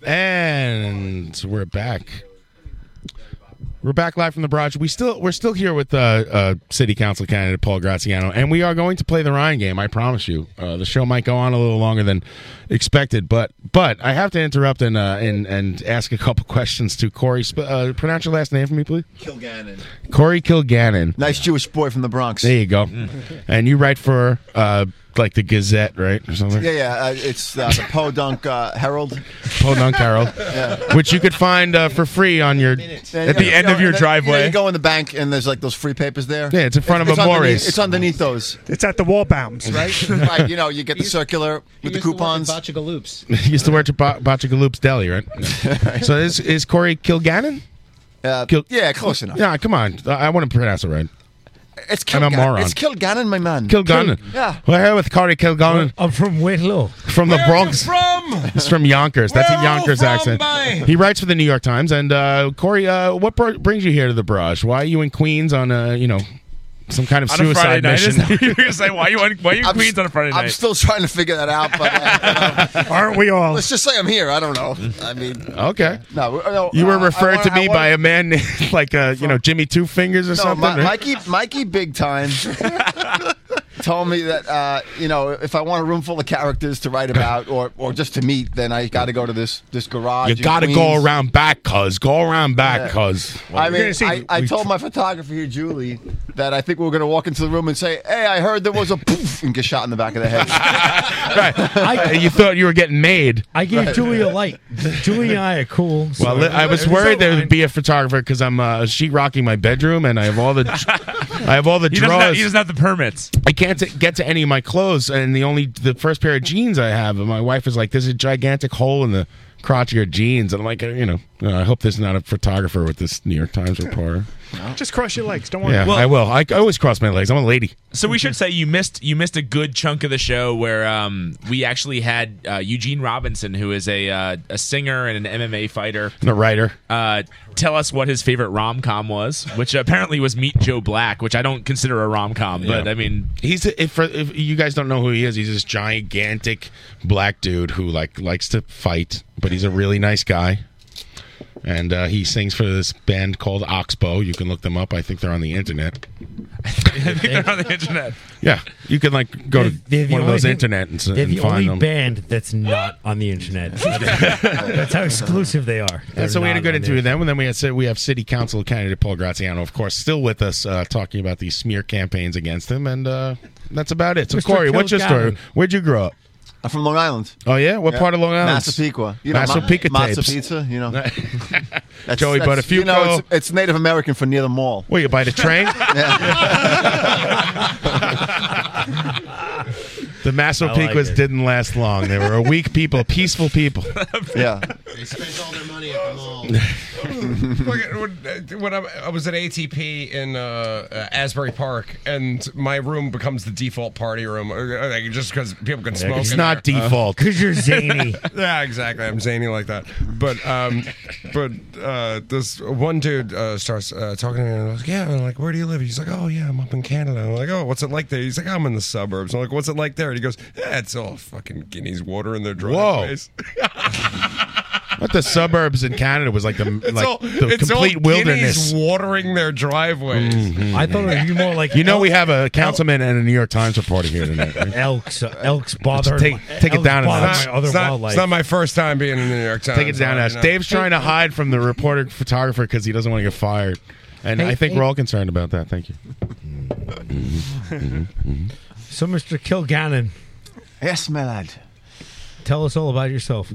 S11: And so we're back. We're back live from the barrage. We still we're still here with uh, uh, City Council candidate Paul Graziano, and we are going to play the Ryan game. I promise you. Uh, the show might go on a little longer than expected, but but I have to interrupt and uh, and and ask a couple questions to Corey. Sp- uh, pronounce your last name for me, please.
S20: Kilgannon.
S11: Corey Kilgannon.
S20: Nice Jewish boy from the Bronx.
S11: There you go. and you write for uh, like the Gazette, right, or something?
S20: Yeah, yeah. Uh, it's uh, the Podunk uh, Herald.
S11: Podunk Herald,
S20: Yeah.
S11: which you could find uh, for free on your at the
S20: You
S11: end
S20: know, and
S11: of your
S20: then, You, know,
S11: driveway.
S20: you go in the bank and there's like those free papers there.
S11: Yeah, it's in front of a
S20: underneath-
S11: Morris.
S20: It's underneath those.
S17: It's at the wall bounds,
S20: right? right. You know, you get the circular with the coupons.
S22: Loops.
S11: You used to work at ba- Bachagaloops Deli, right? so is is Corey Kilgannon?
S20: Uh, yeah, close enough.
S11: Yeah, come on. I, I want to pronounce it right.
S20: It's
S11: I'm a
S20: Kilgannon.
S11: moron.
S20: It's Kilgannon, my man.
S11: Kilgannon.
S20: Kil- yeah.
S11: We're here with Corey Kilgannon.
S3: I'm from Whitlow.
S11: From the Bronx.
S20: from?
S11: It's from Yonkers. That's
S20: Where
S11: a
S20: are
S11: Yonkers
S20: you from,
S11: accent.
S20: mate?
S11: He writes for the New York Times. And uh, Corey, uh, what br- brings you here to the barrage? Why are you in Queens on a you know some kind of
S2: On a Friday
S11: suicide
S2: night,
S11: mission?
S2: isn't it? you're gonna say why you on, why you in Queens on a Friday night?
S20: I'm still trying to figure that out, but uh,
S17: aren't we all?
S20: Let's just say I'm here. I don't know. I mean,
S11: okay.
S20: no, no
S11: You
S20: uh,
S11: were
S20: I
S11: referred
S20: wanna-
S11: to me
S20: I
S11: by
S20: wanna-
S11: a man named like uh, you know Jimmy Two Fingers or
S20: no,
S11: something.
S20: Mi-
S11: right?
S20: Mikey, Mikey, big time. told me that uh, you know if I want a room full of characters to write about or or just to meet, then I got to go to this this garage.
S11: You
S20: in
S11: gotta go
S20: Queens.
S11: around back, cuz. Go around back, cuz.
S20: I mean, I, I told my photographer here, Julie, that I think we are going to walk into the room and say, "Hey, I heard there was a poof," and get shot in the back of the head.
S11: Right. you thought you were getting made.
S3: I gave Julie a light. Julie and I are cool. so-
S11: Well, li- I was worried there would be a photographer because I'm uh, sheetrocking my bedroom and I have all the, I have all the
S2: He doesn't
S11: drawers.
S2: have- he doesn't have the permits.
S11: I can't t- get to any of my clothes, and the only the first pair of jeans I have, and my wife is like, "There's a gigantic hole in the crotch of your jeans," and I'm like, uh, you know, uh, I hope there's not a photographer with this New York Times reporter.
S17: Just cross your legs. Don't worry.
S11: Yeah, I will. I, I always cross my legs. I'm a lady.
S2: So we should say you missed you missed a good chunk of the show where um, we actually had uh, Eugene Robinson, who is a uh, a singer and an MMA fighter,
S11: and a writer.
S2: uh, tell us what his favorite rom com was, which apparently was Meet Joe Black, which I don't consider a rom com, but
S11: Yeah.
S2: I mean,
S11: He's if, for, if you guys don't know who he is, he's this gigantic black dude who like likes to fight, but he's a really nice guy. And uh, he sings for this band called Oxbow. You can look them up. I think they're on the internet.
S2: I think they're on the internet.
S11: Yeah, you can like go to
S3: They're the
S11: one of
S3: only
S11: those
S3: thing-
S11: internet and, s-
S3: they're
S11: and
S3: the
S11: find
S3: only
S11: them.
S3: band that's not on the internet. that's how exclusive they are.
S11: Yeah,
S3: They're
S11: so we had a
S3: not
S11: good
S3: on the-
S11: interview with them, and then we had we have city council candidate Paul Graziano, of course, still with us, uh, talking about these smear campaigns against him, and uh, that's about it. So
S20: Mr.
S11: Corey, what's your story?
S20: Kilgallen.
S11: Where'd you grow up?
S20: I'm from Long Island.
S11: Oh yeah, what part of Long Island?
S20: Massapequa. You know, ma-
S11: Massapequa
S20: matzo
S11: tapes.
S20: pizza. You know, that's,
S11: Joey Buttafuoco.
S20: You know, it's, it's Native American for near the mall.
S11: Well, you buy the train.
S20: I
S11: The
S20: like
S11: Massapequas
S20: it.
S11: didn't last long. They were a weak people, peaceful people.
S20: Yeah.
S19: They spent all their money at the mall.
S9: when I, I was at ATP in uh, uh, Asbury Park, and my room becomes the default party room, uh, uh, just because people can smoke.
S11: it's
S9: in
S11: not
S9: there. Uh,
S11: default. 'Cause you're zany.
S9: yeah, exactly. I'm zany like that. But um, but uh, this one dude uh, starts uh, talking to me, and I was like, "Yeah." And I'm like, "Where do you live?" He's like, "Oh yeah, I'm up in Canada." I'm like, "Oh, what's it like there?" He's like, "I'm in the suburbs." I'm like, "What's it like there?" And he goes, "Yeah, it's all fucking guineas water in their driveways."
S11: What the suburbs in Canada was like the like
S9: all-
S11: the
S9: it's all
S11: complete
S9: guineas
S11: wilderness. Mm-hmm.
S9: watering their driveways.
S3: I thought it would be more like
S11: You know, we have a councilman and a New York Times reporter here tonight. right?
S3: elks. uh, Elks bother.
S11: take- take it
S3: elks
S11: down a
S3: bother
S11: notch.
S3: my other
S11: It's not-
S3: wildlife.
S9: It's not my first time being in the New York Times.
S11: Take it down,
S9: I
S11: Ash.
S9: know.
S11: Dave's trying to hide from the reporter photographer because he doesn't want to get fired, and
S3: Hey,
S11: I think
S3: hey.
S11: we're all concerned about that. Thank you.
S3: So, Mr. Kilgannon.
S20: Yes, my lad.
S3: Tell us all about yourself.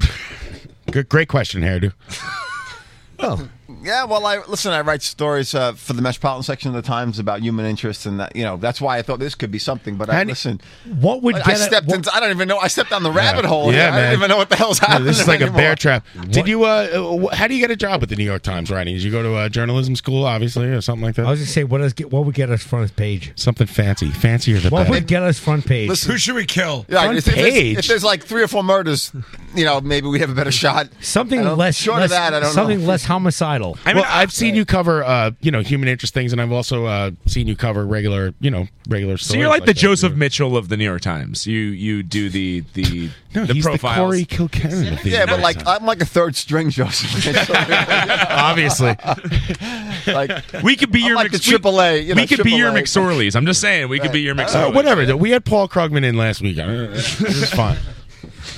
S11: Good, great question, hairdo.
S3: Oh.
S20: Yeah, well, I listen. I write stories uh, for the Metropolitan section of the Times about human interest, and that, you know that's why I thought this could be something. But I
S11: And
S20: listen.
S3: What would
S20: I,
S3: get a-
S20: stepped
S3: what-
S20: into? I don't even know. I stepped down the rabbit hole. here. I
S11: Yeah, man.
S20: don't even know what the hell's
S11: Yeah,
S20: happening.
S11: This is like a
S20: anymore.
S11: bear trap. Did you? Uh, uh, wh- how do you get a job with the New York Times writing? Did you go to uh, journalism school, obviously, or something like that?
S3: I was gonna say, what does get? What would get us front page?
S11: Something fancy, fancier than
S3: What
S11: better.
S3: would get us front page?
S9: Who should we kill?
S20: Yeah,
S3: Front
S20: if, there's- if
S3: page.
S20: There's, like three or four murders, you know, maybe we have a better shot.
S3: Something
S20: I don't-
S3: less,
S20: Short
S3: less
S20: of that, I don't
S3: something
S20: know.
S3: less homicidal. still.
S11: I well, I've seen you cover, uh, you know, human interest things, and I've also uh, seen you cover regular, you know, regular.
S2: So you're like, the Joseph Mitchell of the New York Times. You you do the the
S11: no,
S2: the
S11: he's
S2: profiles.
S11: the Corey Kilcannon. of the
S20: Yeah, but
S11: United
S20: like
S11: States.
S20: I'm like a third string, Joseph.
S11: obviously,
S20: like
S2: we could be your
S20: like
S2: Mc-
S20: the AAA. You know,
S2: we could be your
S20: AAA.
S2: McSorleys. I'm just saying we could be your McSorleys.
S11: Uh, whatever. dude, We had Paul Krugman in last week. Uh, This is fine.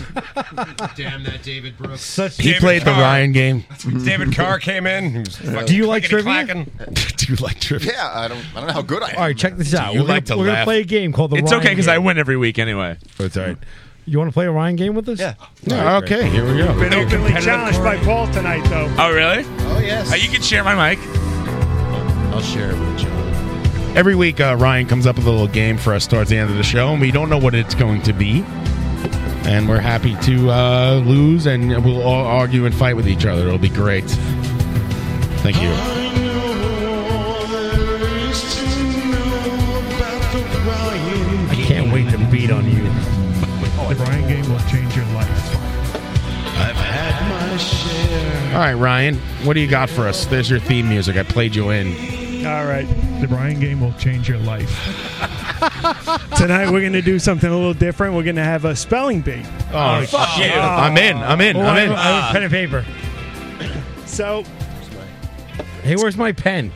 S9: Damn that David Brooks.
S11: he played the Ryan game.
S9: David Carr came in. He was fucking
S11: Do you like
S9: clickety-clacking.
S11: Do you like trivia?
S20: Yeah, I don't. I don't know how good I am.
S3: All right, check this out.
S2: you
S3: We're,
S2: like to
S3: gonna, we're gonna
S2: laugh?
S3: play a game called the.
S2: It's
S3: Ryan
S2: okay because I
S3: Game.
S2: win every week anyway.
S11: That's Oh, all right.
S3: You want to play a Ryan game with us? Yeah.
S11: okay, here we go.
S17: Been openly challenged by Paul tonight, though.
S2: Oh really?
S20: Oh yes.
S2: you can share my mic.
S11: I'll
S19: Oh,
S11: share it with you. Every week, uh, Ryan comes up with a little game for us towards the end of the show, and we don't know what it's going to be. And we're happy to uh, lose, and we'll all argue and fight with each other. It'll be great. Thank you.
S3: I can't wait to beat on you.
S12: The
S11: Oh,
S12: Brian game will change your life.
S11: I've had my share. All right, Ryan, what do you got for us? There's your theme music. I played you in.
S17: All right.
S12: The Brian game will change your life.
S17: Tonight we're going to do something a little different. We're going to have a spelling bee.
S11: Oh, Oh, fuck shit. you. I'm in. I'm in.
S17: Oh,
S11: I'm in.
S17: I- I-
S3: Uh, pen and paper.
S17: So,
S3: Hey, where's my pen?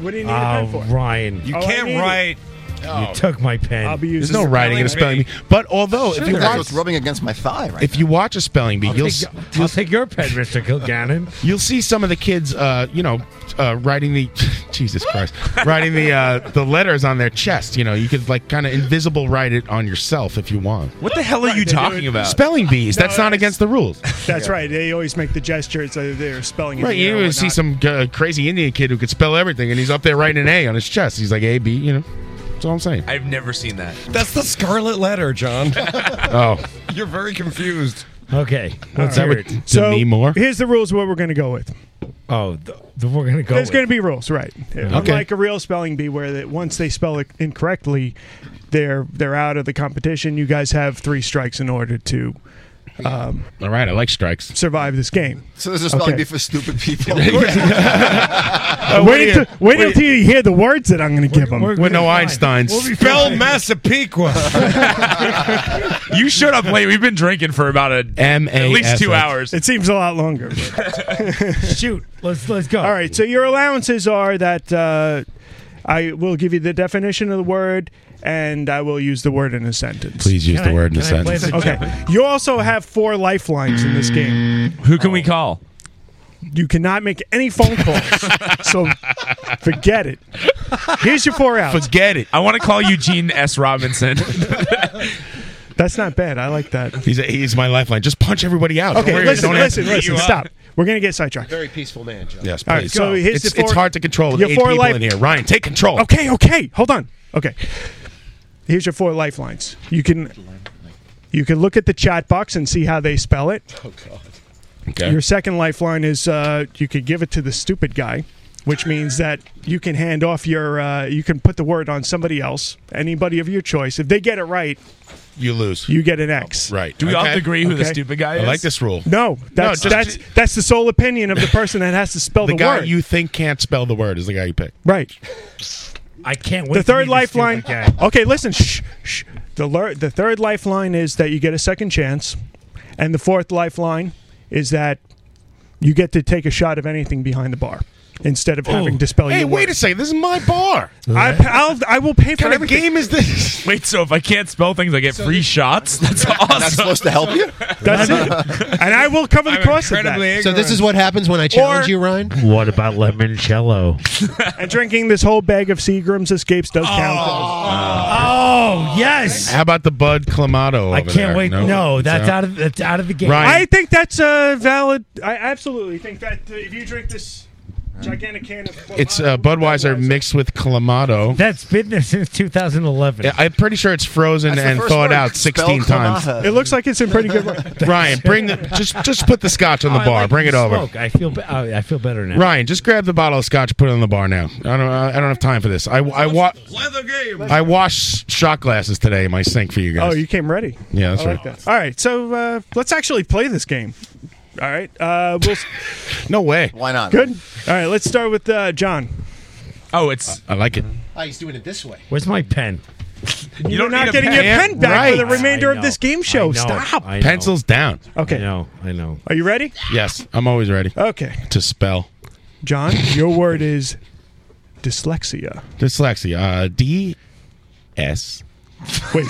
S17: what do you need a
S3: Oh,
S17: pen for?
S3: Ryan.
S17: Oh, I need it.
S3: You took my pen.
S17: I'll be using
S11: There's no writing in a spelling bee. But
S3: Oh,
S11: although, if you
S20: That's
S11: watch,
S20: what's rubbing against my thigh right
S11: if you watch a spelling bee,
S3: I'll
S11: you'll
S3: take-
S11: s-
S3: I'll take your pen, Mister Kilgannon.
S11: You'll see some of the kids, uh, you know, uh, writing the Jesus Christ, writing the uh, the letters on their chest. You know, you could like kind of invisible write it on yourself if you want.
S2: What the hell are
S17: they
S2: you
S17: do
S2: talking
S17: it-
S2: about?
S11: Spelling bees.
S17: No,
S11: that's not against the rules.
S17: That's right. They always make the gestures. Uh, they're spelling it.
S11: Right, you would see some uh, crazy Indian kid who could spell everything, and he's up there writing an A on his chest. He's like A B, you know. That's all I'm saying.
S2: I've never seen that.
S9: That's the scarlet letter, John.
S11: Oh,
S9: You're very confused.
S3: Okay.
S11: What's
S17: All
S11: that
S17: right.
S11: with
S17: So
S11: Demi Moore?
S17: here's the rules. What we're going to go with.
S3: Oh, th- th- we're gonna go.
S17: There's
S3: with-
S17: going to be rules, right?
S3: Okay.
S17: Unlike a real spelling bee, where that once they spell it incorrectly, they're they're out of the competition. You guys have three strikes in order to um,
S11: All right, I like strikes.
S17: survive this game.
S20: So there's a spelling bee
S17: Okay.
S20: for stupid people.
S17: Uh, wait till, wait till you hear the words that I'm going to give them.
S11: We're no Einsteins.
S9: Spell Massapequa.
S2: You showed up late. We've been drinking for about a at least two
S11: M.A.S.S..
S2: hours.
S17: It seems a lot longer.
S3: Shoot, let's let's go.
S17: All right. So your allowances are that uh, I will give you the definition of the word, and I will use the word in a sentence.
S11: Please use
S3: Can I-
S11: the word in a
S3: can I play
S11: sentence.
S3: the-
S17: Okay. You also have four lifelines in this game.
S2: Who can we call?
S17: You cannot make any phone calls, so forget it. Here's your four outs.
S2: Forget it. I want to call Eugene S. Robinson.
S17: That's not bad. I like that.
S11: He's, he's my lifeline. Just punch everybody out.
S17: Okay.
S11: Don't worry,
S17: Listen.
S11: don't answer.
S17: Listen. Listen. Stop. We're gonna get sidetracked.
S9: very peaceful man, John.
S11: Yes,
S17: All right,
S11: please.
S17: so here's
S11: it's,
S17: the four-
S11: it's hard to control with
S17: Your
S11: eight
S17: four
S11: people
S17: life- Oh.
S11: in here. Ryan, take control.
S17: Okay, okay. Hold on. Okay. Here's your four lifelines. You can you can look at the chat box and see how they spell it.
S20: Oh,
S11: Okay.
S17: Your second lifeline is uh, you could give it to the stupid guy, which means that you can hand off your uh, you can put the word on somebody else, anybody of your choice. If they get it right,
S11: You lose.
S17: you get an X.
S11: right.
S2: Do we all
S11: Okay.
S2: have to agree who the
S17: Okay.
S2: stupid guy
S11: I
S2: is?
S11: like this rule.
S17: No, that's
S11: just-
S17: that's that's the sole opinion of the person that has to spell
S11: The
S17: the,
S11: guy
S17: word.
S11: you think can't spell the word is the guy you pick.
S17: right.
S3: I can't wait.
S17: the
S3: to
S17: third
S3: be this stupid
S17: lifeline.
S3: guy.
S17: Okay, listen. Shh, shh. The ler- the third lifeline is that you get a second chance, and the fourth lifeline is that you get to take a shot of anything behind the bar instead of having to spell
S11: Hey,
S17: your
S11: wait a
S17: word.
S11: second. This is my bar.
S17: I, I'll, I will pay
S11: What
S17: for
S11: kind of
S17: everything.
S11: game is this?
S2: Wait, so if I can't spell things, I get free shots? That's awesome.
S20: That's supposed to help you.
S17: That's it, and I will cover the
S9: I'm
S17: cost of
S9: incredibly
S17: that.
S9: ignorant.
S19: So this is what happens when I challenge
S2: Or-
S19: you, Ryan.
S3: What about limoncello?
S17: And drinking this whole bag of Seagram's escapes does count.
S3: oh yes.
S11: How about the Bud Clamato?
S3: I
S11: over
S3: can't
S11: there?
S3: wait. No, that's
S11: So-
S3: out of that's out of the game.
S11: Ryan.
S17: I think that's a valid. I absolutely think that uh, if you drink this gigantic can of
S11: It's uh, Budweiser mixed with Clamato.
S3: That's been there since 2011.
S11: Yeah, I'm pretty sure it's frozen
S20: That's the
S11: and
S20: first
S11: thawed
S20: word.
S11: out 16
S20: Spell
S11: times.
S17: It
S20: Kamada.
S17: looks like it's in pretty good work.
S11: Ryan, bring the just just put the scotch on the
S3: Oh, I
S11: bar.
S3: like
S11: bring
S3: the
S11: it over.
S3: smoke. I feel be- I I feel better now.
S11: Ryan, just grab the bottle of scotch, put it on the bar now. I don't, I don't have time for this. I, I, wa-
S9: Play the game.
S11: I washed shot glasses today in my sink for you
S17: Oh,
S11: guys.
S17: you came ready.
S11: yeah, that's
S17: I
S11: right.
S17: like that. All right, so uh, let's actually play this game. All right. Uh, we'll.
S11: no way.
S20: Why not?
S17: Good. All right. Let's start with uh, John.
S2: Oh, it's.
S11: I like it.
S19: Oh, he's doing it this way.
S3: Where's my pen?
S17: You are not getting your pen back for the remainder of this game show. Stop.
S11: Pencils down.
S17: Okay. I
S3: know. I know.
S17: Are you ready?
S11: Yes, I'm always ready.
S17: Okay.
S11: To spell.
S17: John, your word is dyslexia.
S11: Dyslexia. Uh, D S.
S17: Wait.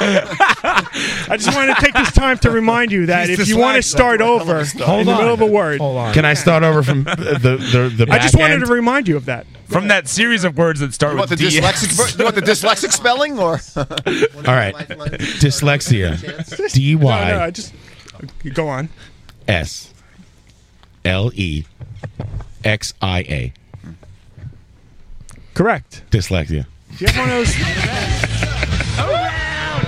S17: I just wanted to take this time to remind you that
S11: He's
S17: if you want to
S11: dyslexic.
S17: start over in the middle of a word,
S11: Can I start over from the the, the
S17: I just
S11: back
S17: wanted
S11: end?
S17: to remind you of that.
S2: From that series of words that start
S20: You want the
S2: with D.
S20: dyslexic? ver- You want the dyslexic spelling or?
S11: All right. Dyslexia. D
S17: No, no, I
S11: Y
S17: just go on.
S11: S L E X I A.
S17: Correct.
S11: Dyslexia.
S17: Do you have one of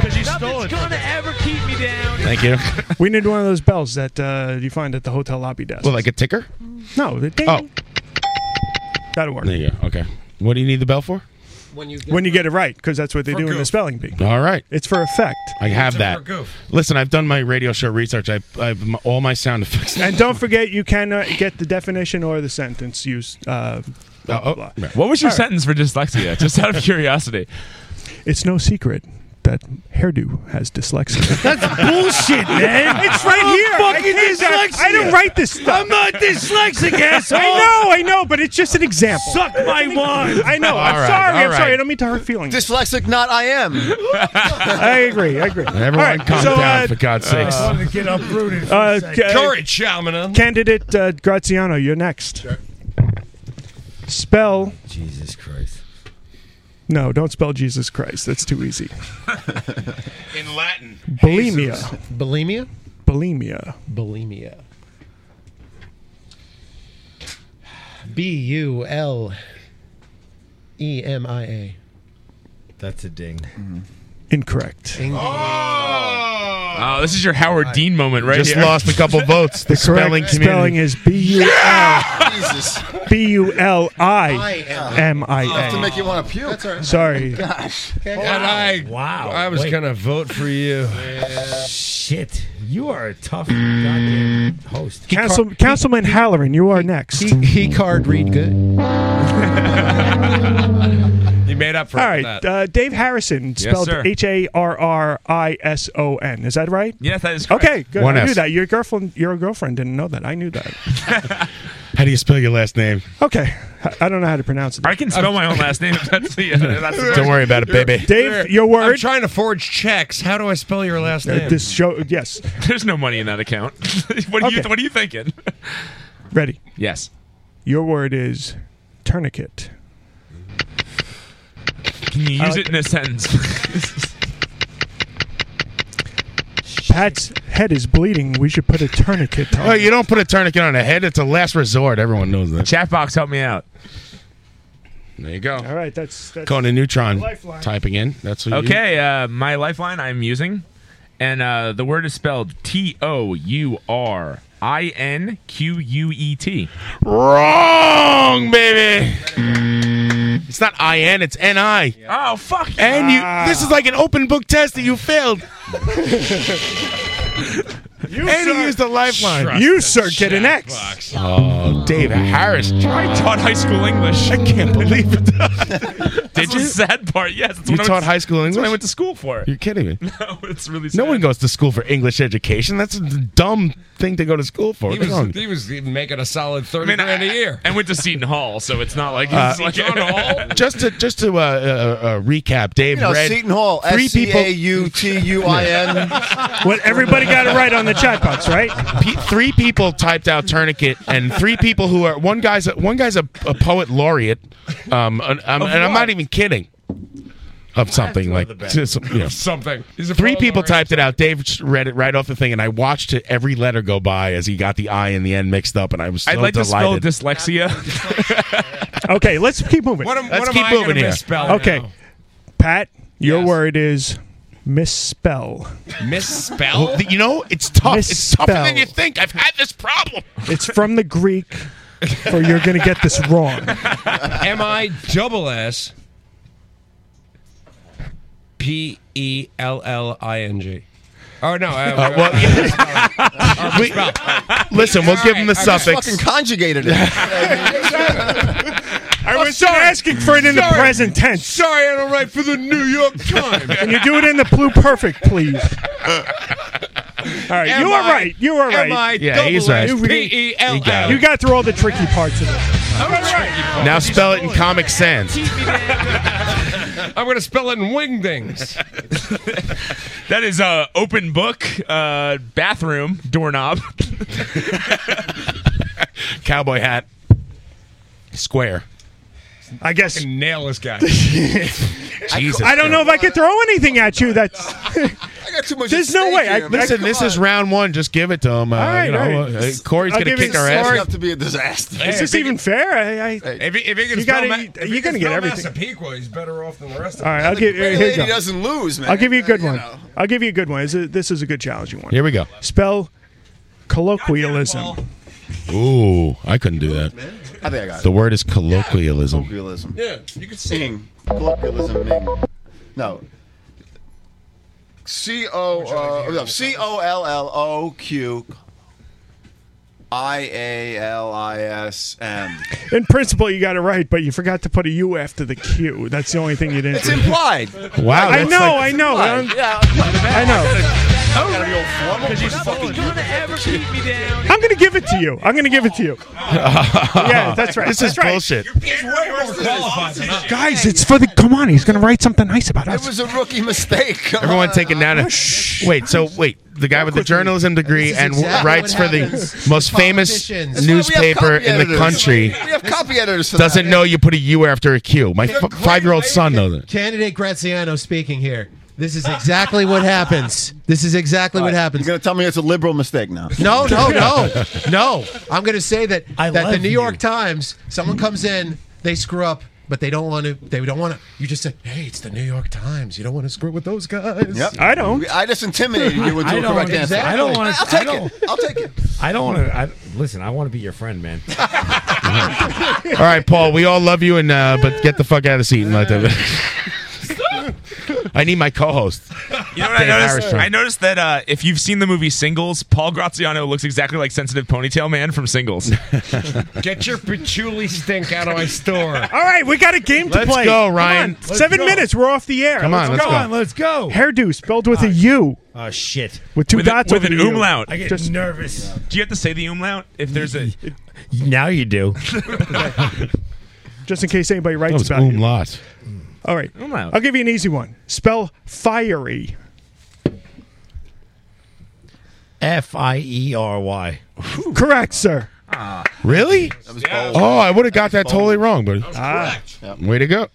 S17: those?
S2: Because you stole it. gonna ever keep me down.
S11: Thank you.
S17: We need one of those bells that uh, you find at the hotel lobby desk.
S11: Well, like a ticker?
S17: no, the ding.
S11: Oh.
S17: That'll work.
S11: There you go. Okay. What do you need the bell for?
S17: When you get, it right, because that's what they do in the spelling bee.
S11: All right.
S17: It's for effect.
S11: I have that.
S17: goof.
S11: Listen, I've done my radio show research. I, I've m- all my sound effects.
S17: And don't forget, you can uh, get the definition or the sentence used. Uh, blah, blah, blah.
S2: What was your
S17: All right.
S2: sentence for dyslexia? Just out of curiosity.
S17: It's no secret that hairdo has dyslexia.
S3: That's bullshit, man.
S17: It's right
S3: I'm
S17: here. I
S3: fucking
S17: can't- I-
S3: dyslexic.
S17: I didn't write this stuff.
S3: I'm not dyslexic, asshole.
S17: I know, I know, but it's just an example.
S3: Suck my wand.
S17: I know. I'm
S11: All right,
S17: sorry.
S11: all
S17: I'm sorry.
S11: right.
S17: I don't mean to hurt feelings.
S20: Dyslexic, not I am.
S17: I agree. I agree. All
S11: Everyone,
S17: right,
S11: calm
S17: so,
S11: down
S17: uh,
S11: for God's sakes.
S17: uh,
S12: Get uprooted.
S17: Uh, ca-
S9: Courage, Shamana.
S17: Candidate uh, Graziano, you're next. Spell.
S1: Jesus Christ.
S17: No, don't spell Jesus Christ. That's too easy.
S11: In Latin.
S17: Bulimia.
S19: Bulimia?
S17: Bulimia.
S19: Bulimia. B U L E M I A.
S1: That's a ding.
S17: Mm-hmm. Incorrect.
S20: Uh,
S2: Oh, this is your Howard Dean moment right
S11: Just
S2: here.
S11: lost a couple votes. The, spelling
S17: Correct spelling
S11: community.
S17: is B U L
S20: Jesus.
S17: B U L I M
S20: Enough to
S17: I
S20: make you want to puke. That's all
S17: A. Sorry.
S20: Gosh.
S9: I,
S3: Wow.
S9: I was
S3: Wait.
S9: going to vote for you.
S3: Shit. You are a tough goddamn host.
S17: Council, Councilman Halloran, you are next. He,
S19: card read good.
S9: You made up for
S17: All
S9: it
S17: right,
S9: with that.
S17: uh, Dave Harrison,
S9: Yes,
S17: spelled
S9: sir.
S17: H A R R I S O N. Is that right?
S2: Yes, that is correct.
S17: Okay, good.
S11: One
S17: I knew
S11: S.
S17: that. Your girlfriend, your girlfriend didn't know that. I knew that.
S11: How do you spell your last name?
S17: Okay, I- I don't know how to pronounce it.
S2: I can spell my own last name. If that's the, uh, that's the
S11: Don't worry about it, baby.
S17: Dave, your word.
S9: I'm trying to forge checks. How do I spell your last
S17: Uh,
S9: name?
S17: This show, yes.
S2: There's no money in that account. what, are you,
S17: Okay.
S2: what are you thinking?
S17: Ready.
S2: Yes.
S17: Your word is tourniquet.
S2: Can you
S17: I
S2: use
S17: like
S2: it in a sentence?
S17: Pat's head is bleeding. We should put a tourniquet on.
S11: Oh, you don't put a tourniquet on a head. It's a last resort. Everyone knows that.
S2: Chat box, help me out.
S11: There you go.
S17: All right, that's, that's
S11: Conan Neutron
S17: Lifeline.
S11: typing in. That's what you
S2: Okay, uh, my lifeline I'm using, and uh, the word is spelled T O U R I N Q U E T.
S11: Wrong, baby. It's not I N. It's N I.
S2: Oh fuck! you.
S11: And
S17: Ah.
S11: you. This is like an open book test that you failed.
S17: You,
S11: And you
S17: sir,
S11: used a lifeline.
S17: you, sir get an X.
S11: Oh, Dave Harris.
S2: I taught high school English.
S11: I can't believe it.
S2: Did you? Sad part, yes. That's
S11: You
S2: what I
S11: taught
S2: went,
S11: high school
S2: That's what I
S11: English.
S2: went to school for.
S11: You're kidding me.
S2: No, it's really sad.
S11: No one goes to school for English education. That's a dumb thing to go to school for.
S9: He
S11: What's wrong?
S9: was, he was making a solid 30
S2: I mean,
S9: grand
S2: I,
S9: a year.
S2: I went to Seton Hall, so it's not like it's
S11: Uh,
S2: like
S9: Seton Hall?
S11: just to just to uh, uh, uh, recap, Dave
S20: You know,
S11: read
S20: Seton Hall.
S11: three
S20: S C A
S11: people,
S20: U T U I N.
S17: What everybody got it right on the chat box, right?
S11: pe- three people typed out tourniquet, and three people who are one guy's a, one guy's a, a poet laureate, um, and, I'm, and I'm not even kidding, of something like just, you know.
S9: Something. He's a
S11: Three
S9: pro
S11: people
S9: laureate.
S11: typed it out. Dave just read it right off the thing, and I watched it, every letter go by as he got the I and the N mixed up, and I was so
S2: I'd like
S11: delighted.
S2: to spell dyslexia.
S17: Okay, let's keep moving.
S9: What am,
S11: Let's
S9: what am
S11: keep
S9: I
S11: moving
S9: going to
S11: here.
S9: misspell
S17: Okay, Pat, your word is misspell.
S9: now? Misspell?
S11: Well, Oh, th- you know, it's tough. It's tougher than
S17: Misspelled.
S11: you think. I've had this problem.
S17: It's from the Greek for you're going to get this wrong.
S9: M I double S P E L L I N G. Oh no! Uh,
S11: Uh, well, we- listen, we'll give him the suffix.
S20: fucking conjugated it.
S17: I was asking for it in the present tense.
S9: Oh, Sorry, I don't write for the New York Times.
S17: Can you do it in the blue perfect, please? All right, you are right. You are right.
S11: Yeah, he's right.
S9: E
S11: He got it.
S17: You got through all the tricky parts of it.
S11: Now spell it in Comic Sans.
S9: I'm gonna spell it in wingdings.
S2: That is uh, open book, uh, bathroom, doorknob.
S11: Cowboy hat. Square.
S17: I guess
S9: nail this guy.
S11: Jesus.
S17: I don't know if I could throw anything at you. That's
S20: I got too much.
S17: There's no way. I,
S11: Listen, this is round one. Just give it to him. Uh,
S17: All right,
S11: you know,
S17: all right.
S11: uh, Corey's
S17: I'll
S11: gonna
S17: give you
S11: kick our
S17: Corey.
S11: ass.
S17: It's enough to
S20: be a disaster.
S17: Is this even fair? I, I,
S9: If he, if he can
S17: you
S9: spell
S17: gotta,
S9: ma-
S17: you-
S9: if he
S17: you're
S9: can
S17: gonna get
S9: spell
S17: everything.
S9: Massapequa, he's better off than the rest of
S17: All right,
S9: us.
S17: I'll give here, here you go. I'll give you a good
S9: Uh,
S17: one. I'll give you a good one. Is it- This is a good challenging one.
S11: Here we go.
S17: Spell colloquialism.
S11: Ooh, I couldn't do that.
S20: I think I got it.
S11: The word is colloquialism.
S20: Colloquialism.
S9: Yeah, you can sing.
S20: Colloquialism. Ming. No. C O uh, no, C O L L O Q I A L I S M.
S17: In principle, you got it right, but you forgot to put a U after the Q. That's the only thing you didn't.
S20: It's
S17: do.
S20: implied.
S17: Wow, I that's know, like- I know.
S20: Implied.
S17: I'm-
S20: Yeah,
S17: I know.
S20: I gotta be all formal. Fucking
S17: I'm gonna give it to you. I'm gonna give it to you. yeah, that's right.
S11: This
S17: that's
S11: is
S17: right.
S11: bullshit.
S9: He's way more qualified than us.
S17: Guys, it's for the. Come on, he's gonna write something nice about
S20: It
S17: us.
S20: was a rookie mistake.
S11: Everyone take it down. and- Wait, so wait, the guy with the journalism degree
S20: This is
S11: and
S20: exactly
S11: writes
S20: what
S11: for the
S20: happens.
S11: most famous
S20: Politicians. That's
S11: newspaper
S20: why we have
S11: in
S20: copy
S11: the
S20: editors.
S11: country
S20: We have copy editors for
S11: doesn't
S20: that.
S11: know you put a U after a Q. My f- five-year-old son knows it.
S19: Candidate Graziano speaking here. This is exactly what happens. This is exactly what happens.
S20: You're gonna tell me it's a liberal mistake now.
S19: No, no, no, no. I'm going to say that that the
S20: love
S19: New York Times, someone comes in, they screw up, but they don't want to. They don't want to. You just say, "Hey, it's the New York Times. You don't want to screw with those guys."
S20: Yep. I don't. I just intimidated you with
S3: I
S20: the
S3: don't
S20: correct answer.
S3: exactly. I don't wanna-
S20: I'll take
S3: I don't-
S20: it. I'll take it.
S3: I don't want to. Listen, I want to be your friend, man.
S11: All right, Paul, we all love you, and uh, but get the fuck out of the seat and let them. I need my co-host.
S2: You know what I
S11: Dave
S2: noticed?
S11: Armstrong.
S2: I noticed that uh, if you've seen the movie Singles, Paul Graziano looks exactly like sensitive ponytail man from Singles.
S9: Get your patchouli stink out of my store.
S17: All right, we got a game to
S9: Let's
S17: play.
S9: go,
S17: Come
S9: Ryan.
S17: on,
S9: Let's
S17: Seven
S9: go.
S17: minutes. We're off the air.
S11: Come on, let's go.
S17: on,
S3: let's go.
S17: Hairdo spelled with a U.
S3: Oh shit!
S17: With two
S2: with a-
S17: dots
S2: with
S17: over
S2: an
S17: the U.
S2: umlaut.
S3: I get
S17: Just-
S3: nervous.
S2: Do you have to say the umlaut if there's a?
S3: Now you do.
S17: Just in case anybody writes about it.
S11: umlaut.
S17: All right,
S3: Umlaut.
S17: I'll give you an easy one. Spell fiery.
S3: F I E R Y.
S17: Correct, sir.
S11: Ah. Really?
S17: bold.
S11: Oh, I would have got that totally wrong, but
S17: Ah.
S11: way to go.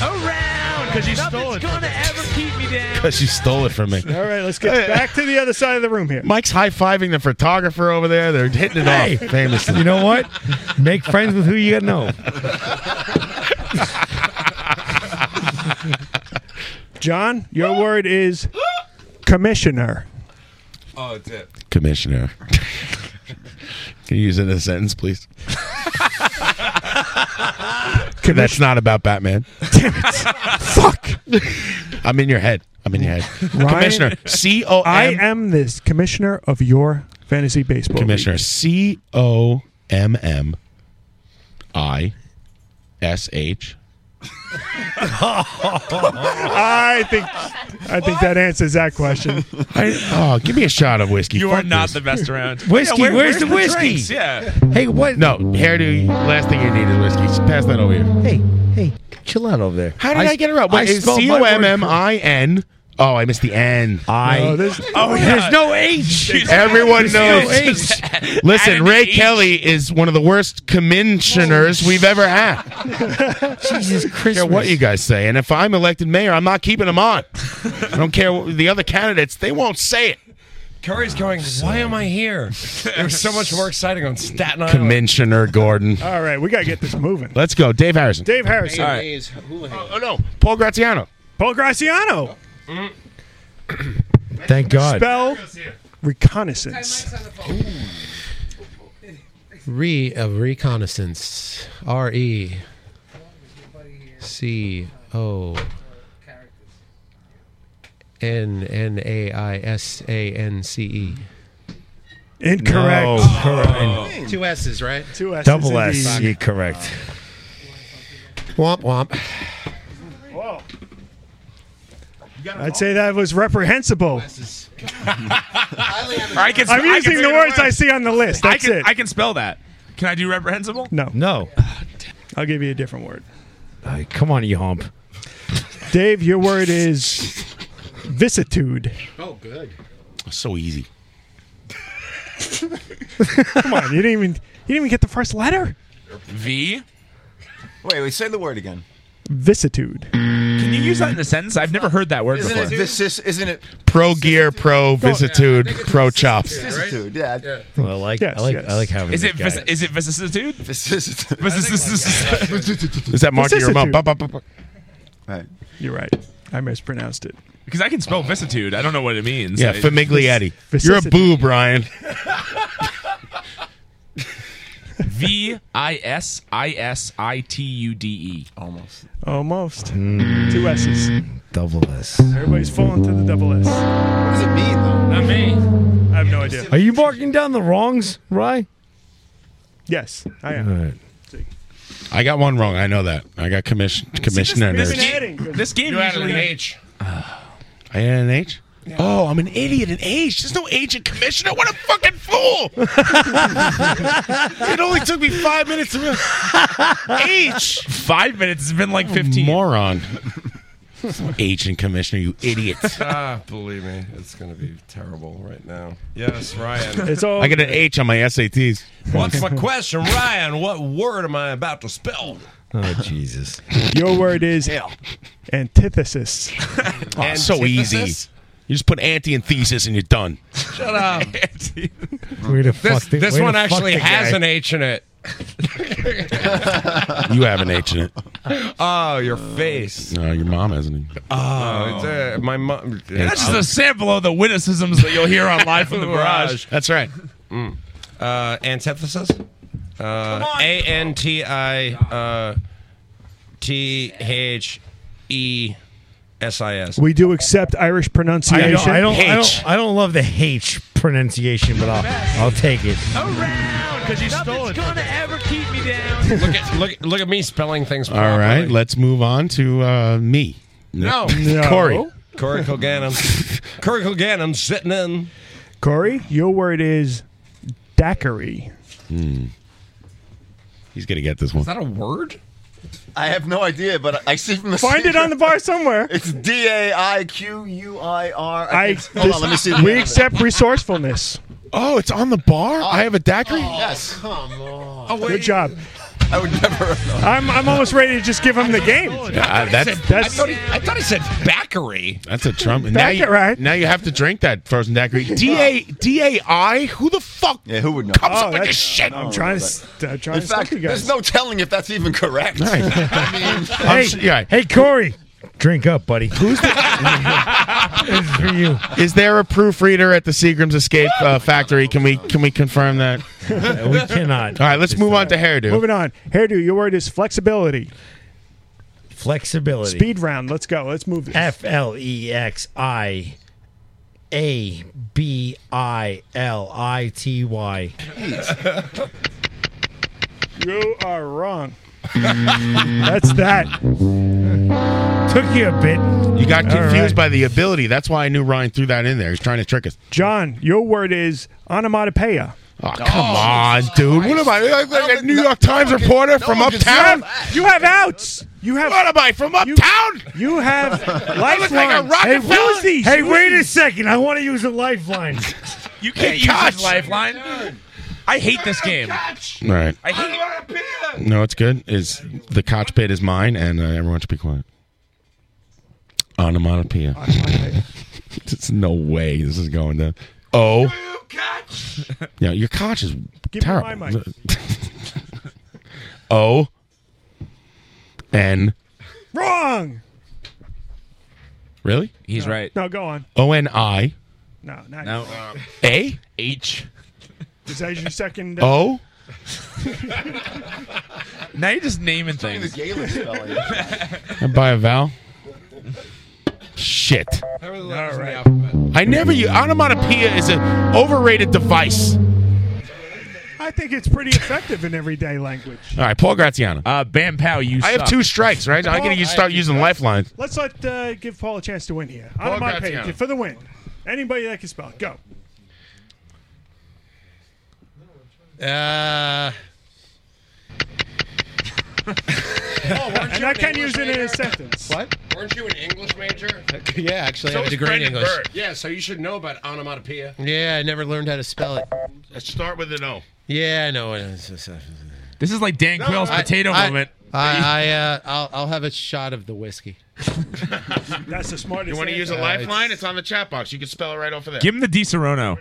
S2: Around because you stole it. gonna ever keep me down.
S11: Because you stole it from me.
S17: All right, let's get back to the other side of the room here.
S11: Mike's high fiving the photographer over there. They're hitting it
S3: Hey,
S11: off famously.
S3: you know what? Make friends with who you know.
S17: John, your word is commissioner.
S9: Oh, it's it.
S11: Commissioner. Can you use it in a sentence, please? That's not about Batman.
S17: Damn it. Fuck.
S11: I'm in your head. I'm in your head.
S17: Ryan-
S11: Commissioner. C O
S17: I
S11: M.
S17: am this commissioner of your fantasy baseball.
S11: Commissioner. C O M M I S H.
S17: I think I think that answers that question.
S11: I- Oh, give me a shot of whiskey.
S2: You
S11: Fuck
S2: are not
S11: this.
S2: the best around.
S11: Whiskey,
S2: Yeah,
S11: where's the whiskey?
S2: drinks? Yeah.
S11: Hey, what? No, hairdo. Last thing you need is whiskey. Just pass that over here.
S3: Hey, hey, chill out over there.
S11: How did I, get it right? Wait,
S3: spelled
S11: C
S3: my
S11: O
S3: word
S11: M M I N. Oh, I missed the N.
S3: I.
S11: No,
S17: there's,
S2: Oh, yeah.
S3: There's no H.
S11: Everyone
S3: There's
S11: knows.
S3: No H.
S11: Listen,
S2: Added
S11: Ray
S2: the H.
S11: Kelly is one of the worst commissioners we've ever had.
S3: Jesus
S11: I
S3: Christ.
S11: don't care what you guys say, and if I'm elected mayor, I'm not keeping him on. I don't care what the other candidates; they won't say it.
S9: Curry's going. Why am I here? It was so much more exciting on Staten Island.
S11: Commissioner Gordon,
S9: uh,
S17: All right, we gotta get this moving.
S11: let's go, Dave Harrison,
S17: Dave Harrison,
S11: Oh, oh, no, Paul Graziano.
S17: Paul Graziano,
S3: Thank God.
S17: Mm. spell reconnaissance.
S19: Re of reconnaissance. R E C O N N A I S A N C E.
S17: Incorrect.
S19: No,
S17: correct.
S19: Two S's, right?
S17: Two S's.
S1: Double
S17: indeed.
S1: S. You're correct.
S19: Womp womp.
S17: I'd say that was reprehensible.
S2: I can,
S17: I'm
S2: I can
S17: using
S2: say
S17: the
S2: it
S17: words
S2: right.
S17: I see on the list.
S2: I
S17: That's
S2: can,
S17: it.
S2: I can spell that. Can I do reprehensible?
S17: No.
S3: No.
S17: I'll give you a different word.
S3: come on, you hump.
S17: Dave, your word is vicitude.
S19: Oh, good.
S11: So easy.
S17: Come on, you didn't even you didn't even get the first letter.
S2: V.
S20: Wait, wait. Say the word again.
S17: Vicitude.
S2: Can you use that in a sentence? I've never heard that word
S20: Isn't
S2: before.
S20: it vicis? Isn't it
S11: Pro gear, pro vicitude, pro chops.
S20: vicissitude? Yeah.
S3: Well, I like
S11: Yes,
S3: I like
S11: yes.
S3: I like having
S2: Is
S3: this
S2: it
S3: guy.
S2: vis- is it vicissitude?
S20: Vicissitude.
S2: Vicissitude.
S11: Is that marking your mouth?
S20: Right.
S17: You're right. I mispronounced it.
S2: Because I can spell vicissitude. I don't know what it means.
S11: Yeah,
S2: I-
S11: Famiglietti. You're a boo, Brian.
S2: V I S I S I T U D E.
S20: Almost.
S17: Almost. Two S's.
S11: Mm,
S3: Double S.
S17: Everybody's falling to the double S. What
S20: does it mean, though?
S17: Not me. I have no idea.
S3: Are you marking down the wrongs, Rye?
S17: Yes, I am.
S11: I got one wrong. I know that. I got commission commissioner.
S2: this,
S11: nerves.
S2: game, this game
S9: You added
S2: usually
S9: an H.
S11: I had an H. Oh, I'm an idiot. An H. There's no H in commissioner. What a fucking fool! it only took me five minutes to realize H.
S2: Five minutes. It's been like fifteen.
S11: Oh, Moron. H in commissioner. You idiot.
S9: ah, believe me, it's going to be terrible right now. Yes, Ryan.
S11: I got an H on my SATs.
S9: What's my question, Ryan? What word am I about to spell?
S1: Oh Jesus.
S17: Your word is antithesis.
S11: Oh, so easy. You just put anti and thesis and you're done.
S9: Shut up.
S3: Way to
S9: this
S11: fuck the-
S9: this
S11: way to
S9: one
S11: fuck
S9: actually
S11: the
S9: has
S11: guy.
S9: an H in it.
S11: You have an H in it.
S9: Oh, your face.
S11: No, your mom hasn't. even.
S9: Oh, it's, uh, my mom.
S2: That's just a sample of the witticisms that you'll hear on Live from the Barrage.
S11: That's right.
S9: Mm. Uh, antithesis. Uh, A N T I uh, T H E S I S.
S17: We do accept Irish
S3: I
S17: pronunciation.
S3: don't, I don't, I don't, I don't love the H pronunciation, but I'll, I'll take it.
S2: Around, because you stole it. gonna ever keep me down.
S9: look at look, look at me spelling things.
S11: All right, let's move on to uh, me.
S9: No.
S11: Corey.
S9: Corey Kilgannon. Corey Kilgannon's sitting in.
S17: Corey, your word is daiquiri.
S11: Hmm. He's gonna get this one.
S9: that a word?
S20: I have no idea, but I see from the
S17: Find it on the bar somewhere.
S20: It's D A I Q U I R.
S17: I,
S20: hold on. Let me see. the
S17: We
S20: name.
S17: accept resourcefulness.
S11: Oh, it's on the bar. I have a daiquiri.
S20: Yes. Oh, Come on. Oh,
S17: Good job.
S20: I would never.
S17: I'm, I'm almost ready to just give him the game.
S11: Yeah, I- that's
S9: I thought, he, I thought he said Backery.
S11: that's a Trump. Now you, now you have to drink that frozen daiquiri. Uh, D A D A I. Who the fuck?
S20: Yeah, who would know? Oh,
S11: Comes up with this shit.
S17: I'm trying to. st- I'm trying
S20: In
S17: to stop
S20: fact,
S17: you guys.
S20: there's no telling if that's even correct.
S3: Hey, hey, Corey, drink up, buddy. Who's this is for you.
S11: Is there a proofreader at the Seagram's Escape uh, Factory? Can we can we confirm that?
S3: we cannot.
S11: All right, let's move on to hairdo.
S17: Moving on. Hairdo, your word is flexibility.
S3: Flexibility.
S17: Speed round. Let's go. Let's move this.
S3: F L E X I A B I L I T Y.
S17: You are wrong. That's that.
S3: Took you a bit.
S11: You got
S17: All
S11: confused
S17: right.
S11: by the ability. That's why I knew Ryan threw that in there. He's trying to trick us.
S17: John, your word is onomatopoeia.
S11: Oh, come on, dude. What am I? Like, like a New York Times reporter from uptown?
S17: You have outs. You have.
S11: What am I from uptown?
S17: You have
S11: I look like a
S17: lifelines.
S11: Rockefeller.
S3: Hey, wait a second. I want to use a lifeline.
S2: You can't use his lifeline. I hate this game.
S11: All right.
S2: I hate.
S11: No, it's good. Is the couch pit is mine, and uh, everyone should be quiet. Onomatopoeia. There's no way this is going down. Oh. Yeah, your couch is
S17: Give me
S11: terrible.
S17: my mic.
S11: o. N.
S17: Wrong.
S11: Really?
S2: He's right.
S17: No, go on.
S11: O N I
S17: No, not
S2: No.
S11: A
S2: H.
S17: Is that your second? uh,
S11: O.
S2: Now you're just naming things.
S20: Gaelic spelling.
S11: And by a vowel. Shit. I never use onomatopoeia is an overrated device.
S17: I think it's pretty effective in everyday language.
S11: All right, Paul Graziano.
S2: Uh, Bam Pow, you.
S11: I have
S17: suck.
S11: two strikes, right? I gotta use, start using lifelines.
S17: Let's let uh, give Paul a chance to win here.
S11: Paul
S17: On my
S11: Graziano.
S17: page for the win. Anybody that can spell, go.
S9: Uh, Oh,
S17: and I can use it in a sentence.
S9: What? Weren't you an English major?
S19: yeah, actually, I have a
S9: was
S19: degree in
S9: Brendan
S19: English.
S9: Burtt. Yeah, so you should know about onomatopoeia.
S19: Yeah, I never learned how to spell it.
S11: Let's start with an O.
S19: Yeah, I know. This
S2: This is like Dan Quill's potato
S19: I,
S2: moment.
S19: I, I, uh, I'll, I'll have a shot of the whiskey.
S17: That's the smartest.
S11: You want to use a lifeline? It's on the chat box. You can spell it right off of there.
S2: Give him the Di Serono.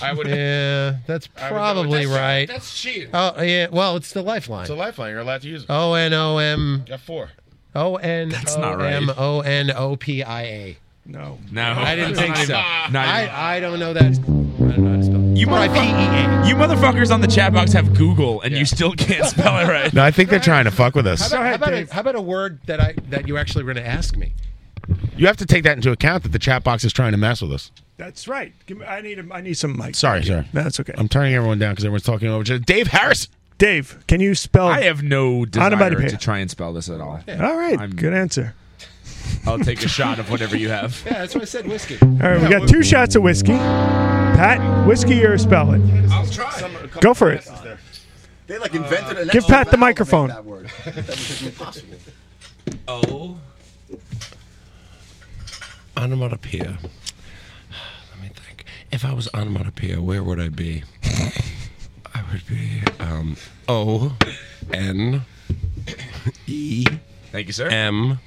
S11: I would.
S19: Yeah, that's
S11: I would go with
S19: probably
S11: that.
S19: right.
S11: That's cheating.
S19: Oh yeah, well, it's the lifeline.
S11: It's a lifeline. You're allowed to use it.
S19: O N O M
S11: Got four.
S19: O N O M O N O P I A.
S17: No,
S2: No.
S19: I didn't think so.
S2: Not even-
S19: I, I don't know that. I don't know how to spell. it.
S2: You,
S19: Or I
S2: motherfuck- you motherfuckers on the chat box have Google, and you still can't spell it right.
S11: No, I think they're trying to fuck with
S19: How
S11: us.
S19: about, how, about a, how about a word that I that you actually were going to ask me?
S11: You have to take that into account that the chat box is trying to mess with us.
S17: That's right. Give me, I need a, I need some mic.
S11: Sorry, sir.
S17: That's okay.
S11: I'm turning everyone down because everyone's talking over. each other. Dave Harris.
S17: Dave, can you spell?
S2: I have no desire
S17: Onomatopoeia.
S2: to try and spell this at all.
S17: All right,
S2: I'm-
S17: good answer.
S2: I'll take a shot of whatever you have.
S19: Yeah, that's why I said whiskey.
S17: All right, we got two shots of whiskey. Pat, whiskey or spell it?
S20: I'll try.
S17: Go for it.
S20: They like invented an
S17: Give
S20: extra
S17: Pat
S20: vowel to
S17: the
S20: make
S17: microphone.
S20: That word. That was impossible.
S9: Oh. Onomatopoeia. Let me think. If I was onomatopoeia, where would I be? I would be um, O N E.
S2: Thank you, sir.
S9: M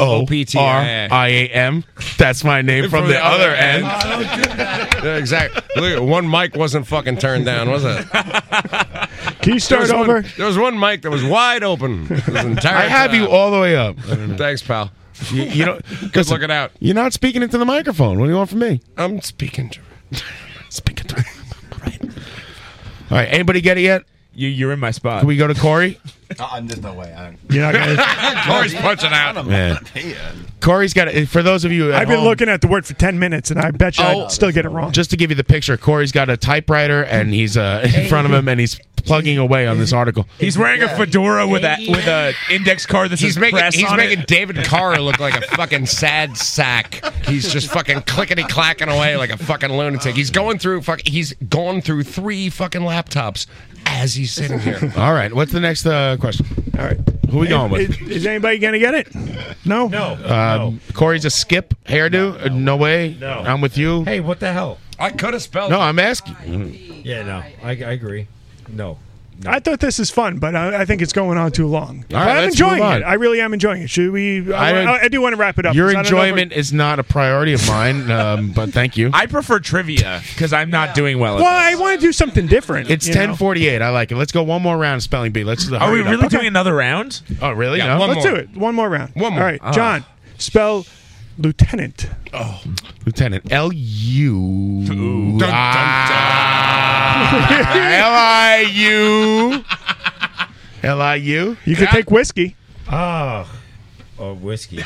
S11: O P
S9: O-P-T-I-A.
S11: T R I A M. That's my name from, the, other, end. Oh,
S9: Yeah, exactly. Look, at- one mic wasn't fucking turned down, was it?
S17: Can you start
S9: there was
S17: over?
S9: One, there was one mic that was wide open. This entire
S11: I have you
S9: time.
S11: all the way up.
S9: Thanks, pal.
S11: You, you know,
S9: Good looking out.
S11: You're not speaking into the microphone. What do you want from me?
S9: I'm speaking to. speaking to.
S11: All right. Anybody get it yet?
S2: You, you're in my spot.
S11: Can we go to Corey?
S20: Uh, there's no way. I'm,
S17: You're not gonna-
S9: Corey's punching out.
S11: Man. Corey's got it. For those of you, at
S17: I've been
S11: home, Oh.
S17: looking at the word for ten minutes, and I bet you I'd still get it wrong.
S11: Just to give you the picture, Corey's got a typewriter and he's uh, in front of him and he's plugging away on this article.
S2: He's wearing a fedora with a with a index card that says
S11: He's making-
S2: press
S11: he's
S2: on
S11: making
S2: it.
S9: David Carr looked like a fucking sad sack. He's just fucking clickety clacking away like a fucking lunatic. He's going through fuck. He's gone through three fucking laptops as he's sitting here.
S11: All right. What's the next uh, question?
S17: All right.
S11: Who we going with?
S17: Is, is anybody gonna get it? No. No.
S11: Um, Corey's a skip hairdo. No, no, way. No. I'm with you.
S3: Hey, what the hell?
S9: I could have spelled.
S11: No, I'm asking.
S3: Yeah, no, I, I agree. No.
S17: I thought this is fun, but I, I think it's going on too long.
S11: All right,
S17: But I'm
S11: let's
S17: enjoying
S11: move on.
S17: it. I really am enjoying it. Should we? I,
S11: I don't-
S17: I, I do want to wrap it up.
S11: Your
S17: 'cause I don't know if
S11: enjoyment is not a priority of mine, um, but thank you.
S2: I prefer trivia because I'm not doing well.
S17: we're-
S2: At
S17: Well, I want to do something different.
S11: It's
S17: you know?
S11: 10:48. I like it. Let's go one more round of spelling bee. Let's.
S2: this. Are we really doing another round?
S11: Oh, really?
S2: Yeah,
S11: no.
S2: one
S17: Let's
S2: more.
S17: do it. One more round.
S11: One more.
S17: All right,
S11: Ah.
S17: John. Spell lieutenant.
S2: Oh.
S11: Lieutenant L U
S17: dun, dun.
S11: I- L I U Ah. L I U. Ah.
S17: You can take whiskey.
S3: Oh, oh whiskey.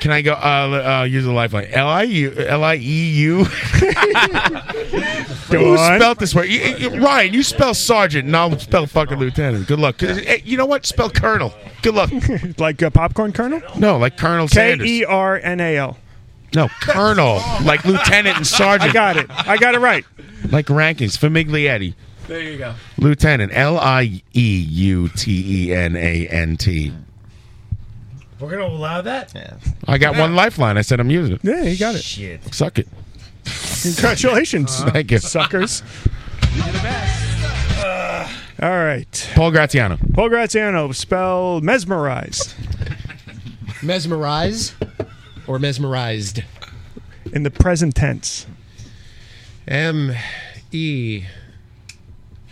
S11: Can I go? Uh, l- uh, use the lifeline. L I U L I E U. Who
S17: on.
S11: spelled this word? You, you- Ryan, you spell sergeant, and I'll spell fucking lieutenant. Good luck. Hey, you know what? Spell colonel. Good luck.
S17: like a popcorn kernel.
S11: No, like Colonel
S17: K
S11: Sanders.
S17: e r n a l.
S11: No, colonel. like lieutenant and sergeant.
S17: I got it. I got it right.
S11: Like rankings. Famiglietti.
S9: There you go.
S11: Lieutenant. L I E U T E N A N T.
S3: We're gonna allow that? Yeah.
S11: I got one lifeline. I said I'm using it.
S17: Yeah, you got it.
S3: Shit.
S11: Suck it.
S17: Congratulations,
S11: Thank you.
S17: suckers. All right,
S11: Paul Graziano.
S17: Paul Graziano. Spell mesmerized.
S19: Mesmerize or mesmerized.
S17: in the present tense.
S19: M E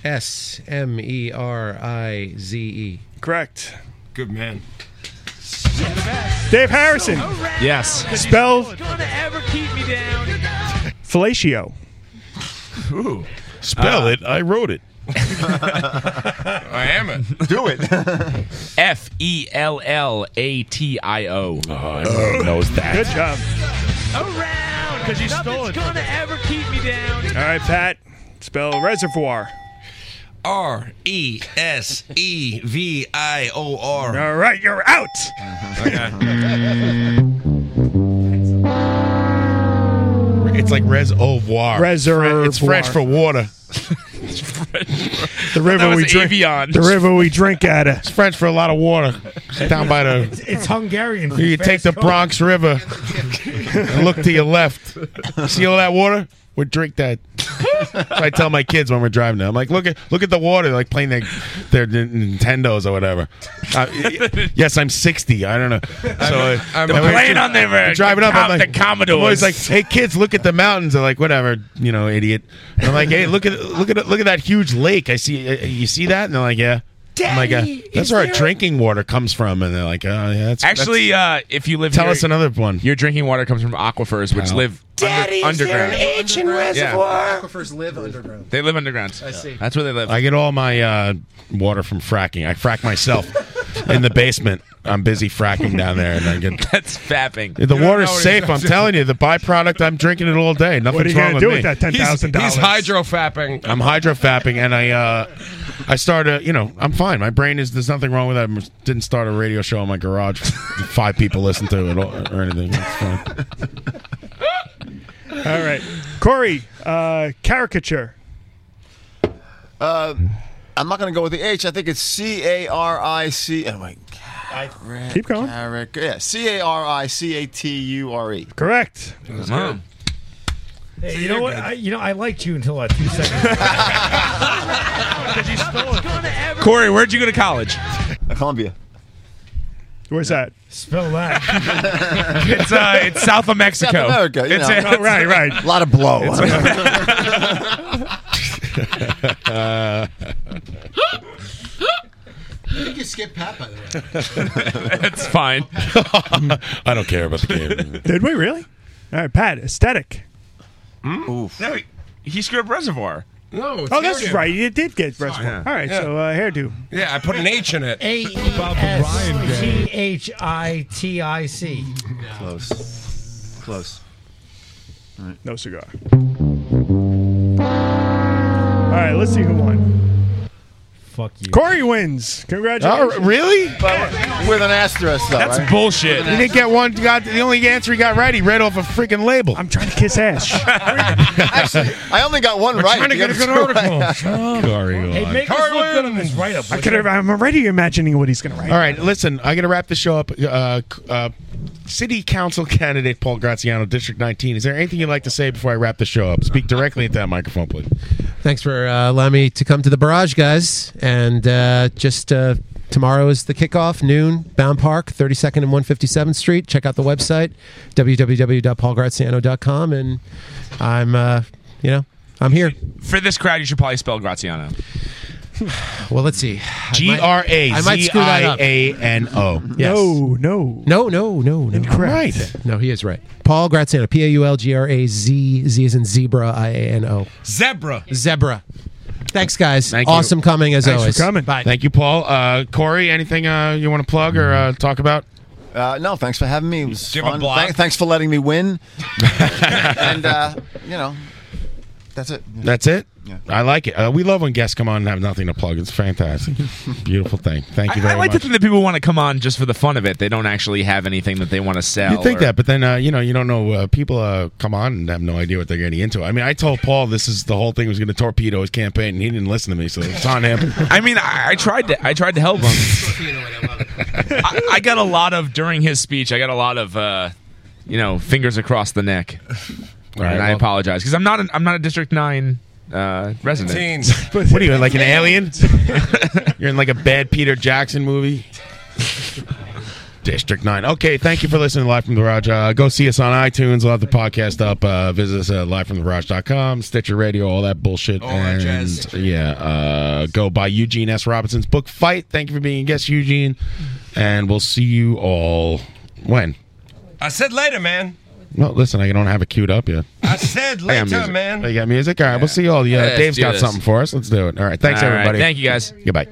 S19: S M E R I Z E.
S17: Correct.
S9: Good man.
S17: Dave Harrison.
S2: Yes.
S17: Spell
S2: Gonna ever keep me down.
S17: fellatio.
S2: Ooh.
S17: Uh,
S11: Spell it. I wrote it.
S9: I am it.
S20: Do it.
S2: F E L L A T I O.
S11: everyone knows that. Good
S17: job.
S2: Around,
S17: because you stole it.
S2: gonna ever keep me down.
S17: All right, Pat. Spell reservoir.
S9: R E S E V I O R.
S17: All right, you're out.
S11: Uh-huh. It's like reservoir.
S17: Reservoir.
S11: It's French for water.
S17: The river we drink. The river we drink at.
S11: It's French for a lot of water. Down by
S3: It's,
S11: the.
S3: it's Hungarian. for
S11: You
S3: fast
S11: take the
S3: coke.
S11: Bronx River and look to your left. See all that water? We drink that. So I tell my kids when we're driving. There. I'm like, look at look at the water. They're like playing their their Nintendos or whatever. Uh, y- yes, I'm 60. I don't know. So uh,
S2: I'm
S11: and we're
S2: playing on their, uh,
S11: driving up. I'm
S2: com-
S11: like,
S2: the Commodores.
S11: I'm always like, hey kids, look at the mountains. They're like, whatever, you know, idiot. And I'm like, hey, look at look at look at that huge lake. I see. Uh, you see that? And they're like, yeah. I'm like,
S2: Daddy,
S11: uh, that's
S2: is
S11: where our
S2: there-
S11: drinking water comes from. And they're like, oh yeah, that's
S2: Actually, uh, if you live
S11: Tell
S2: here,
S11: us another one.
S2: Your drinking water comes from aquifers, which
S11: Pal.
S2: live
S11: Daddy,
S2: under- underground.
S19: ancient
S2: reservoir?
S19: Aquifers live underground.
S2: They live underground.
S19: I see.
S2: That's where they live.
S11: I get all my uh, water from fracking. I frack myself in the basement. I'm busy fracking down there, and I get
S2: That's fapping.
S11: the water's safe. I'm telling you, the byproduct. I'm drinking it all day. Nothing's wrong with me.
S9: He's, he's hydrofapping.
S11: I'm hydrofapping, and I uh, I start a you know I'm fine. My brain is there's nothing wrong with that. I didn't start a radio show in my garage. Five people listen to it or, or anything. It's fine.
S17: All right, Corey. Uh, caricature.
S20: Uh, I'm not going to go with the H. I think it's C A R I C. Oh wait.
S17: Keep going.
S20: Caric- yeah, C A R I C A T U R E.
S17: Correct.
S2: Mom.
S3: Hey, you know what? I, you know I liked you until uh, two seconds.
S2: Corey, where'd you go to college?
S20: Columbia.
S17: Where's that?
S3: Spell that.
S2: It's uh, it's south of Mexico.
S20: South America, you
S2: It's-
S20: know.
S2: it's-
S20: Oh, right,
S17: right.
S20: A lot of blow.
S11: Uh,
S19: I think you skipped Pat, by the way.
S2: That's fine.
S11: I don't care about the game.
S17: Did we really? All right, Pat. Aesthetic.
S11: Hmm?
S2: No, he- he screwed up Reservoir.
S9: No, it's
S17: Oh, that's
S9: hairdo.
S17: right. You did get reservoir.
S9: yeah.
S17: All right,
S9: Yeah.
S17: so uh, hairdo.
S9: Yeah, I put an H in it.
S3: A E S G H I T I C.
S20: Close. Close.
S17: No cigar. All right, let's see who won.
S3: Fuck you.
S17: Corey wins. Congratulations.
S11: Oh, really?
S20: With an asterisk, though. right?
S2: bullshit.
S11: You didn't get one. Got the only answer he got right. He read off a freaking label.
S17: I'm trying to kiss ass.
S20: Actually, I only got one right. The other two right.
S3: Hey, make us look good on this write-up.
S17: I could, I'm already imagining what he's going to write.
S11: All right, listen, I got to wrap the show up. Uh, c- uh, City Council candidate Paul Graziano, District 19. Is there anything you'd like to say before I wrap the show up? Speak directly at that microphone, please.
S19: Thanks for uh, allowing me to come to the barrage, guys. And uh, just uh, tomorrow is the kickoff, noon, Bound Park, 32nd and 157th Street. Check out the website, www.paulgraziano.com. And I'm, uh, you know, I'm here.
S2: For this crowd, you should probably spell Graziano.
S19: Well, let's see. I might-
S11: G R A
S19: I might
S11: Z
S19: screw that
S11: I
S19: up.
S11: A N O.
S19: Yes.
S17: No, no.
S19: No, no, no, no.
S11: Right.
S19: No, he is right. Paul Graziano, P A U L G R A Z, Z is in zebra, I A N O.
S9: Zebra.
S19: Zebra. Thanks, guys.
S11: Thank you.
S19: awesome coming as
S17: Thanks for
S19: always.
S17: coming.
S19: Bye.
S11: Thank you, Paul. Uh, Corey, anything uh, you want to plug or uh, talk about?
S20: Uh, no, thanks for having me. It was
S9: Do you have a
S20: fun.
S9: blog?
S20: Thank- thanks for letting me win. and uh, you know, that's it.
S11: That's it.
S20: Yeah.
S11: I like it. Uh, we love when guests come on and have nothing to plug. It's fantastic. Beautiful thing. Thank you
S2: I,
S11: very
S2: I like
S11: much.
S2: to think that people want to come on just for the fun of it. They don't actually have anything that they want to sell.
S11: You think
S2: or-
S11: that, but then uh, you know you don't know. Uh, people uh, come on and have no idea what they're getting into. I mean, I told Paul this is the whole thing was going to torpedo his campaign, and he didn't listen to me, so it's on him.
S2: I mean, I, I tried to. I tried to help him. I, I got a lot of during his speech. I got a lot of, uh, you know, fingers across the neck,
S11: All right,
S2: and I
S11: well,
S2: apologize because I'm not. An, I'm not a District Nine uh, resident.
S9: Teens.
S11: What are you like an alien? You're in like a bad Peter Jackson movie. District 9. Okay, thank you for listening to Live from the Garage. Uh, go see us on iTunes. We'll have the podcast up. Uh, visit us at livefromthegarage.com, Stitcher Radio, all that bullshit.
S9: All that
S11: and,
S9: jazz.
S11: Yeah, uh, go buy Eugene S. Robinson's book, Fight. Thank you for being a guest, Eugene. And we'll see you all when?
S9: I said later, man.
S11: No, listen, I don't have it queued up yet.
S9: I said
S11: I got
S9: later,
S11: music.
S9: man.
S11: Oh, You got music? All right, we'll see you all. Yeah,
S9: Yeah, let's
S11: Dave's
S9: do
S11: got
S9: this.
S11: something for us. Let's do it. All right, thanks
S2: All right,
S11: everybody.
S2: thank you, guys.
S11: Goodbye.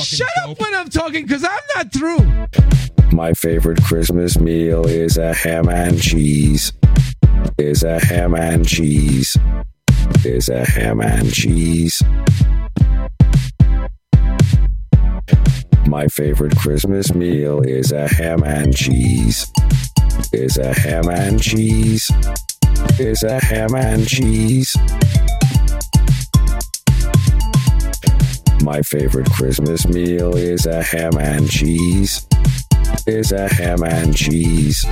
S4: Shut up when I'm talking because I'm not through.
S22: My favorite Christmas meal is a ham and cheese. Is a ham and cheese. Is a ham and cheese. My favorite Christmas meal is a ham and cheese. Is a ham and cheese. Is a ham and cheese. My favorite Christmas meal is a ham and cheese. Is a ham and cheese.